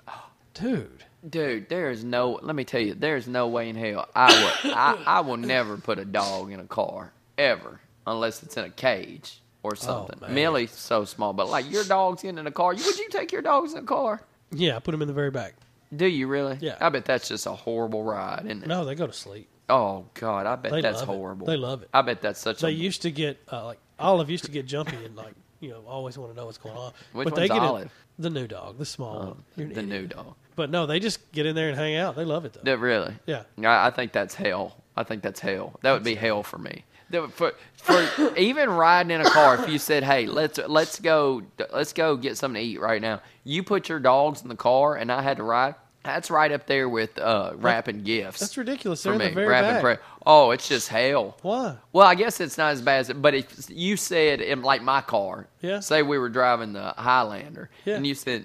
[SPEAKER 2] Dude.
[SPEAKER 1] why. dude. There is no. Let me tell you, there is no way in hell I would. I, I will never put a dog in a car ever, unless it's in a cage or something.
[SPEAKER 2] Oh, man.
[SPEAKER 1] Millie's so small, but like your dog's in in a car. Would you take your dogs in a car?
[SPEAKER 2] Yeah, I put him in the very back.
[SPEAKER 1] Do you really?
[SPEAKER 2] Yeah.
[SPEAKER 1] I bet that's just a horrible ride, isn't it?
[SPEAKER 2] No, they go to sleep.
[SPEAKER 1] Oh God, I bet
[SPEAKER 2] They
[SPEAKER 1] that's
[SPEAKER 2] love it.
[SPEAKER 1] horrible.
[SPEAKER 2] They love it.
[SPEAKER 1] I bet that's such
[SPEAKER 2] They
[SPEAKER 1] a
[SPEAKER 2] used to get uh, like Olive used to get jumpy and like you know always want to know what's going on.
[SPEAKER 1] Which
[SPEAKER 2] but they
[SPEAKER 1] one's
[SPEAKER 2] get in-
[SPEAKER 1] Olive? Oh,
[SPEAKER 2] the new dog, the small one. You're an
[SPEAKER 1] the
[SPEAKER 2] idiot.
[SPEAKER 1] new dog.
[SPEAKER 2] But no, they just get in there and hang out. They love it though.
[SPEAKER 1] That really?
[SPEAKER 2] Yeah.
[SPEAKER 1] I, I think that's hell. I think that's hell. That would be hell for me. That would- for for even riding in a car, if you said, "Hey, let's let's go let's go get something to eat right now," you put your dogs in the car, and I had to ride. That's right up there with uh, wrapping gifts.
[SPEAKER 2] That's ridiculous. They're
[SPEAKER 1] for
[SPEAKER 2] in the
[SPEAKER 1] me.
[SPEAKER 2] very
[SPEAKER 1] Wrapping
[SPEAKER 2] back.
[SPEAKER 1] pre- Oh, it's just hell.
[SPEAKER 2] Why?
[SPEAKER 1] Well, I guess it's not as bad as but if you said in like my car,
[SPEAKER 2] Yeah.
[SPEAKER 1] say we were driving the Highlander,
[SPEAKER 2] Yeah.
[SPEAKER 1] and you said,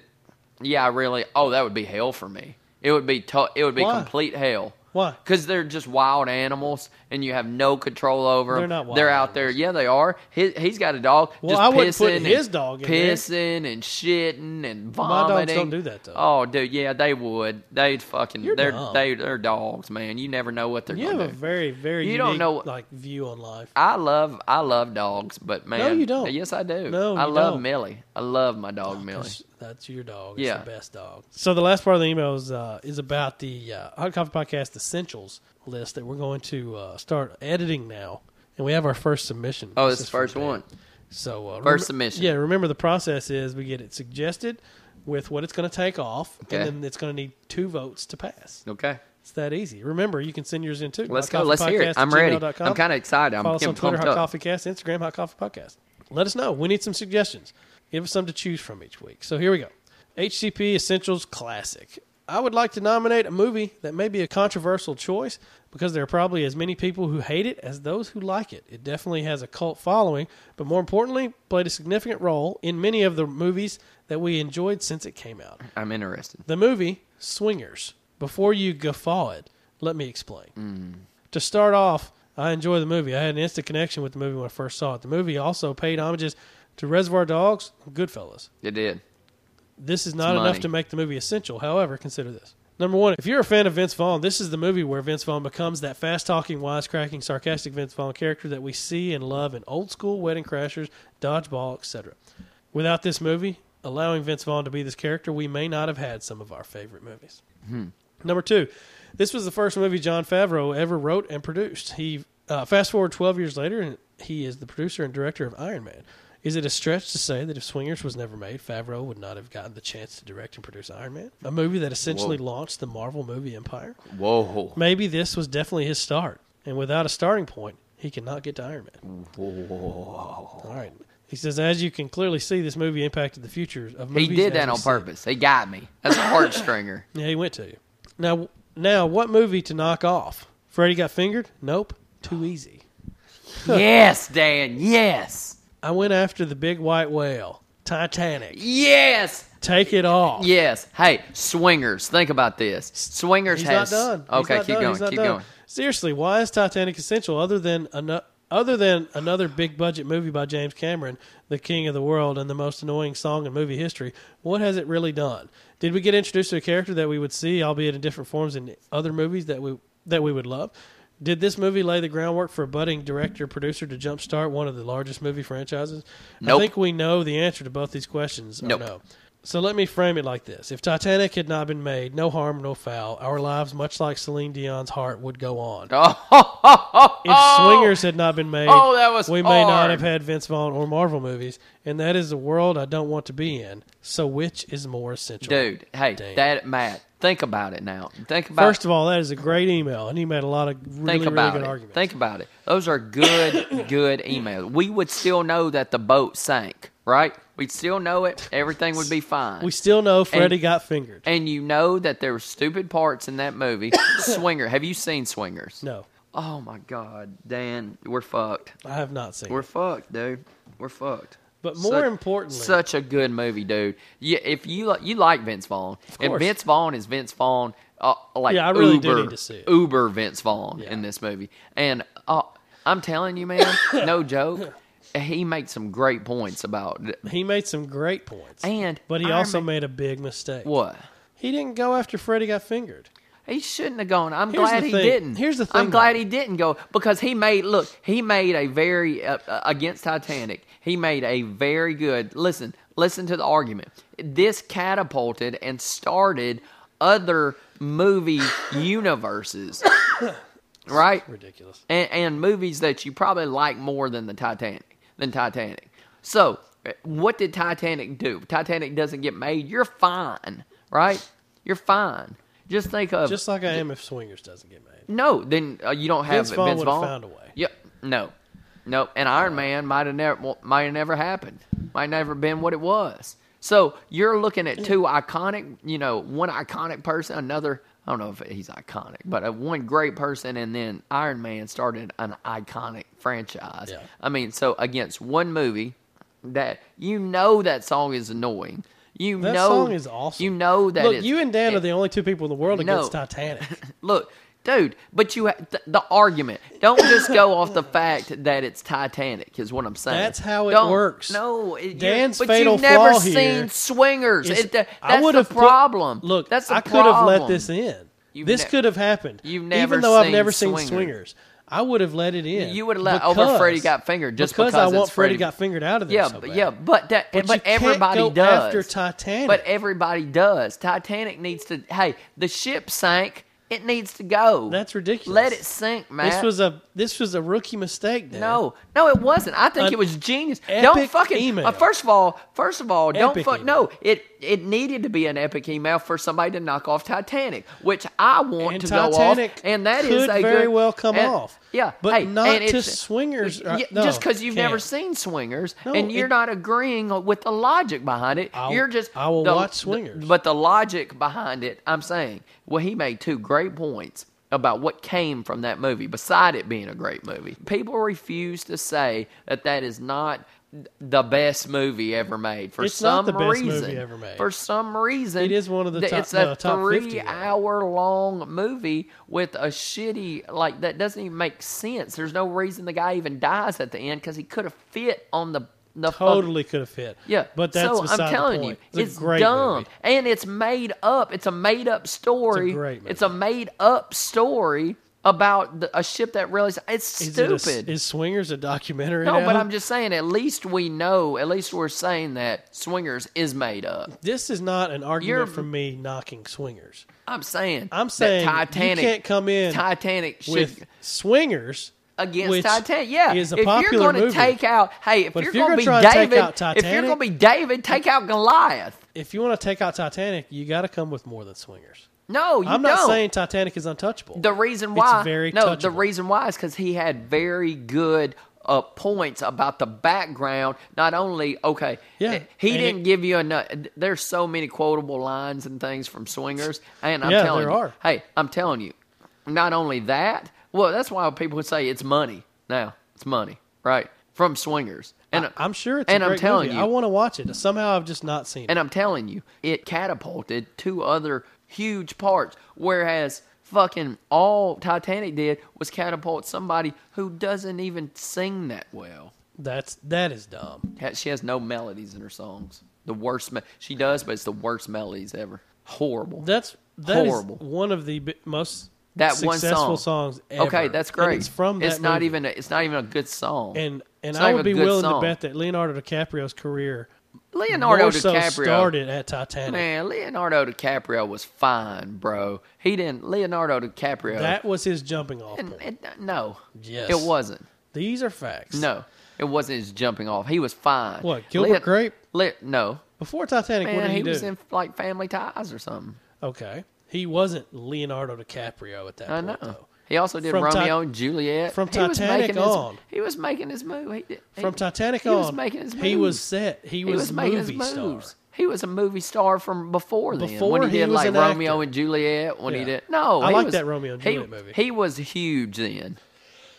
[SPEAKER 1] "Yeah, I really," oh, that would be hell for me. It would be to- it would be
[SPEAKER 2] Why?
[SPEAKER 1] complete hell.
[SPEAKER 2] Why?
[SPEAKER 1] Because they're just wild animals, and you have no control over them.
[SPEAKER 2] They're not wild
[SPEAKER 1] They're out there. Yeah, they are. He, he's got a dog.
[SPEAKER 2] Well,
[SPEAKER 1] just
[SPEAKER 2] I wouldn't put
[SPEAKER 1] pissing and-
[SPEAKER 2] his dog in there.
[SPEAKER 1] pissing and shitting and
[SPEAKER 2] dogs
[SPEAKER 1] vomiting.
[SPEAKER 2] don't do that, though.
[SPEAKER 1] Oh, dude, yeah, they would. They'd fucking.
[SPEAKER 2] You're
[SPEAKER 1] they're
[SPEAKER 2] dumb.
[SPEAKER 1] they, they're dogs, man. You never know what they're
[SPEAKER 2] You have
[SPEAKER 1] gonna
[SPEAKER 2] a
[SPEAKER 1] do.
[SPEAKER 2] very, very
[SPEAKER 1] You don't
[SPEAKER 2] unique,
[SPEAKER 1] know-
[SPEAKER 2] like view on life.
[SPEAKER 1] I love I love dogs, but man,
[SPEAKER 2] you don't.
[SPEAKER 1] Yes, I do.
[SPEAKER 2] No,
[SPEAKER 1] I
[SPEAKER 2] you
[SPEAKER 1] love
[SPEAKER 2] don't. Oh,
[SPEAKER 1] Millie. I love my dog Millie.
[SPEAKER 2] That's- That's your dog. It's
[SPEAKER 1] Yeah.
[SPEAKER 2] the best dog. So the last part of the email is, uh, is about the uh, Hot Coffee Podcast Essentials list that we're going to uh, start editing now. And we have our first submission.
[SPEAKER 1] Oh,
[SPEAKER 2] This
[SPEAKER 1] it's
[SPEAKER 2] is
[SPEAKER 1] the
[SPEAKER 2] from
[SPEAKER 1] first
[SPEAKER 2] Dan.
[SPEAKER 1] one.
[SPEAKER 2] So uh,
[SPEAKER 1] First submission.
[SPEAKER 2] Yeah, remember the process is we get it suggested with what it's going to take off,
[SPEAKER 1] Okay.
[SPEAKER 2] and then it's going to need two votes to pass.
[SPEAKER 1] Okay.
[SPEAKER 2] It's that easy. Remember, you can send yours in too.
[SPEAKER 1] Let's
[SPEAKER 2] Hot
[SPEAKER 1] go.
[SPEAKER 2] Coffee
[SPEAKER 1] Let's hear it.
[SPEAKER 2] Podcast
[SPEAKER 1] I'm
[SPEAKER 2] at
[SPEAKER 1] ready.
[SPEAKER 2] gmail.com.
[SPEAKER 1] I'm kind of excited. I'm
[SPEAKER 2] Follow us on
[SPEAKER 1] getting
[SPEAKER 2] Twitter,
[SPEAKER 1] pumped
[SPEAKER 2] Hot
[SPEAKER 1] up.
[SPEAKER 2] Coffee Cast, Instagram, Hot Coffee Podcast. Let us know. We need some suggestions. Give us some to choose from each week. So here we go. HCP Essentials Classic. I would like to nominate a movie that may be a controversial choice because there are probably as many people who hate it as those who like it. It definitely has a cult following, but more importantly, played a significant role in many of the movies that we enjoyed since it came out.
[SPEAKER 1] I'm interested.
[SPEAKER 2] The movie Swingers. Before you guffaw it, let me explain. To start off, I enjoy the movie. I had an instant connection with the movie when I first saw it. The movie also paid homages to Reservoir Dogs and Goodfellas.
[SPEAKER 1] It did.
[SPEAKER 2] This is not
[SPEAKER 1] money.
[SPEAKER 2] enough to make the movie essential. However, consider this. Number one, if you're a fan of Vince Vaughn, this is the movie where Vince Vaughn becomes that fast talking, wisecracking, sarcastic Vince Vaughn character that we see and love in old school Wedding Crashers, Dodgeball, etc. Without this movie, allowing Vince Vaughn to be this character, we may not have had some of our favorite movies. Number two, this was the first movie John Favreau ever wrote and produced. He uh, fast forward twelve years later, and he is the producer and director of Iron Man. Is it a stretch to say that if Swingers was never made, Favreau would not have gotten the chance to direct and produce Iron Man, a movie that essentially
[SPEAKER 1] Whoa.
[SPEAKER 2] launched the Marvel movie empire?
[SPEAKER 1] Whoa.
[SPEAKER 2] Maybe this was definitely his start, and without a starting point, he cannot get to Iron Man. All right. He says, as you can clearly see, this movie impacted the future of
[SPEAKER 1] He
[SPEAKER 2] movies.
[SPEAKER 1] did
[SPEAKER 2] as
[SPEAKER 1] that
[SPEAKER 2] we
[SPEAKER 1] on
[SPEAKER 2] see
[SPEAKER 1] purpose. He got me. That's a heartstringer.
[SPEAKER 2] Yeah, he went to. Now, now, what movie to knock off? Freddy got fingered? Nope. Too easy.
[SPEAKER 1] yes, Dan. Yes.
[SPEAKER 2] I went after the big white whale. Titanic.
[SPEAKER 1] Yes.
[SPEAKER 2] Take it off.
[SPEAKER 1] Yes. Hey, swingers. Think about this. Swingers
[SPEAKER 2] He's
[SPEAKER 1] has.
[SPEAKER 2] not done. He's
[SPEAKER 1] Okay,
[SPEAKER 2] not
[SPEAKER 1] keep
[SPEAKER 2] done.
[SPEAKER 1] going.
[SPEAKER 2] He's not
[SPEAKER 1] Keep
[SPEAKER 2] done.
[SPEAKER 1] going.
[SPEAKER 2] Seriously, why is Titanic essential other than ano- other than another big budget movie by James Cameron, the king of the world and the most annoying song in movie history? What has it really done? Did we get introduced to a character that we would see, albeit in different forms, in other movies that we that we would love? Did this movie lay the groundwork for a budding director producer to jumpstart one of the largest movie franchises?
[SPEAKER 1] Nope.
[SPEAKER 2] I think we know the answer to both these questions. or
[SPEAKER 1] Nope.
[SPEAKER 2] Oh, no. So let me frame it like this. If Titanic had not been made, no harm, no foul, our lives, much like Celine Dion's heart, would go on. If Swingers had not been made,
[SPEAKER 1] Oh, that was
[SPEAKER 2] we may not
[SPEAKER 1] hard.
[SPEAKER 2] have had Vince Vaughn or Marvel movies, and that is the world I don't want to be in. So which is more essential?
[SPEAKER 1] Dude, hey,
[SPEAKER 2] Damn.
[SPEAKER 1] that Matt, think about it now. Think about
[SPEAKER 2] First of all, that is a great email, and he made a lot of really,
[SPEAKER 1] think
[SPEAKER 2] really
[SPEAKER 1] about
[SPEAKER 2] good
[SPEAKER 1] it.
[SPEAKER 2] arguments.
[SPEAKER 1] Think about it. Those are good, good emails. We would still know that the boat sank, right? We'd still know it. Everything would be fine.
[SPEAKER 2] we still know Freddie got fingered.
[SPEAKER 1] and you know that there were stupid parts in that movie. Swinger. Have you seen Swingers?
[SPEAKER 2] no,
[SPEAKER 1] Oh my God, Dan, we're fucked.
[SPEAKER 2] I have not seen
[SPEAKER 1] We're
[SPEAKER 2] it.
[SPEAKER 1] fucked, dude. We're fucked.
[SPEAKER 2] But more
[SPEAKER 1] Such-
[SPEAKER 2] importantly,
[SPEAKER 1] such a good movie, dude. You, if you li- you like Vince Vaughn, and
[SPEAKER 2] course.
[SPEAKER 1] Vince Vaughn is Vince Vaughn, uh, like
[SPEAKER 2] Yeah, I really do
[SPEAKER 1] uber,
[SPEAKER 2] need to see it.
[SPEAKER 1] uber Vince Vaughn
[SPEAKER 2] Yeah.
[SPEAKER 1] in this movie, and uh, I'm telling you, man, no joke, he makes some great points about
[SPEAKER 2] he made some great points.
[SPEAKER 1] and
[SPEAKER 2] But he
[SPEAKER 1] Iron
[SPEAKER 2] also
[SPEAKER 1] Man-
[SPEAKER 2] made a big mistake.
[SPEAKER 1] what
[SPEAKER 2] He didn't go after Freddie got fingered.
[SPEAKER 1] He shouldn't have gone. I'm
[SPEAKER 2] Here's
[SPEAKER 1] glad
[SPEAKER 2] the
[SPEAKER 1] he
[SPEAKER 2] thing-
[SPEAKER 1] didn't.
[SPEAKER 2] here's the
[SPEAKER 1] I'm
[SPEAKER 2] thing,
[SPEAKER 1] glad
[SPEAKER 2] though.
[SPEAKER 1] he didn't go because he made look. He made a very uh, uh, against Titanic. He made a very good. Listen, listen to the argument. This catapulted and started other movie universes, right?
[SPEAKER 2] Ridiculous.
[SPEAKER 1] and, and movies that you probably like more than the Titanic than Titanic. So, uh, what did Titanic do? Titanic doesn't get made. You're fine, right? You're fine. Just think of
[SPEAKER 2] Just like I am if Swingers doesn't get made.
[SPEAKER 1] no. Then uh, you don't have
[SPEAKER 2] Vince Vaughn
[SPEAKER 1] Vince
[SPEAKER 2] would've
[SPEAKER 1] Vaughn.
[SPEAKER 2] found a way.
[SPEAKER 1] Yep. No. No. And Iron Man might have never well, might have never happened. Might never been what it was. So you're looking at two iconic, you know, one iconic person, another. I don't know if he's iconic, but uh, one great person, and then Iron Man started an iconic franchise.
[SPEAKER 2] Yeah.
[SPEAKER 1] I mean, so against one movie that you know that song is annoying. You
[SPEAKER 2] That
[SPEAKER 1] know
[SPEAKER 2] song is awesome.
[SPEAKER 1] You know that
[SPEAKER 2] Look,
[SPEAKER 1] it's-
[SPEAKER 2] you and Dan
[SPEAKER 1] it-
[SPEAKER 2] are the only two people in the world
[SPEAKER 1] No.
[SPEAKER 2] against Titanic.
[SPEAKER 1] Look, dude, but you ha- th- the argument. Don't just go off the fact that it's Titanic is what I'm saying.
[SPEAKER 2] That's how it
[SPEAKER 1] Don't-
[SPEAKER 2] works.
[SPEAKER 1] No, it,
[SPEAKER 2] Dan's
[SPEAKER 1] you, but
[SPEAKER 2] fatal
[SPEAKER 1] you've never
[SPEAKER 2] flaw
[SPEAKER 1] seen
[SPEAKER 2] here
[SPEAKER 1] swingers.
[SPEAKER 2] It's-
[SPEAKER 1] It, that-
[SPEAKER 2] I
[SPEAKER 1] that's
[SPEAKER 2] would
[SPEAKER 1] the
[SPEAKER 2] have put-
[SPEAKER 1] problem.
[SPEAKER 2] look,
[SPEAKER 1] that's the
[SPEAKER 2] I could have let
[SPEAKER 1] problem.
[SPEAKER 2] this in.
[SPEAKER 1] You've
[SPEAKER 2] this
[SPEAKER 1] ne-
[SPEAKER 2] could have happened.
[SPEAKER 1] You've never
[SPEAKER 2] even though I've
[SPEAKER 1] seen
[SPEAKER 2] never seen
[SPEAKER 1] Swingers.
[SPEAKER 2] Swingers, I would have let it in.
[SPEAKER 1] You would have let
[SPEAKER 2] because,
[SPEAKER 1] over Freddie got fingered just because,
[SPEAKER 2] because I
[SPEAKER 1] it's
[SPEAKER 2] want Freddie
[SPEAKER 1] Freddie
[SPEAKER 2] got fingered out of there.
[SPEAKER 1] Yeah,
[SPEAKER 2] so
[SPEAKER 1] but
[SPEAKER 2] bad.
[SPEAKER 1] yeah, but that,
[SPEAKER 2] But
[SPEAKER 1] but,
[SPEAKER 2] you can't
[SPEAKER 1] everybody
[SPEAKER 2] go
[SPEAKER 1] does
[SPEAKER 2] after Titanic.
[SPEAKER 1] But everybody does. Titanic needs to. Hey, the ship sank. It needs to go.
[SPEAKER 2] That's ridiculous.
[SPEAKER 1] Let it sink, man.
[SPEAKER 2] This was a this was a rookie mistake. Dan.
[SPEAKER 1] No, no, it wasn't. I think
[SPEAKER 2] An
[SPEAKER 1] it was genius.
[SPEAKER 2] epic
[SPEAKER 1] Don't fucking.
[SPEAKER 2] email.
[SPEAKER 1] uh, first of all, first of all, don't
[SPEAKER 2] Epic
[SPEAKER 1] fuck.
[SPEAKER 2] email.
[SPEAKER 1] No, it it needed to be an epic email for somebody to knock off Titanic, which I want
[SPEAKER 2] And
[SPEAKER 1] to
[SPEAKER 2] Titanic
[SPEAKER 1] go off. And that is
[SPEAKER 2] could
[SPEAKER 1] a
[SPEAKER 2] very
[SPEAKER 1] good-
[SPEAKER 2] well come
[SPEAKER 1] and-
[SPEAKER 2] off.
[SPEAKER 1] Yeah,
[SPEAKER 2] But
[SPEAKER 1] hey,
[SPEAKER 2] not
[SPEAKER 1] and
[SPEAKER 2] to
[SPEAKER 1] it's-
[SPEAKER 2] Swingers, uh,
[SPEAKER 1] Yeah,
[SPEAKER 2] no,
[SPEAKER 1] just because you've never
[SPEAKER 2] can't.
[SPEAKER 1] seen Swingers
[SPEAKER 2] No,
[SPEAKER 1] and you're
[SPEAKER 2] it-
[SPEAKER 1] not agreeing with the logic behind it,
[SPEAKER 2] I'll-
[SPEAKER 1] you're just
[SPEAKER 2] I will
[SPEAKER 1] the-
[SPEAKER 2] watch
[SPEAKER 1] the-
[SPEAKER 2] Swingers.
[SPEAKER 1] but the logic behind it, I'm saying, well, he made two great points about what came from that movie, beside it being a great movie. People refuse to say that that is not the best movie ever made for
[SPEAKER 2] It's not
[SPEAKER 1] some
[SPEAKER 2] the best movie
[SPEAKER 1] reason.
[SPEAKER 2] ever made.
[SPEAKER 1] For some reason,
[SPEAKER 2] It is one of the
[SPEAKER 1] that
[SPEAKER 2] top-
[SPEAKER 1] It's a
[SPEAKER 2] no, top 50 now.
[SPEAKER 1] three-hour-long movie with a shitty like that doesn't even make sense. There's no reason the guy even dies at the end because he could have fit on the the fuck-
[SPEAKER 2] totally could have fit.
[SPEAKER 1] yeah,
[SPEAKER 2] but that's
[SPEAKER 1] so
[SPEAKER 2] beside
[SPEAKER 1] I'm telling
[SPEAKER 2] the
[SPEAKER 1] you,
[SPEAKER 2] point.
[SPEAKER 1] it's,
[SPEAKER 2] a great
[SPEAKER 1] dumb
[SPEAKER 2] movie.
[SPEAKER 1] and it's made up. It's a made up story.
[SPEAKER 2] great movie.
[SPEAKER 1] It's a made up story about the, a ship that really. It's
[SPEAKER 2] Is it a-
[SPEAKER 1] stupid.
[SPEAKER 2] is Swingers a documentary?
[SPEAKER 1] no,
[SPEAKER 2] now?
[SPEAKER 1] but I'm just saying. At least we know. At least we're saying that Swingers is made up.
[SPEAKER 2] This is not an
[SPEAKER 1] You're-
[SPEAKER 2] argument for me knocking swingers.
[SPEAKER 1] I'm saying.
[SPEAKER 2] I'm
[SPEAKER 1] that
[SPEAKER 2] saying you
[SPEAKER 1] Titanic
[SPEAKER 2] can't come in
[SPEAKER 1] Titanic should.
[SPEAKER 2] With swingers,
[SPEAKER 1] against
[SPEAKER 2] Which
[SPEAKER 1] Titanic. Yeah,
[SPEAKER 2] is a
[SPEAKER 1] if you're
[SPEAKER 2] popular
[SPEAKER 1] going to
[SPEAKER 2] movie.
[SPEAKER 1] take out, hey, if
[SPEAKER 2] But
[SPEAKER 1] you're,
[SPEAKER 2] if you're
[SPEAKER 1] going to
[SPEAKER 2] gonna try
[SPEAKER 1] be
[SPEAKER 2] to take
[SPEAKER 1] David,
[SPEAKER 2] out
[SPEAKER 1] if you're
[SPEAKER 2] Titanic-
[SPEAKER 1] going to be David, take out Goliath.
[SPEAKER 2] If you want to take out Titanic, you got to come with more than swingers.
[SPEAKER 1] No, you
[SPEAKER 2] I'm not
[SPEAKER 1] don't.
[SPEAKER 2] saying Titanic is untouchable.
[SPEAKER 1] the reason
[SPEAKER 2] It's
[SPEAKER 1] why
[SPEAKER 2] very
[SPEAKER 1] no, the
[SPEAKER 2] touchable.
[SPEAKER 1] reason why is because he had very good uh, points about the background. Not only okay, eh,
[SPEAKER 2] Yeah,
[SPEAKER 1] he
[SPEAKER 2] and
[SPEAKER 1] didn't
[SPEAKER 2] it-
[SPEAKER 1] give you enough. There's so many quotable lines and things from Swingers, and I'm
[SPEAKER 2] Yeah,
[SPEAKER 1] telling
[SPEAKER 2] there
[SPEAKER 1] you,
[SPEAKER 2] are.
[SPEAKER 1] hey, I'm telling you, not only that. Well, that's why people would say it's money. Now it's money, right? From Swingers, and
[SPEAKER 2] I'm sure it's
[SPEAKER 1] and
[SPEAKER 2] a
[SPEAKER 1] I'm
[SPEAKER 2] great
[SPEAKER 1] telling
[SPEAKER 2] movie.
[SPEAKER 1] you,
[SPEAKER 2] I want to watch it. Somehow I've just not seen
[SPEAKER 1] and
[SPEAKER 2] it.
[SPEAKER 1] I'm telling you, it catapulted two other huge parts. Whereas fucking all Titanic did was catapult somebody who doesn't even sing that well.
[SPEAKER 2] That's that is dumb.
[SPEAKER 1] Ha- She has no melodies in her songs. The worst me- she does, but it's the worst melodies ever. Horrible.
[SPEAKER 2] That's that is
[SPEAKER 1] Horrible.
[SPEAKER 2] one of the bi- most
[SPEAKER 1] that one
[SPEAKER 2] successful
[SPEAKER 1] song.
[SPEAKER 2] songs ever.
[SPEAKER 1] Okay, that's
[SPEAKER 2] And
[SPEAKER 1] great.
[SPEAKER 2] it's from that
[SPEAKER 1] It's not
[SPEAKER 2] movie.
[SPEAKER 1] even. A, it's not even a good song.
[SPEAKER 2] and and
[SPEAKER 1] It's
[SPEAKER 2] I
[SPEAKER 1] not
[SPEAKER 2] would be
[SPEAKER 1] even a good
[SPEAKER 2] willing
[SPEAKER 1] song.
[SPEAKER 2] to bet that Leonardo DiCaprio's career
[SPEAKER 1] Leonardo
[SPEAKER 2] more so
[SPEAKER 1] DiCaprio
[SPEAKER 2] started at Titanic.
[SPEAKER 1] Man, Leonardo DiCaprio was fine, bro. He didn't. Leonardo DiCaprio.
[SPEAKER 2] That was his jumping off
[SPEAKER 1] And
[SPEAKER 2] point.
[SPEAKER 1] it, no,
[SPEAKER 2] Yes.
[SPEAKER 1] it wasn't.
[SPEAKER 2] These are facts.
[SPEAKER 1] No, it wasn't his jumping off. He was fine.
[SPEAKER 2] What, Gilbert Grape?
[SPEAKER 1] Le- no,
[SPEAKER 2] Before Titanic, what
[SPEAKER 1] man,
[SPEAKER 2] did
[SPEAKER 1] he,
[SPEAKER 2] he, do?
[SPEAKER 1] was in like Family Ties or something.
[SPEAKER 2] okay, he wasn't Leonardo DiCaprio at that
[SPEAKER 1] I
[SPEAKER 2] point.
[SPEAKER 1] know.
[SPEAKER 2] Though.
[SPEAKER 1] He also did
[SPEAKER 2] From
[SPEAKER 1] Romeo
[SPEAKER 2] Ti-
[SPEAKER 1] and Juliet.
[SPEAKER 2] from
[SPEAKER 1] He was
[SPEAKER 2] Titanic
[SPEAKER 1] making his-
[SPEAKER 2] on.
[SPEAKER 1] he was making his move. He did, he-
[SPEAKER 2] From Titanic
[SPEAKER 1] he
[SPEAKER 2] on,
[SPEAKER 1] was making his
[SPEAKER 2] he was
[SPEAKER 1] moves.
[SPEAKER 2] set. He,
[SPEAKER 1] he
[SPEAKER 2] was,
[SPEAKER 1] was making his
[SPEAKER 2] movie star.
[SPEAKER 1] moves. He was a movie star from before then.
[SPEAKER 2] Before
[SPEAKER 1] when he,
[SPEAKER 2] he
[SPEAKER 1] did
[SPEAKER 2] was
[SPEAKER 1] like
[SPEAKER 2] an
[SPEAKER 1] Romeo
[SPEAKER 2] actor.
[SPEAKER 1] and Juliet, when he
[SPEAKER 2] Yeah.
[SPEAKER 1] did no,
[SPEAKER 2] I
[SPEAKER 1] he
[SPEAKER 2] like
[SPEAKER 1] was-
[SPEAKER 2] that Romeo and
[SPEAKER 1] he-
[SPEAKER 2] Juliet movie.
[SPEAKER 1] He was huge then.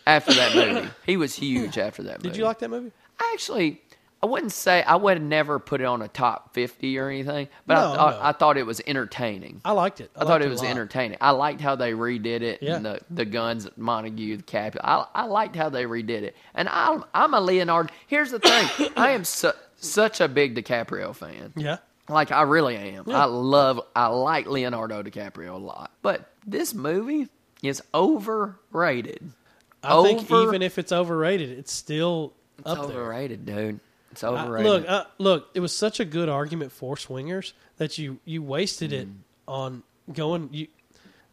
[SPEAKER 1] After that movie, he was huge. After that, movie.
[SPEAKER 2] Did you like that movie?
[SPEAKER 1] actually i wouldn't say i would never put it on a top 50 or anything but
[SPEAKER 2] No,
[SPEAKER 1] I, thought,
[SPEAKER 2] no.
[SPEAKER 1] I thought it was entertaining i,
[SPEAKER 2] I liked it. I,
[SPEAKER 1] thought
[SPEAKER 2] liked
[SPEAKER 1] it was
[SPEAKER 2] a lot.
[SPEAKER 1] entertaining i liked how they redid it
[SPEAKER 2] Yeah.
[SPEAKER 1] and the, the guns at montague the cap I, I liked how they redid it and I'm, I'm a leonardo here's the thing i am su- such a big dicaprio fan
[SPEAKER 2] Yeah,
[SPEAKER 1] like I really am.
[SPEAKER 2] Yeah.
[SPEAKER 1] I love I like Leonardo DiCaprio a lot. But this movie is overrated.
[SPEAKER 2] I think
[SPEAKER 1] Over-
[SPEAKER 2] even if it's overrated, it's still
[SPEAKER 1] It's
[SPEAKER 2] up there.
[SPEAKER 1] overrated, dude. It's
[SPEAKER 2] I-
[SPEAKER 1] overrated.
[SPEAKER 2] look, I, look, it was such a good argument for swingers that you you wasted it on going you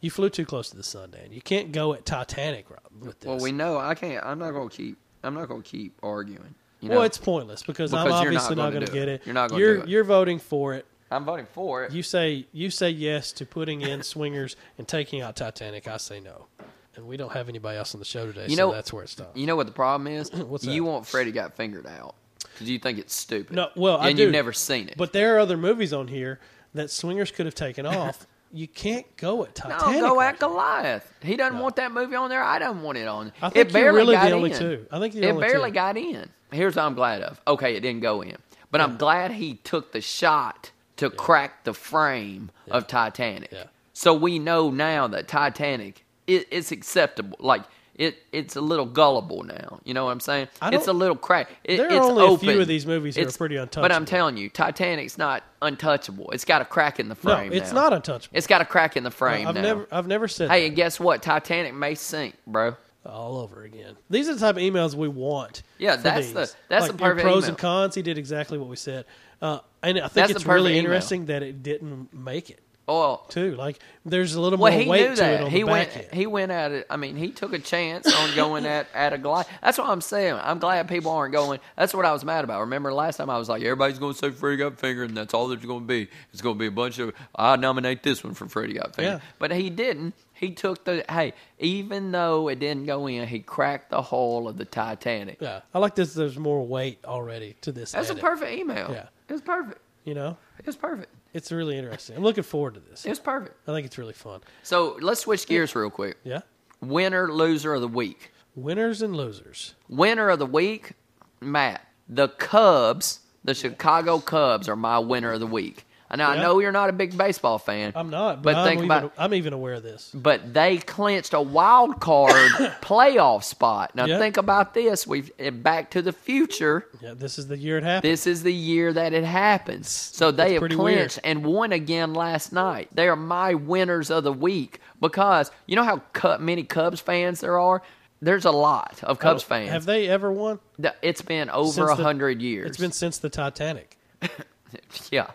[SPEAKER 2] you flew too close to the sun, Dan. You can't go at Titanic right, with this.
[SPEAKER 1] Well, we know I can't. I'm not gonna keep. I'm not gonna keep arguing. You know,
[SPEAKER 2] Well, it's pointless because, I'm
[SPEAKER 1] Because you're not
[SPEAKER 2] obviously not
[SPEAKER 1] gonna
[SPEAKER 2] going
[SPEAKER 1] do
[SPEAKER 2] to get
[SPEAKER 1] it.
[SPEAKER 2] it.
[SPEAKER 1] You're not gonna
[SPEAKER 2] You're
[SPEAKER 1] do it.
[SPEAKER 2] you're voting for it.
[SPEAKER 1] I'm voting for it.
[SPEAKER 2] You say you say yes to putting in swingers and taking out Titanic. I say no, and we don't have anybody else on the show today,
[SPEAKER 1] You
[SPEAKER 2] so
[SPEAKER 1] know-
[SPEAKER 2] that's where it stops.
[SPEAKER 1] You know what the problem is?
[SPEAKER 2] What's
[SPEAKER 1] you
[SPEAKER 2] that?
[SPEAKER 1] want Freddy got fingered out because you think it's stupid.
[SPEAKER 2] No, well,
[SPEAKER 1] and
[SPEAKER 2] I do.
[SPEAKER 1] you've never seen it.
[SPEAKER 2] But there are other movies on here that swingers could have taken off. you can't go at
[SPEAKER 1] no,
[SPEAKER 2] Titanic.
[SPEAKER 1] go
[SPEAKER 2] right
[SPEAKER 1] at
[SPEAKER 2] now.
[SPEAKER 1] Goliath. He doesn't want that movie on there. I don't want it on.
[SPEAKER 2] I think
[SPEAKER 1] it
[SPEAKER 2] you're
[SPEAKER 1] barely
[SPEAKER 2] really
[SPEAKER 1] got
[SPEAKER 2] the only
[SPEAKER 1] in.
[SPEAKER 2] two. I think you're the
[SPEAKER 1] it
[SPEAKER 2] only
[SPEAKER 1] barely
[SPEAKER 2] two.
[SPEAKER 1] got in. Here's what I'm glad of. Okay, it didn't go in, but I'm glad he took the shot to crack the frame of Titanic.
[SPEAKER 2] Yeah.
[SPEAKER 1] So we know now that Titanic it, it's acceptable. Like it, it's a little gullible now. You know what I'm saying?
[SPEAKER 2] I
[SPEAKER 1] It's a
[SPEAKER 2] don't-
[SPEAKER 1] little crack. It,
[SPEAKER 2] There are
[SPEAKER 1] it's
[SPEAKER 2] only a few
[SPEAKER 1] open.
[SPEAKER 2] of these movies that are
[SPEAKER 1] It's-
[SPEAKER 2] pretty
[SPEAKER 1] But I'm
[SPEAKER 2] untouchable.
[SPEAKER 1] telling you, Titanic's not untouchable. It's got a crack in the
[SPEAKER 2] No,
[SPEAKER 1] frame.
[SPEAKER 2] it's
[SPEAKER 1] now.
[SPEAKER 2] not untouchable.
[SPEAKER 1] It's got a crack in the frame
[SPEAKER 2] I've
[SPEAKER 1] now.
[SPEAKER 2] never, I've never said
[SPEAKER 1] Hey,
[SPEAKER 2] that
[SPEAKER 1] and guess what? Titanic may sink, bro.
[SPEAKER 2] all over again. These are the type of emails we want.
[SPEAKER 1] Yeah,
[SPEAKER 2] for
[SPEAKER 1] that's the-
[SPEAKER 2] these.
[SPEAKER 1] that's
[SPEAKER 2] like
[SPEAKER 1] the
[SPEAKER 2] your
[SPEAKER 1] perfect
[SPEAKER 2] pros
[SPEAKER 1] email.
[SPEAKER 2] and cons. He did exactly what we said, uh, and I think
[SPEAKER 1] That's the
[SPEAKER 2] it's
[SPEAKER 1] perfect
[SPEAKER 2] really
[SPEAKER 1] email.
[SPEAKER 2] interesting that it didn't make it
[SPEAKER 1] Oh,
[SPEAKER 2] too. Like there's a little
[SPEAKER 1] well,
[SPEAKER 2] more
[SPEAKER 1] he
[SPEAKER 2] weight
[SPEAKER 1] knew
[SPEAKER 2] to it
[SPEAKER 1] that.
[SPEAKER 2] on
[SPEAKER 1] He
[SPEAKER 2] the
[SPEAKER 1] went.
[SPEAKER 2] back end.
[SPEAKER 1] He went at it. I mean, he took a chance on going at at a glide. That's what I'm saying. I'm glad people aren't going. That's what I was mad about. Remember last time I was like, everybody's going to say Freddie Got Fingered, and that's all there's going to be. It's going to be a bunch of. I nominate this one for Freddie Got Fingered,
[SPEAKER 2] Yeah.
[SPEAKER 1] but he didn't. He took the hey. Even though it didn't go in, he cracked the hull of the Titanic.
[SPEAKER 2] yeah, I like this. There's more weight already to this.
[SPEAKER 1] That's a
[SPEAKER 2] edit,
[SPEAKER 1] perfect email.
[SPEAKER 2] Yeah.
[SPEAKER 1] it was perfect.
[SPEAKER 2] You know,
[SPEAKER 1] It was perfect.
[SPEAKER 2] it's really interesting. I'm looking forward to this.
[SPEAKER 1] It was perfect.
[SPEAKER 2] I think it's really fun.
[SPEAKER 1] So let's switch gears real quick.
[SPEAKER 2] Yeah,
[SPEAKER 1] Winner, loser of the week.
[SPEAKER 2] winners and losers.
[SPEAKER 1] Winner of the week, Matt. The Cubs, the Chicago Cubs, are my winner of the week. And I
[SPEAKER 2] Yeah.
[SPEAKER 1] know you're not a big baseball fan.
[SPEAKER 2] I'm not, but, I'm,
[SPEAKER 1] think
[SPEAKER 2] even,
[SPEAKER 1] about.
[SPEAKER 2] I'm even aware of this.
[SPEAKER 1] but they clinched a wild card playoff spot. Now
[SPEAKER 2] Yeah.
[SPEAKER 1] think about this. We've in Back to the Future.
[SPEAKER 2] Yeah, this is the year it happened.
[SPEAKER 1] This is the year that it happens. So
[SPEAKER 2] That's
[SPEAKER 1] they have
[SPEAKER 2] pretty
[SPEAKER 1] clinched
[SPEAKER 2] weird.
[SPEAKER 1] and won again last night. They are my winners of the week because you know how cu- many Cubs fans there are. There's a lot of Cubs
[SPEAKER 2] Oh,
[SPEAKER 1] fans.
[SPEAKER 2] Have they ever won?
[SPEAKER 1] Th- It's been
[SPEAKER 2] Since
[SPEAKER 1] over
[SPEAKER 2] the-
[SPEAKER 1] a hundred years.
[SPEAKER 2] It's been since the Titanic.
[SPEAKER 1] yeah,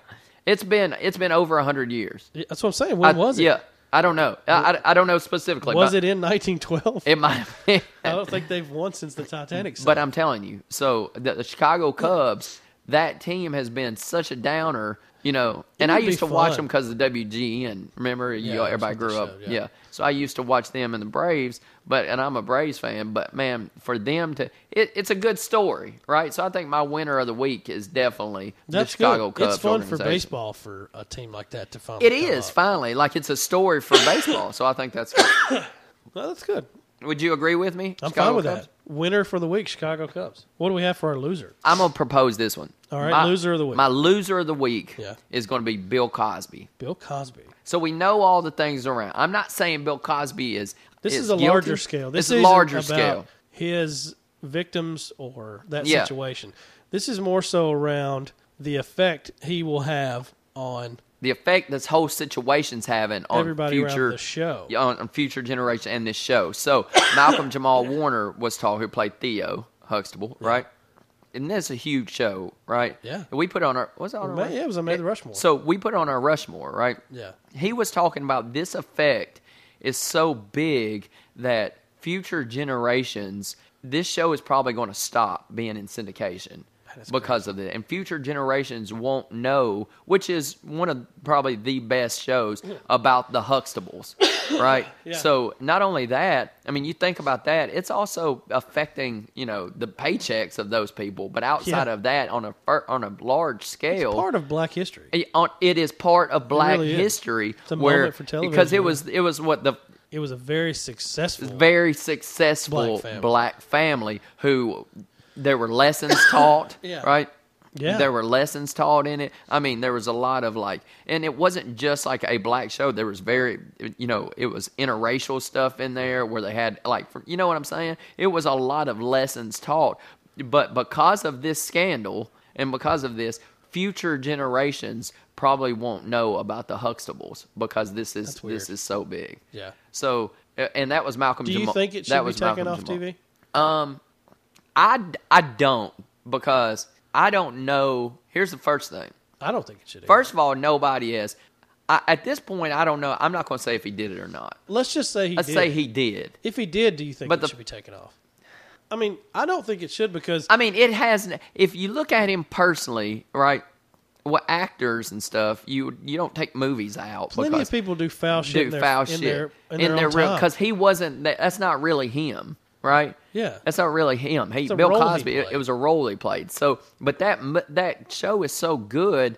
[SPEAKER 1] it's been it's been over a hundred years.
[SPEAKER 2] Yeah, That's what I'm saying. When
[SPEAKER 1] I-
[SPEAKER 2] was it?
[SPEAKER 1] Yeah, I don't know. I, I, I don't know specifically.
[SPEAKER 2] Was
[SPEAKER 1] but
[SPEAKER 2] it Oh, in 1912?
[SPEAKER 1] It might. Have been.
[SPEAKER 2] I don't think they've won since the Titanic.
[SPEAKER 1] But
[SPEAKER 2] sunk.
[SPEAKER 1] I'm telling you, so the, the Chicago Cubs, that team has been such a downer, you know. And I
[SPEAKER 2] would be
[SPEAKER 1] used to watch
[SPEAKER 2] fun.
[SPEAKER 1] them because of WGN. Remember, you
[SPEAKER 2] Yeah,
[SPEAKER 1] know,
[SPEAKER 2] that's
[SPEAKER 1] everybody
[SPEAKER 2] what they
[SPEAKER 1] grew up.
[SPEAKER 2] showed,
[SPEAKER 1] yeah.
[SPEAKER 2] yeah.
[SPEAKER 1] So I used to watch them and the Braves, but and I'm a Braves fan. But man, for them to, it, it's a good story, right? So I think my winner of the week is definitely
[SPEAKER 2] That's
[SPEAKER 1] the Chicago
[SPEAKER 2] good.
[SPEAKER 1] Cubs.
[SPEAKER 2] it's fun for
[SPEAKER 1] organization.
[SPEAKER 2] baseball for a team like that to finally.
[SPEAKER 1] It
[SPEAKER 2] come
[SPEAKER 1] is
[SPEAKER 2] up.
[SPEAKER 1] finally like it's a story for baseball. So I think that's.
[SPEAKER 2] Well, that's good.
[SPEAKER 1] Would you agree with me?
[SPEAKER 2] I'm
[SPEAKER 1] Chicago
[SPEAKER 2] fine with
[SPEAKER 1] Cubs?
[SPEAKER 2] that. Winner for the week, Chicago Cubs. What do we have for our loser?
[SPEAKER 1] I'm gonna propose this one.
[SPEAKER 2] All right, loser of the week.
[SPEAKER 1] My loser of the week
[SPEAKER 2] Yeah.
[SPEAKER 1] is gonna be Bill Cosby.
[SPEAKER 2] Bill Cosby.
[SPEAKER 1] So we know all the things around. I'm not saying Bill Cosby is.
[SPEAKER 2] This is, a
[SPEAKER 1] guilty.
[SPEAKER 2] larger scale. This
[SPEAKER 1] is
[SPEAKER 2] isn't
[SPEAKER 1] larger
[SPEAKER 2] about
[SPEAKER 1] scale.
[SPEAKER 2] His victims or that
[SPEAKER 1] Yeah.
[SPEAKER 2] situation. This is more so around the effect he will have on
[SPEAKER 1] The effect this whole situation's having on
[SPEAKER 2] everybody
[SPEAKER 1] future
[SPEAKER 2] around the show.
[SPEAKER 1] yeah, on, on future generation and this show. So Malcolm Jamal Warner was tall, who played Theo Huxtable, right? And that's a huge show, right?
[SPEAKER 2] Yeah.
[SPEAKER 1] We put on our was it on
[SPEAKER 2] Ma-
[SPEAKER 1] our
[SPEAKER 2] yeah, it was on Made the Rushmore.
[SPEAKER 1] So we put on our Rushmore, right?
[SPEAKER 2] Yeah.
[SPEAKER 1] he was talking about this effect is so big that future generations this show is probably going to stop being in syndication because of it and future generations won't know which is one of probably the best shows about the huxtables right
[SPEAKER 2] Yeah.
[SPEAKER 1] so not only that i mean you think about that it's also affecting you know the paychecks of those people but outside
[SPEAKER 2] Yeah.
[SPEAKER 1] of that on a fir- on a large scale
[SPEAKER 2] Part of black history.
[SPEAKER 1] it- on- it is part of black
[SPEAKER 2] really is.
[SPEAKER 1] history
[SPEAKER 2] It's a
[SPEAKER 1] where
[SPEAKER 2] moment for television,
[SPEAKER 1] because it
[SPEAKER 2] yeah.
[SPEAKER 1] was it was what the
[SPEAKER 2] It was a very successful.
[SPEAKER 1] very successful
[SPEAKER 2] Black family.
[SPEAKER 1] black family who there were lessons taught
[SPEAKER 2] Yeah.
[SPEAKER 1] right
[SPEAKER 2] Yeah.
[SPEAKER 1] there were lessons taught in it i mean there was a lot of like and it wasn't just like a black show there was very you know it was interracial stuff in there where they had like for- you know what i'm saying it was a lot of lessons taught but because of this scandal and because of this future generations probably won't know about the huxtables because this is
[SPEAKER 2] That's weird.
[SPEAKER 1] this is so big
[SPEAKER 2] yeah.
[SPEAKER 1] so, uh, and that was Malcolm.
[SPEAKER 2] Do you
[SPEAKER 1] Jamal-
[SPEAKER 2] think it
[SPEAKER 1] that
[SPEAKER 2] should be
[SPEAKER 1] was
[SPEAKER 2] taken
[SPEAKER 1] Malcolm
[SPEAKER 2] off
[SPEAKER 1] Jamal.
[SPEAKER 2] TV?
[SPEAKER 1] I I don't because I don't know. Here's the first thing.
[SPEAKER 2] I don't think it should. either.
[SPEAKER 1] First of all, nobody is. I, at this point, I don't know. I'm not going to say if he did it or not.
[SPEAKER 2] let's just say he.
[SPEAKER 1] Let's
[SPEAKER 2] did.
[SPEAKER 1] say he did.
[SPEAKER 2] If he did, do you think
[SPEAKER 1] But
[SPEAKER 2] it
[SPEAKER 1] the-
[SPEAKER 2] should be taken off? I mean, I don't think it should because
[SPEAKER 1] I mean, it has. If you look at him personally, right? What actors and stuff? You you don't take movies out.
[SPEAKER 2] plenty
[SPEAKER 1] because
[SPEAKER 2] of people do foul shit. in
[SPEAKER 1] do
[SPEAKER 2] their,
[SPEAKER 1] foul
[SPEAKER 2] in
[SPEAKER 1] shit
[SPEAKER 2] Their, in, their, own time.
[SPEAKER 1] because he wasn't. That, that's not really him, right?
[SPEAKER 2] Yeah.
[SPEAKER 1] that's not really him. He
[SPEAKER 2] a
[SPEAKER 1] Bill
[SPEAKER 2] role he
[SPEAKER 1] Cosby. It,
[SPEAKER 2] played.
[SPEAKER 1] it was a role he played. So, but that m- that show is so good.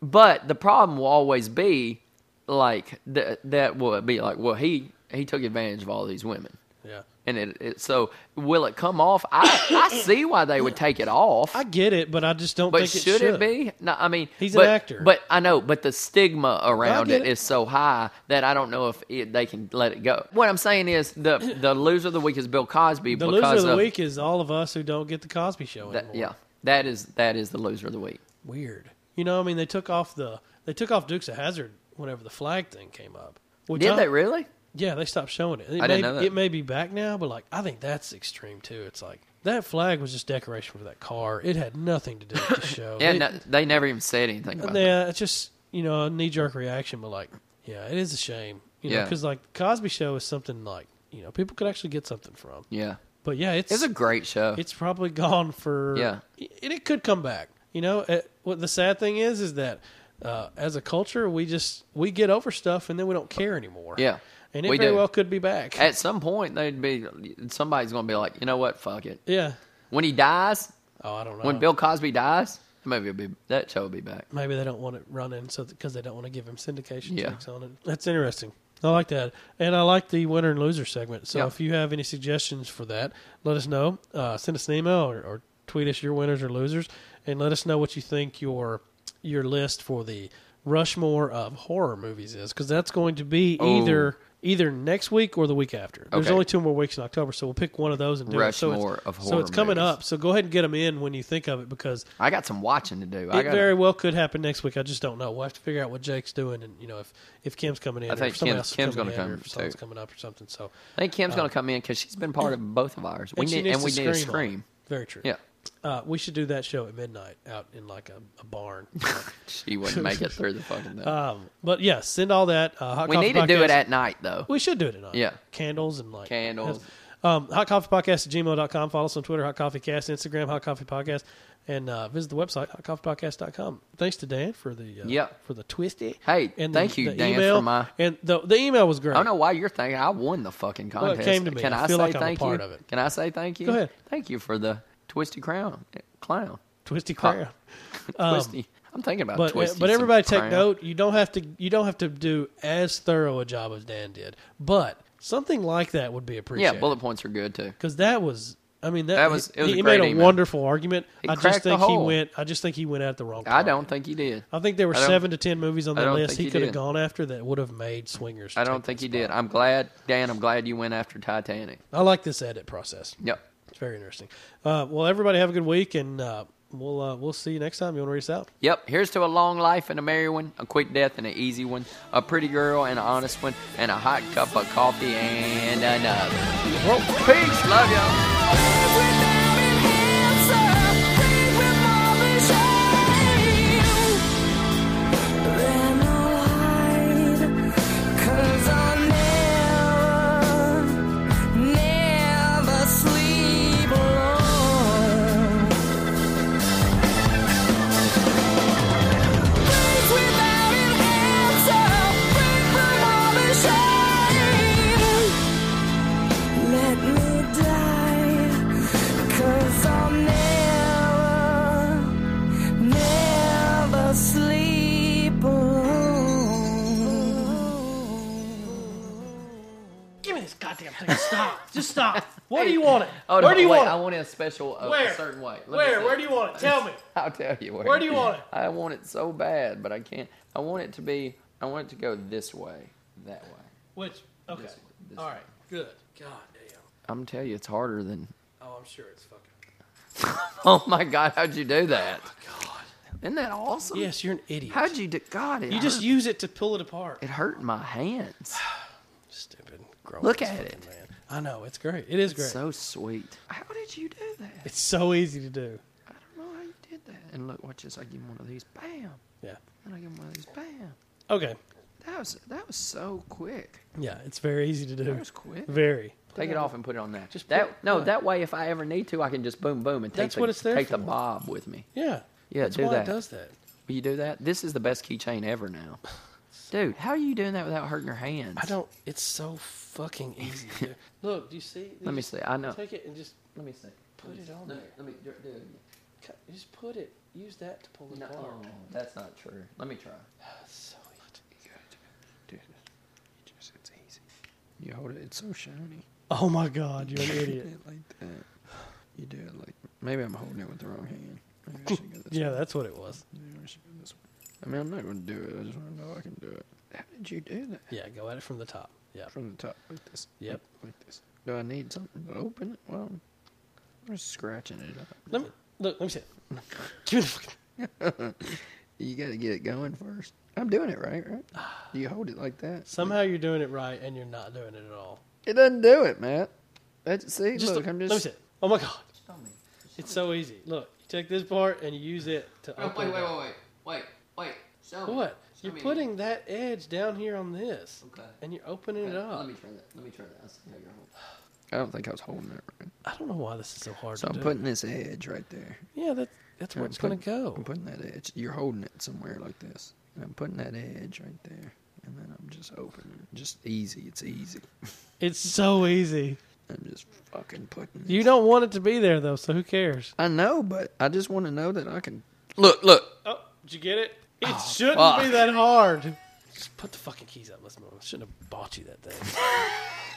[SPEAKER 1] But the problem will always be like th- that will be like well he he took advantage of all these women.
[SPEAKER 2] Yeah.
[SPEAKER 1] And it, it so will it come off? I, I see why they would take it off.
[SPEAKER 2] I get it, but I just don't
[SPEAKER 1] But
[SPEAKER 2] think it
[SPEAKER 1] should, it be? No, I mean
[SPEAKER 2] He's an
[SPEAKER 1] but,
[SPEAKER 2] actor.
[SPEAKER 1] But I know, but the stigma around
[SPEAKER 2] get
[SPEAKER 1] it
[SPEAKER 2] it.
[SPEAKER 1] is so high that I don't know if it, they can let it go. What I'm saying is the the loser of the week is Bill Cosby
[SPEAKER 2] The
[SPEAKER 1] because
[SPEAKER 2] loser of the
[SPEAKER 1] of
[SPEAKER 2] week is all of us who don't get the Cosby Show anymore.
[SPEAKER 1] that, yeah, that is that is the loser of the week.
[SPEAKER 2] weird. You know, I mean, they took off the they took off Dukes of Hazard whenever the flag thing came up. Which
[SPEAKER 1] Did
[SPEAKER 2] I-
[SPEAKER 1] they really?
[SPEAKER 2] Yeah, they stopped showing it. It
[SPEAKER 1] I
[SPEAKER 2] may,
[SPEAKER 1] didn't know that.
[SPEAKER 2] It may be back now, but like I think that's extreme too. It's like that flag was just decoration for that car. It had nothing to do with the show.
[SPEAKER 1] Yeah,
[SPEAKER 2] It- uh,
[SPEAKER 1] no, uh, they never even said anything about that.
[SPEAKER 2] Yeah, it's just you know a knee jerk reaction, but like, yeah, it is a shame. You know,
[SPEAKER 1] Yeah.
[SPEAKER 2] because like the Cosby Show is something like you know people could actually get something from.
[SPEAKER 1] Yeah,
[SPEAKER 2] But yeah, it's
[SPEAKER 1] it's a great show.
[SPEAKER 2] it's probably gone for
[SPEAKER 1] Yeah.
[SPEAKER 2] and it could come back. You know, it, what the sad thing is is that uh, as a culture, we just we get over stuff and then we don't care anymore.
[SPEAKER 1] Yeah,
[SPEAKER 2] and it
[SPEAKER 1] we
[SPEAKER 2] very
[SPEAKER 1] do.
[SPEAKER 2] well could be back.
[SPEAKER 1] At some point, they'd be somebody's going to be like, you know what? Fuck it.
[SPEAKER 2] yeah.
[SPEAKER 1] When he dies,
[SPEAKER 2] Oh, I don't know.
[SPEAKER 1] when Bill Cosby dies, maybe it'll be that show will be back.
[SPEAKER 2] maybe they don't want it running so because they don't want to give him syndication
[SPEAKER 1] Yeah.
[SPEAKER 2] checks on it. That's interesting. I like that, and I like the winner and loser segment. So
[SPEAKER 1] Yeah.
[SPEAKER 2] if you have any suggestions for that, let us know. Uh, send us an email or, or tweet us your winners or losers, and let us know what you think your your list for the Rushmore of horror movies is, because that's going to be
[SPEAKER 1] Oh.
[SPEAKER 2] either either next week or the week after. There's
[SPEAKER 1] Okay.
[SPEAKER 2] only two more weeks in October, so we'll pick one of those and do it. So
[SPEAKER 1] Rushmore
[SPEAKER 2] it's,
[SPEAKER 1] of
[SPEAKER 2] so
[SPEAKER 1] horror
[SPEAKER 2] it's coming
[SPEAKER 1] movies.
[SPEAKER 2] up. So go ahead and get them in when you think of it, because
[SPEAKER 1] I got some watching to do. I
[SPEAKER 2] it
[SPEAKER 1] got
[SPEAKER 2] very well could happen next week. I just don't know. We'll have to figure out what Jake's doing, and you know if if Kim's coming in,
[SPEAKER 1] I
[SPEAKER 2] or
[SPEAKER 1] think
[SPEAKER 2] if someone
[SPEAKER 1] Kim-
[SPEAKER 2] else is
[SPEAKER 1] Kim's
[SPEAKER 2] coming
[SPEAKER 1] gonna
[SPEAKER 2] in, or
[SPEAKER 1] come,
[SPEAKER 2] if someone's
[SPEAKER 1] too.
[SPEAKER 2] coming up or something. So
[SPEAKER 1] I think Kim's going to come in because she's been part of both of ours. We
[SPEAKER 2] Uh, and she
[SPEAKER 1] need,
[SPEAKER 2] needs
[SPEAKER 1] and we
[SPEAKER 2] to
[SPEAKER 1] need to
[SPEAKER 2] scream on it.
[SPEAKER 1] scream.
[SPEAKER 2] Very true.
[SPEAKER 1] Yeah.
[SPEAKER 2] Uh, we should do that show at midnight out in like a, a barn.
[SPEAKER 1] She wouldn't make it through the fucking thing.
[SPEAKER 2] um, but yeah, send all that. Uh, hot
[SPEAKER 1] we
[SPEAKER 2] coffee
[SPEAKER 1] need to do
[SPEAKER 2] podcast.
[SPEAKER 1] it at night though.
[SPEAKER 2] We should do it at night.
[SPEAKER 1] Yeah.
[SPEAKER 2] Candles and like
[SPEAKER 1] Candles.
[SPEAKER 2] Um, hot coffee podcast at gmail.com. Follow us on Twitter, hot coffee cast, Instagram, hot coffee podcast, and uh, visit the website, hotcoffeepodcast.com. Thanks to Dan for the uh,
[SPEAKER 1] Yep.
[SPEAKER 2] for the twisty.
[SPEAKER 1] Hey,
[SPEAKER 2] and
[SPEAKER 1] thank you, Dan, for
[SPEAKER 2] email,
[SPEAKER 1] my-
[SPEAKER 2] and the the email was great.
[SPEAKER 1] I don't know why you're thinking I won the fucking
[SPEAKER 2] it
[SPEAKER 1] contest.
[SPEAKER 2] came to me.
[SPEAKER 1] Can
[SPEAKER 2] I
[SPEAKER 1] I,
[SPEAKER 2] feel
[SPEAKER 1] say
[SPEAKER 2] like I'm a
[SPEAKER 1] thank
[SPEAKER 2] part
[SPEAKER 1] you?
[SPEAKER 2] of it.
[SPEAKER 1] Can I say thank you?
[SPEAKER 2] Go ahead.
[SPEAKER 1] Thank you for the twisty crown clown.
[SPEAKER 2] Twisty crown.
[SPEAKER 1] twisty. I'm thinking about
[SPEAKER 2] Um, But uh,
[SPEAKER 1] twisty.
[SPEAKER 2] but
[SPEAKER 1] some
[SPEAKER 2] everybody take
[SPEAKER 1] crown.
[SPEAKER 2] note. You don't have to you don't have to do as thorough a job as Dan did, but something like that would be appreciated.
[SPEAKER 1] Yeah, bullet points are good too.
[SPEAKER 2] because that was I mean that,
[SPEAKER 1] That was-
[SPEAKER 2] he,
[SPEAKER 1] it was a
[SPEAKER 2] he
[SPEAKER 1] great
[SPEAKER 2] made a
[SPEAKER 1] email.
[SPEAKER 2] wonderful argument.
[SPEAKER 1] He
[SPEAKER 2] I just
[SPEAKER 1] cracked the
[SPEAKER 2] think he
[SPEAKER 1] hole.
[SPEAKER 2] went. I just think he went at the wrong.
[SPEAKER 1] I
[SPEAKER 2] target.
[SPEAKER 1] don't think he did.
[SPEAKER 2] I think there were
[SPEAKER 1] I don't-
[SPEAKER 2] seven to ten movies on
[SPEAKER 1] I
[SPEAKER 2] the
[SPEAKER 1] don't
[SPEAKER 2] list
[SPEAKER 1] think
[SPEAKER 2] he
[SPEAKER 1] he
[SPEAKER 2] could have
[SPEAKER 1] did.
[SPEAKER 2] gone after that would have made swingers.
[SPEAKER 1] I
[SPEAKER 2] take
[SPEAKER 1] don't
[SPEAKER 2] that
[SPEAKER 1] think he
[SPEAKER 2] spot.
[SPEAKER 1] did. I'm glad, Dan. I'm glad you went after Titanic.
[SPEAKER 2] I like this edit process.
[SPEAKER 1] Yep.
[SPEAKER 2] It's very interesting. Uh, well, everybody have a good week, and uh, we'll uh, we'll see you next time. You want to read us out?
[SPEAKER 1] Yep. Here's to a long life and a merry one, a quick death and an easy one, a pretty girl and an honest one, and a hot cup of coffee and another. Peace. Love y'all.
[SPEAKER 3] Without an answer, breathe with all the shame. Then I'll hide, 'cause I'll never, never sleep alone. Breathe without an answer, breathe with all the shame. Let me die, cause I'll never, never sleep alone.
[SPEAKER 2] Give me this goddamn thing. Stop. Just stop. Where do you want it?
[SPEAKER 1] Oh,
[SPEAKER 2] where
[SPEAKER 1] no,
[SPEAKER 2] do you
[SPEAKER 1] wait,
[SPEAKER 2] want
[SPEAKER 1] I
[SPEAKER 2] it?
[SPEAKER 1] want it a special, uh, a,
[SPEAKER 2] Where?
[SPEAKER 1] a certain way. Let me
[SPEAKER 2] Where?
[SPEAKER 1] see.
[SPEAKER 2] Where do you want it? Tell me.
[SPEAKER 1] I'll tell you where.
[SPEAKER 2] Where do you want it?
[SPEAKER 1] I want it so bad, but I can't. I want it to be. I want it to go this way, that way.
[SPEAKER 2] Which? Okay.
[SPEAKER 1] This one, this
[SPEAKER 2] All
[SPEAKER 1] one.
[SPEAKER 2] right. Good. God damn.
[SPEAKER 1] I'm telling you, it's harder than.
[SPEAKER 2] Oh, I'm sure it's fucking.
[SPEAKER 1] Oh my God! How'd you do that?
[SPEAKER 2] Oh God.
[SPEAKER 1] Isn't that awesome?
[SPEAKER 2] Yes, you're an idiot.
[SPEAKER 1] How'd you do? God, it
[SPEAKER 2] you just
[SPEAKER 1] hurt.
[SPEAKER 2] use it to pull it apart.
[SPEAKER 1] it hurt my hands.
[SPEAKER 2] Stupid. Grown
[SPEAKER 1] Look
[SPEAKER 2] ass
[SPEAKER 1] at
[SPEAKER 2] fucking
[SPEAKER 1] it.
[SPEAKER 2] Man. I know it's great. It is great.
[SPEAKER 1] So sweet. How did you do that?
[SPEAKER 2] it's so easy to do.
[SPEAKER 1] I don't know how you did that. And look, watch this. I give him one of these. Bam.
[SPEAKER 2] Yeah.
[SPEAKER 1] And I give him one of these. Bam.
[SPEAKER 2] Okay.
[SPEAKER 1] That was that was so quick.
[SPEAKER 2] Yeah, it's very easy to do.
[SPEAKER 1] That was quick.
[SPEAKER 2] Very.
[SPEAKER 1] Take it off and put it on that.
[SPEAKER 2] Just
[SPEAKER 1] that
[SPEAKER 2] put-
[SPEAKER 1] no,
[SPEAKER 2] what?
[SPEAKER 1] that way if I ever need to, I can just boom boom and take
[SPEAKER 2] That's
[SPEAKER 1] the,
[SPEAKER 2] what it's there
[SPEAKER 1] take the
[SPEAKER 2] for.
[SPEAKER 1] bob with me.
[SPEAKER 2] Yeah.
[SPEAKER 1] Yeah,
[SPEAKER 2] That's
[SPEAKER 1] do
[SPEAKER 2] why
[SPEAKER 1] that.
[SPEAKER 2] it does that.
[SPEAKER 1] Will you do that? This is the best keychain ever now. Dude, how are you doing that without hurting your hands?
[SPEAKER 2] I don't. It's so fucking easy. to do. Look, do you see? You
[SPEAKER 1] Let me
[SPEAKER 2] just
[SPEAKER 1] see. I know.
[SPEAKER 2] Take it and just
[SPEAKER 1] Let me see.
[SPEAKER 2] Put it on
[SPEAKER 1] let
[SPEAKER 2] there.
[SPEAKER 1] Me, let me do do it. again.
[SPEAKER 2] cut, just put it. Use that to pull it
[SPEAKER 1] No, oh,
[SPEAKER 2] apart.
[SPEAKER 1] that's not true. Let me try.
[SPEAKER 2] That's so easy.
[SPEAKER 1] It's easy. You hold it. It's so shiny.
[SPEAKER 2] Oh my God, you're an idiot.
[SPEAKER 1] like that. You do it like maybe I'm holding it with the wrong hand. Maybe I should go this
[SPEAKER 2] yeah, that's what it was.
[SPEAKER 1] I mean, I'm not going to do it. I just want to know I can do it. How did you do that?
[SPEAKER 2] Yeah, go at it from the top. Yeah.
[SPEAKER 1] From the top, like this.
[SPEAKER 2] Yep.
[SPEAKER 1] Like, like this. Do I need something to open it? Well, I'm just scratching it up.
[SPEAKER 2] Let me look. Let me see. It. Give me the fucking.
[SPEAKER 1] You got to get it going first. I'm doing it right, right? Do you hold it like that?
[SPEAKER 2] Somehow you're doing it right, and you're not doing it at all.
[SPEAKER 1] It doesn't do it, Matt. That's, see,
[SPEAKER 2] Just
[SPEAKER 1] look, I'm just.
[SPEAKER 2] Let me see. It. Oh my God,
[SPEAKER 1] Tell me.
[SPEAKER 2] it's so easy. Look, you take this part and you use it to
[SPEAKER 1] Oh,
[SPEAKER 2] open.
[SPEAKER 1] wait,
[SPEAKER 2] it
[SPEAKER 1] wait,
[SPEAKER 2] up.
[SPEAKER 1] wait, wait, wait, wait. Show me.
[SPEAKER 2] What?
[SPEAKER 1] Show
[SPEAKER 2] You're
[SPEAKER 1] me.
[SPEAKER 2] putting that edge down here on this,
[SPEAKER 1] Okay.
[SPEAKER 2] and you're opening it
[SPEAKER 1] Okay,
[SPEAKER 2] up.
[SPEAKER 1] Let me try that. Let me try that. I'll see how you're holding. I don't think I was holding it right.
[SPEAKER 2] I don't know why this is so hard
[SPEAKER 1] So
[SPEAKER 2] to
[SPEAKER 1] I'm
[SPEAKER 2] do.
[SPEAKER 1] putting this edge right there.
[SPEAKER 2] yeah, that's that's where
[SPEAKER 1] I'm
[SPEAKER 2] it's gonna
[SPEAKER 1] putting-
[SPEAKER 2] go.
[SPEAKER 1] I'm putting that edge. You're holding it somewhere like this, and I'm putting that edge right there, and then I'm just opening. it. Just easy. It's easy.
[SPEAKER 2] It's so easy.
[SPEAKER 1] I'm just fucking putting.
[SPEAKER 2] You don't want it to be there though, so who cares?
[SPEAKER 1] I know, but I just want to know that I can. Look, look.
[SPEAKER 2] Oh, did you get it? It shouldn't
[SPEAKER 1] fuck.
[SPEAKER 2] be that hard. Just put the fucking keys up. Let's move. I shouldn't have bought you that thing.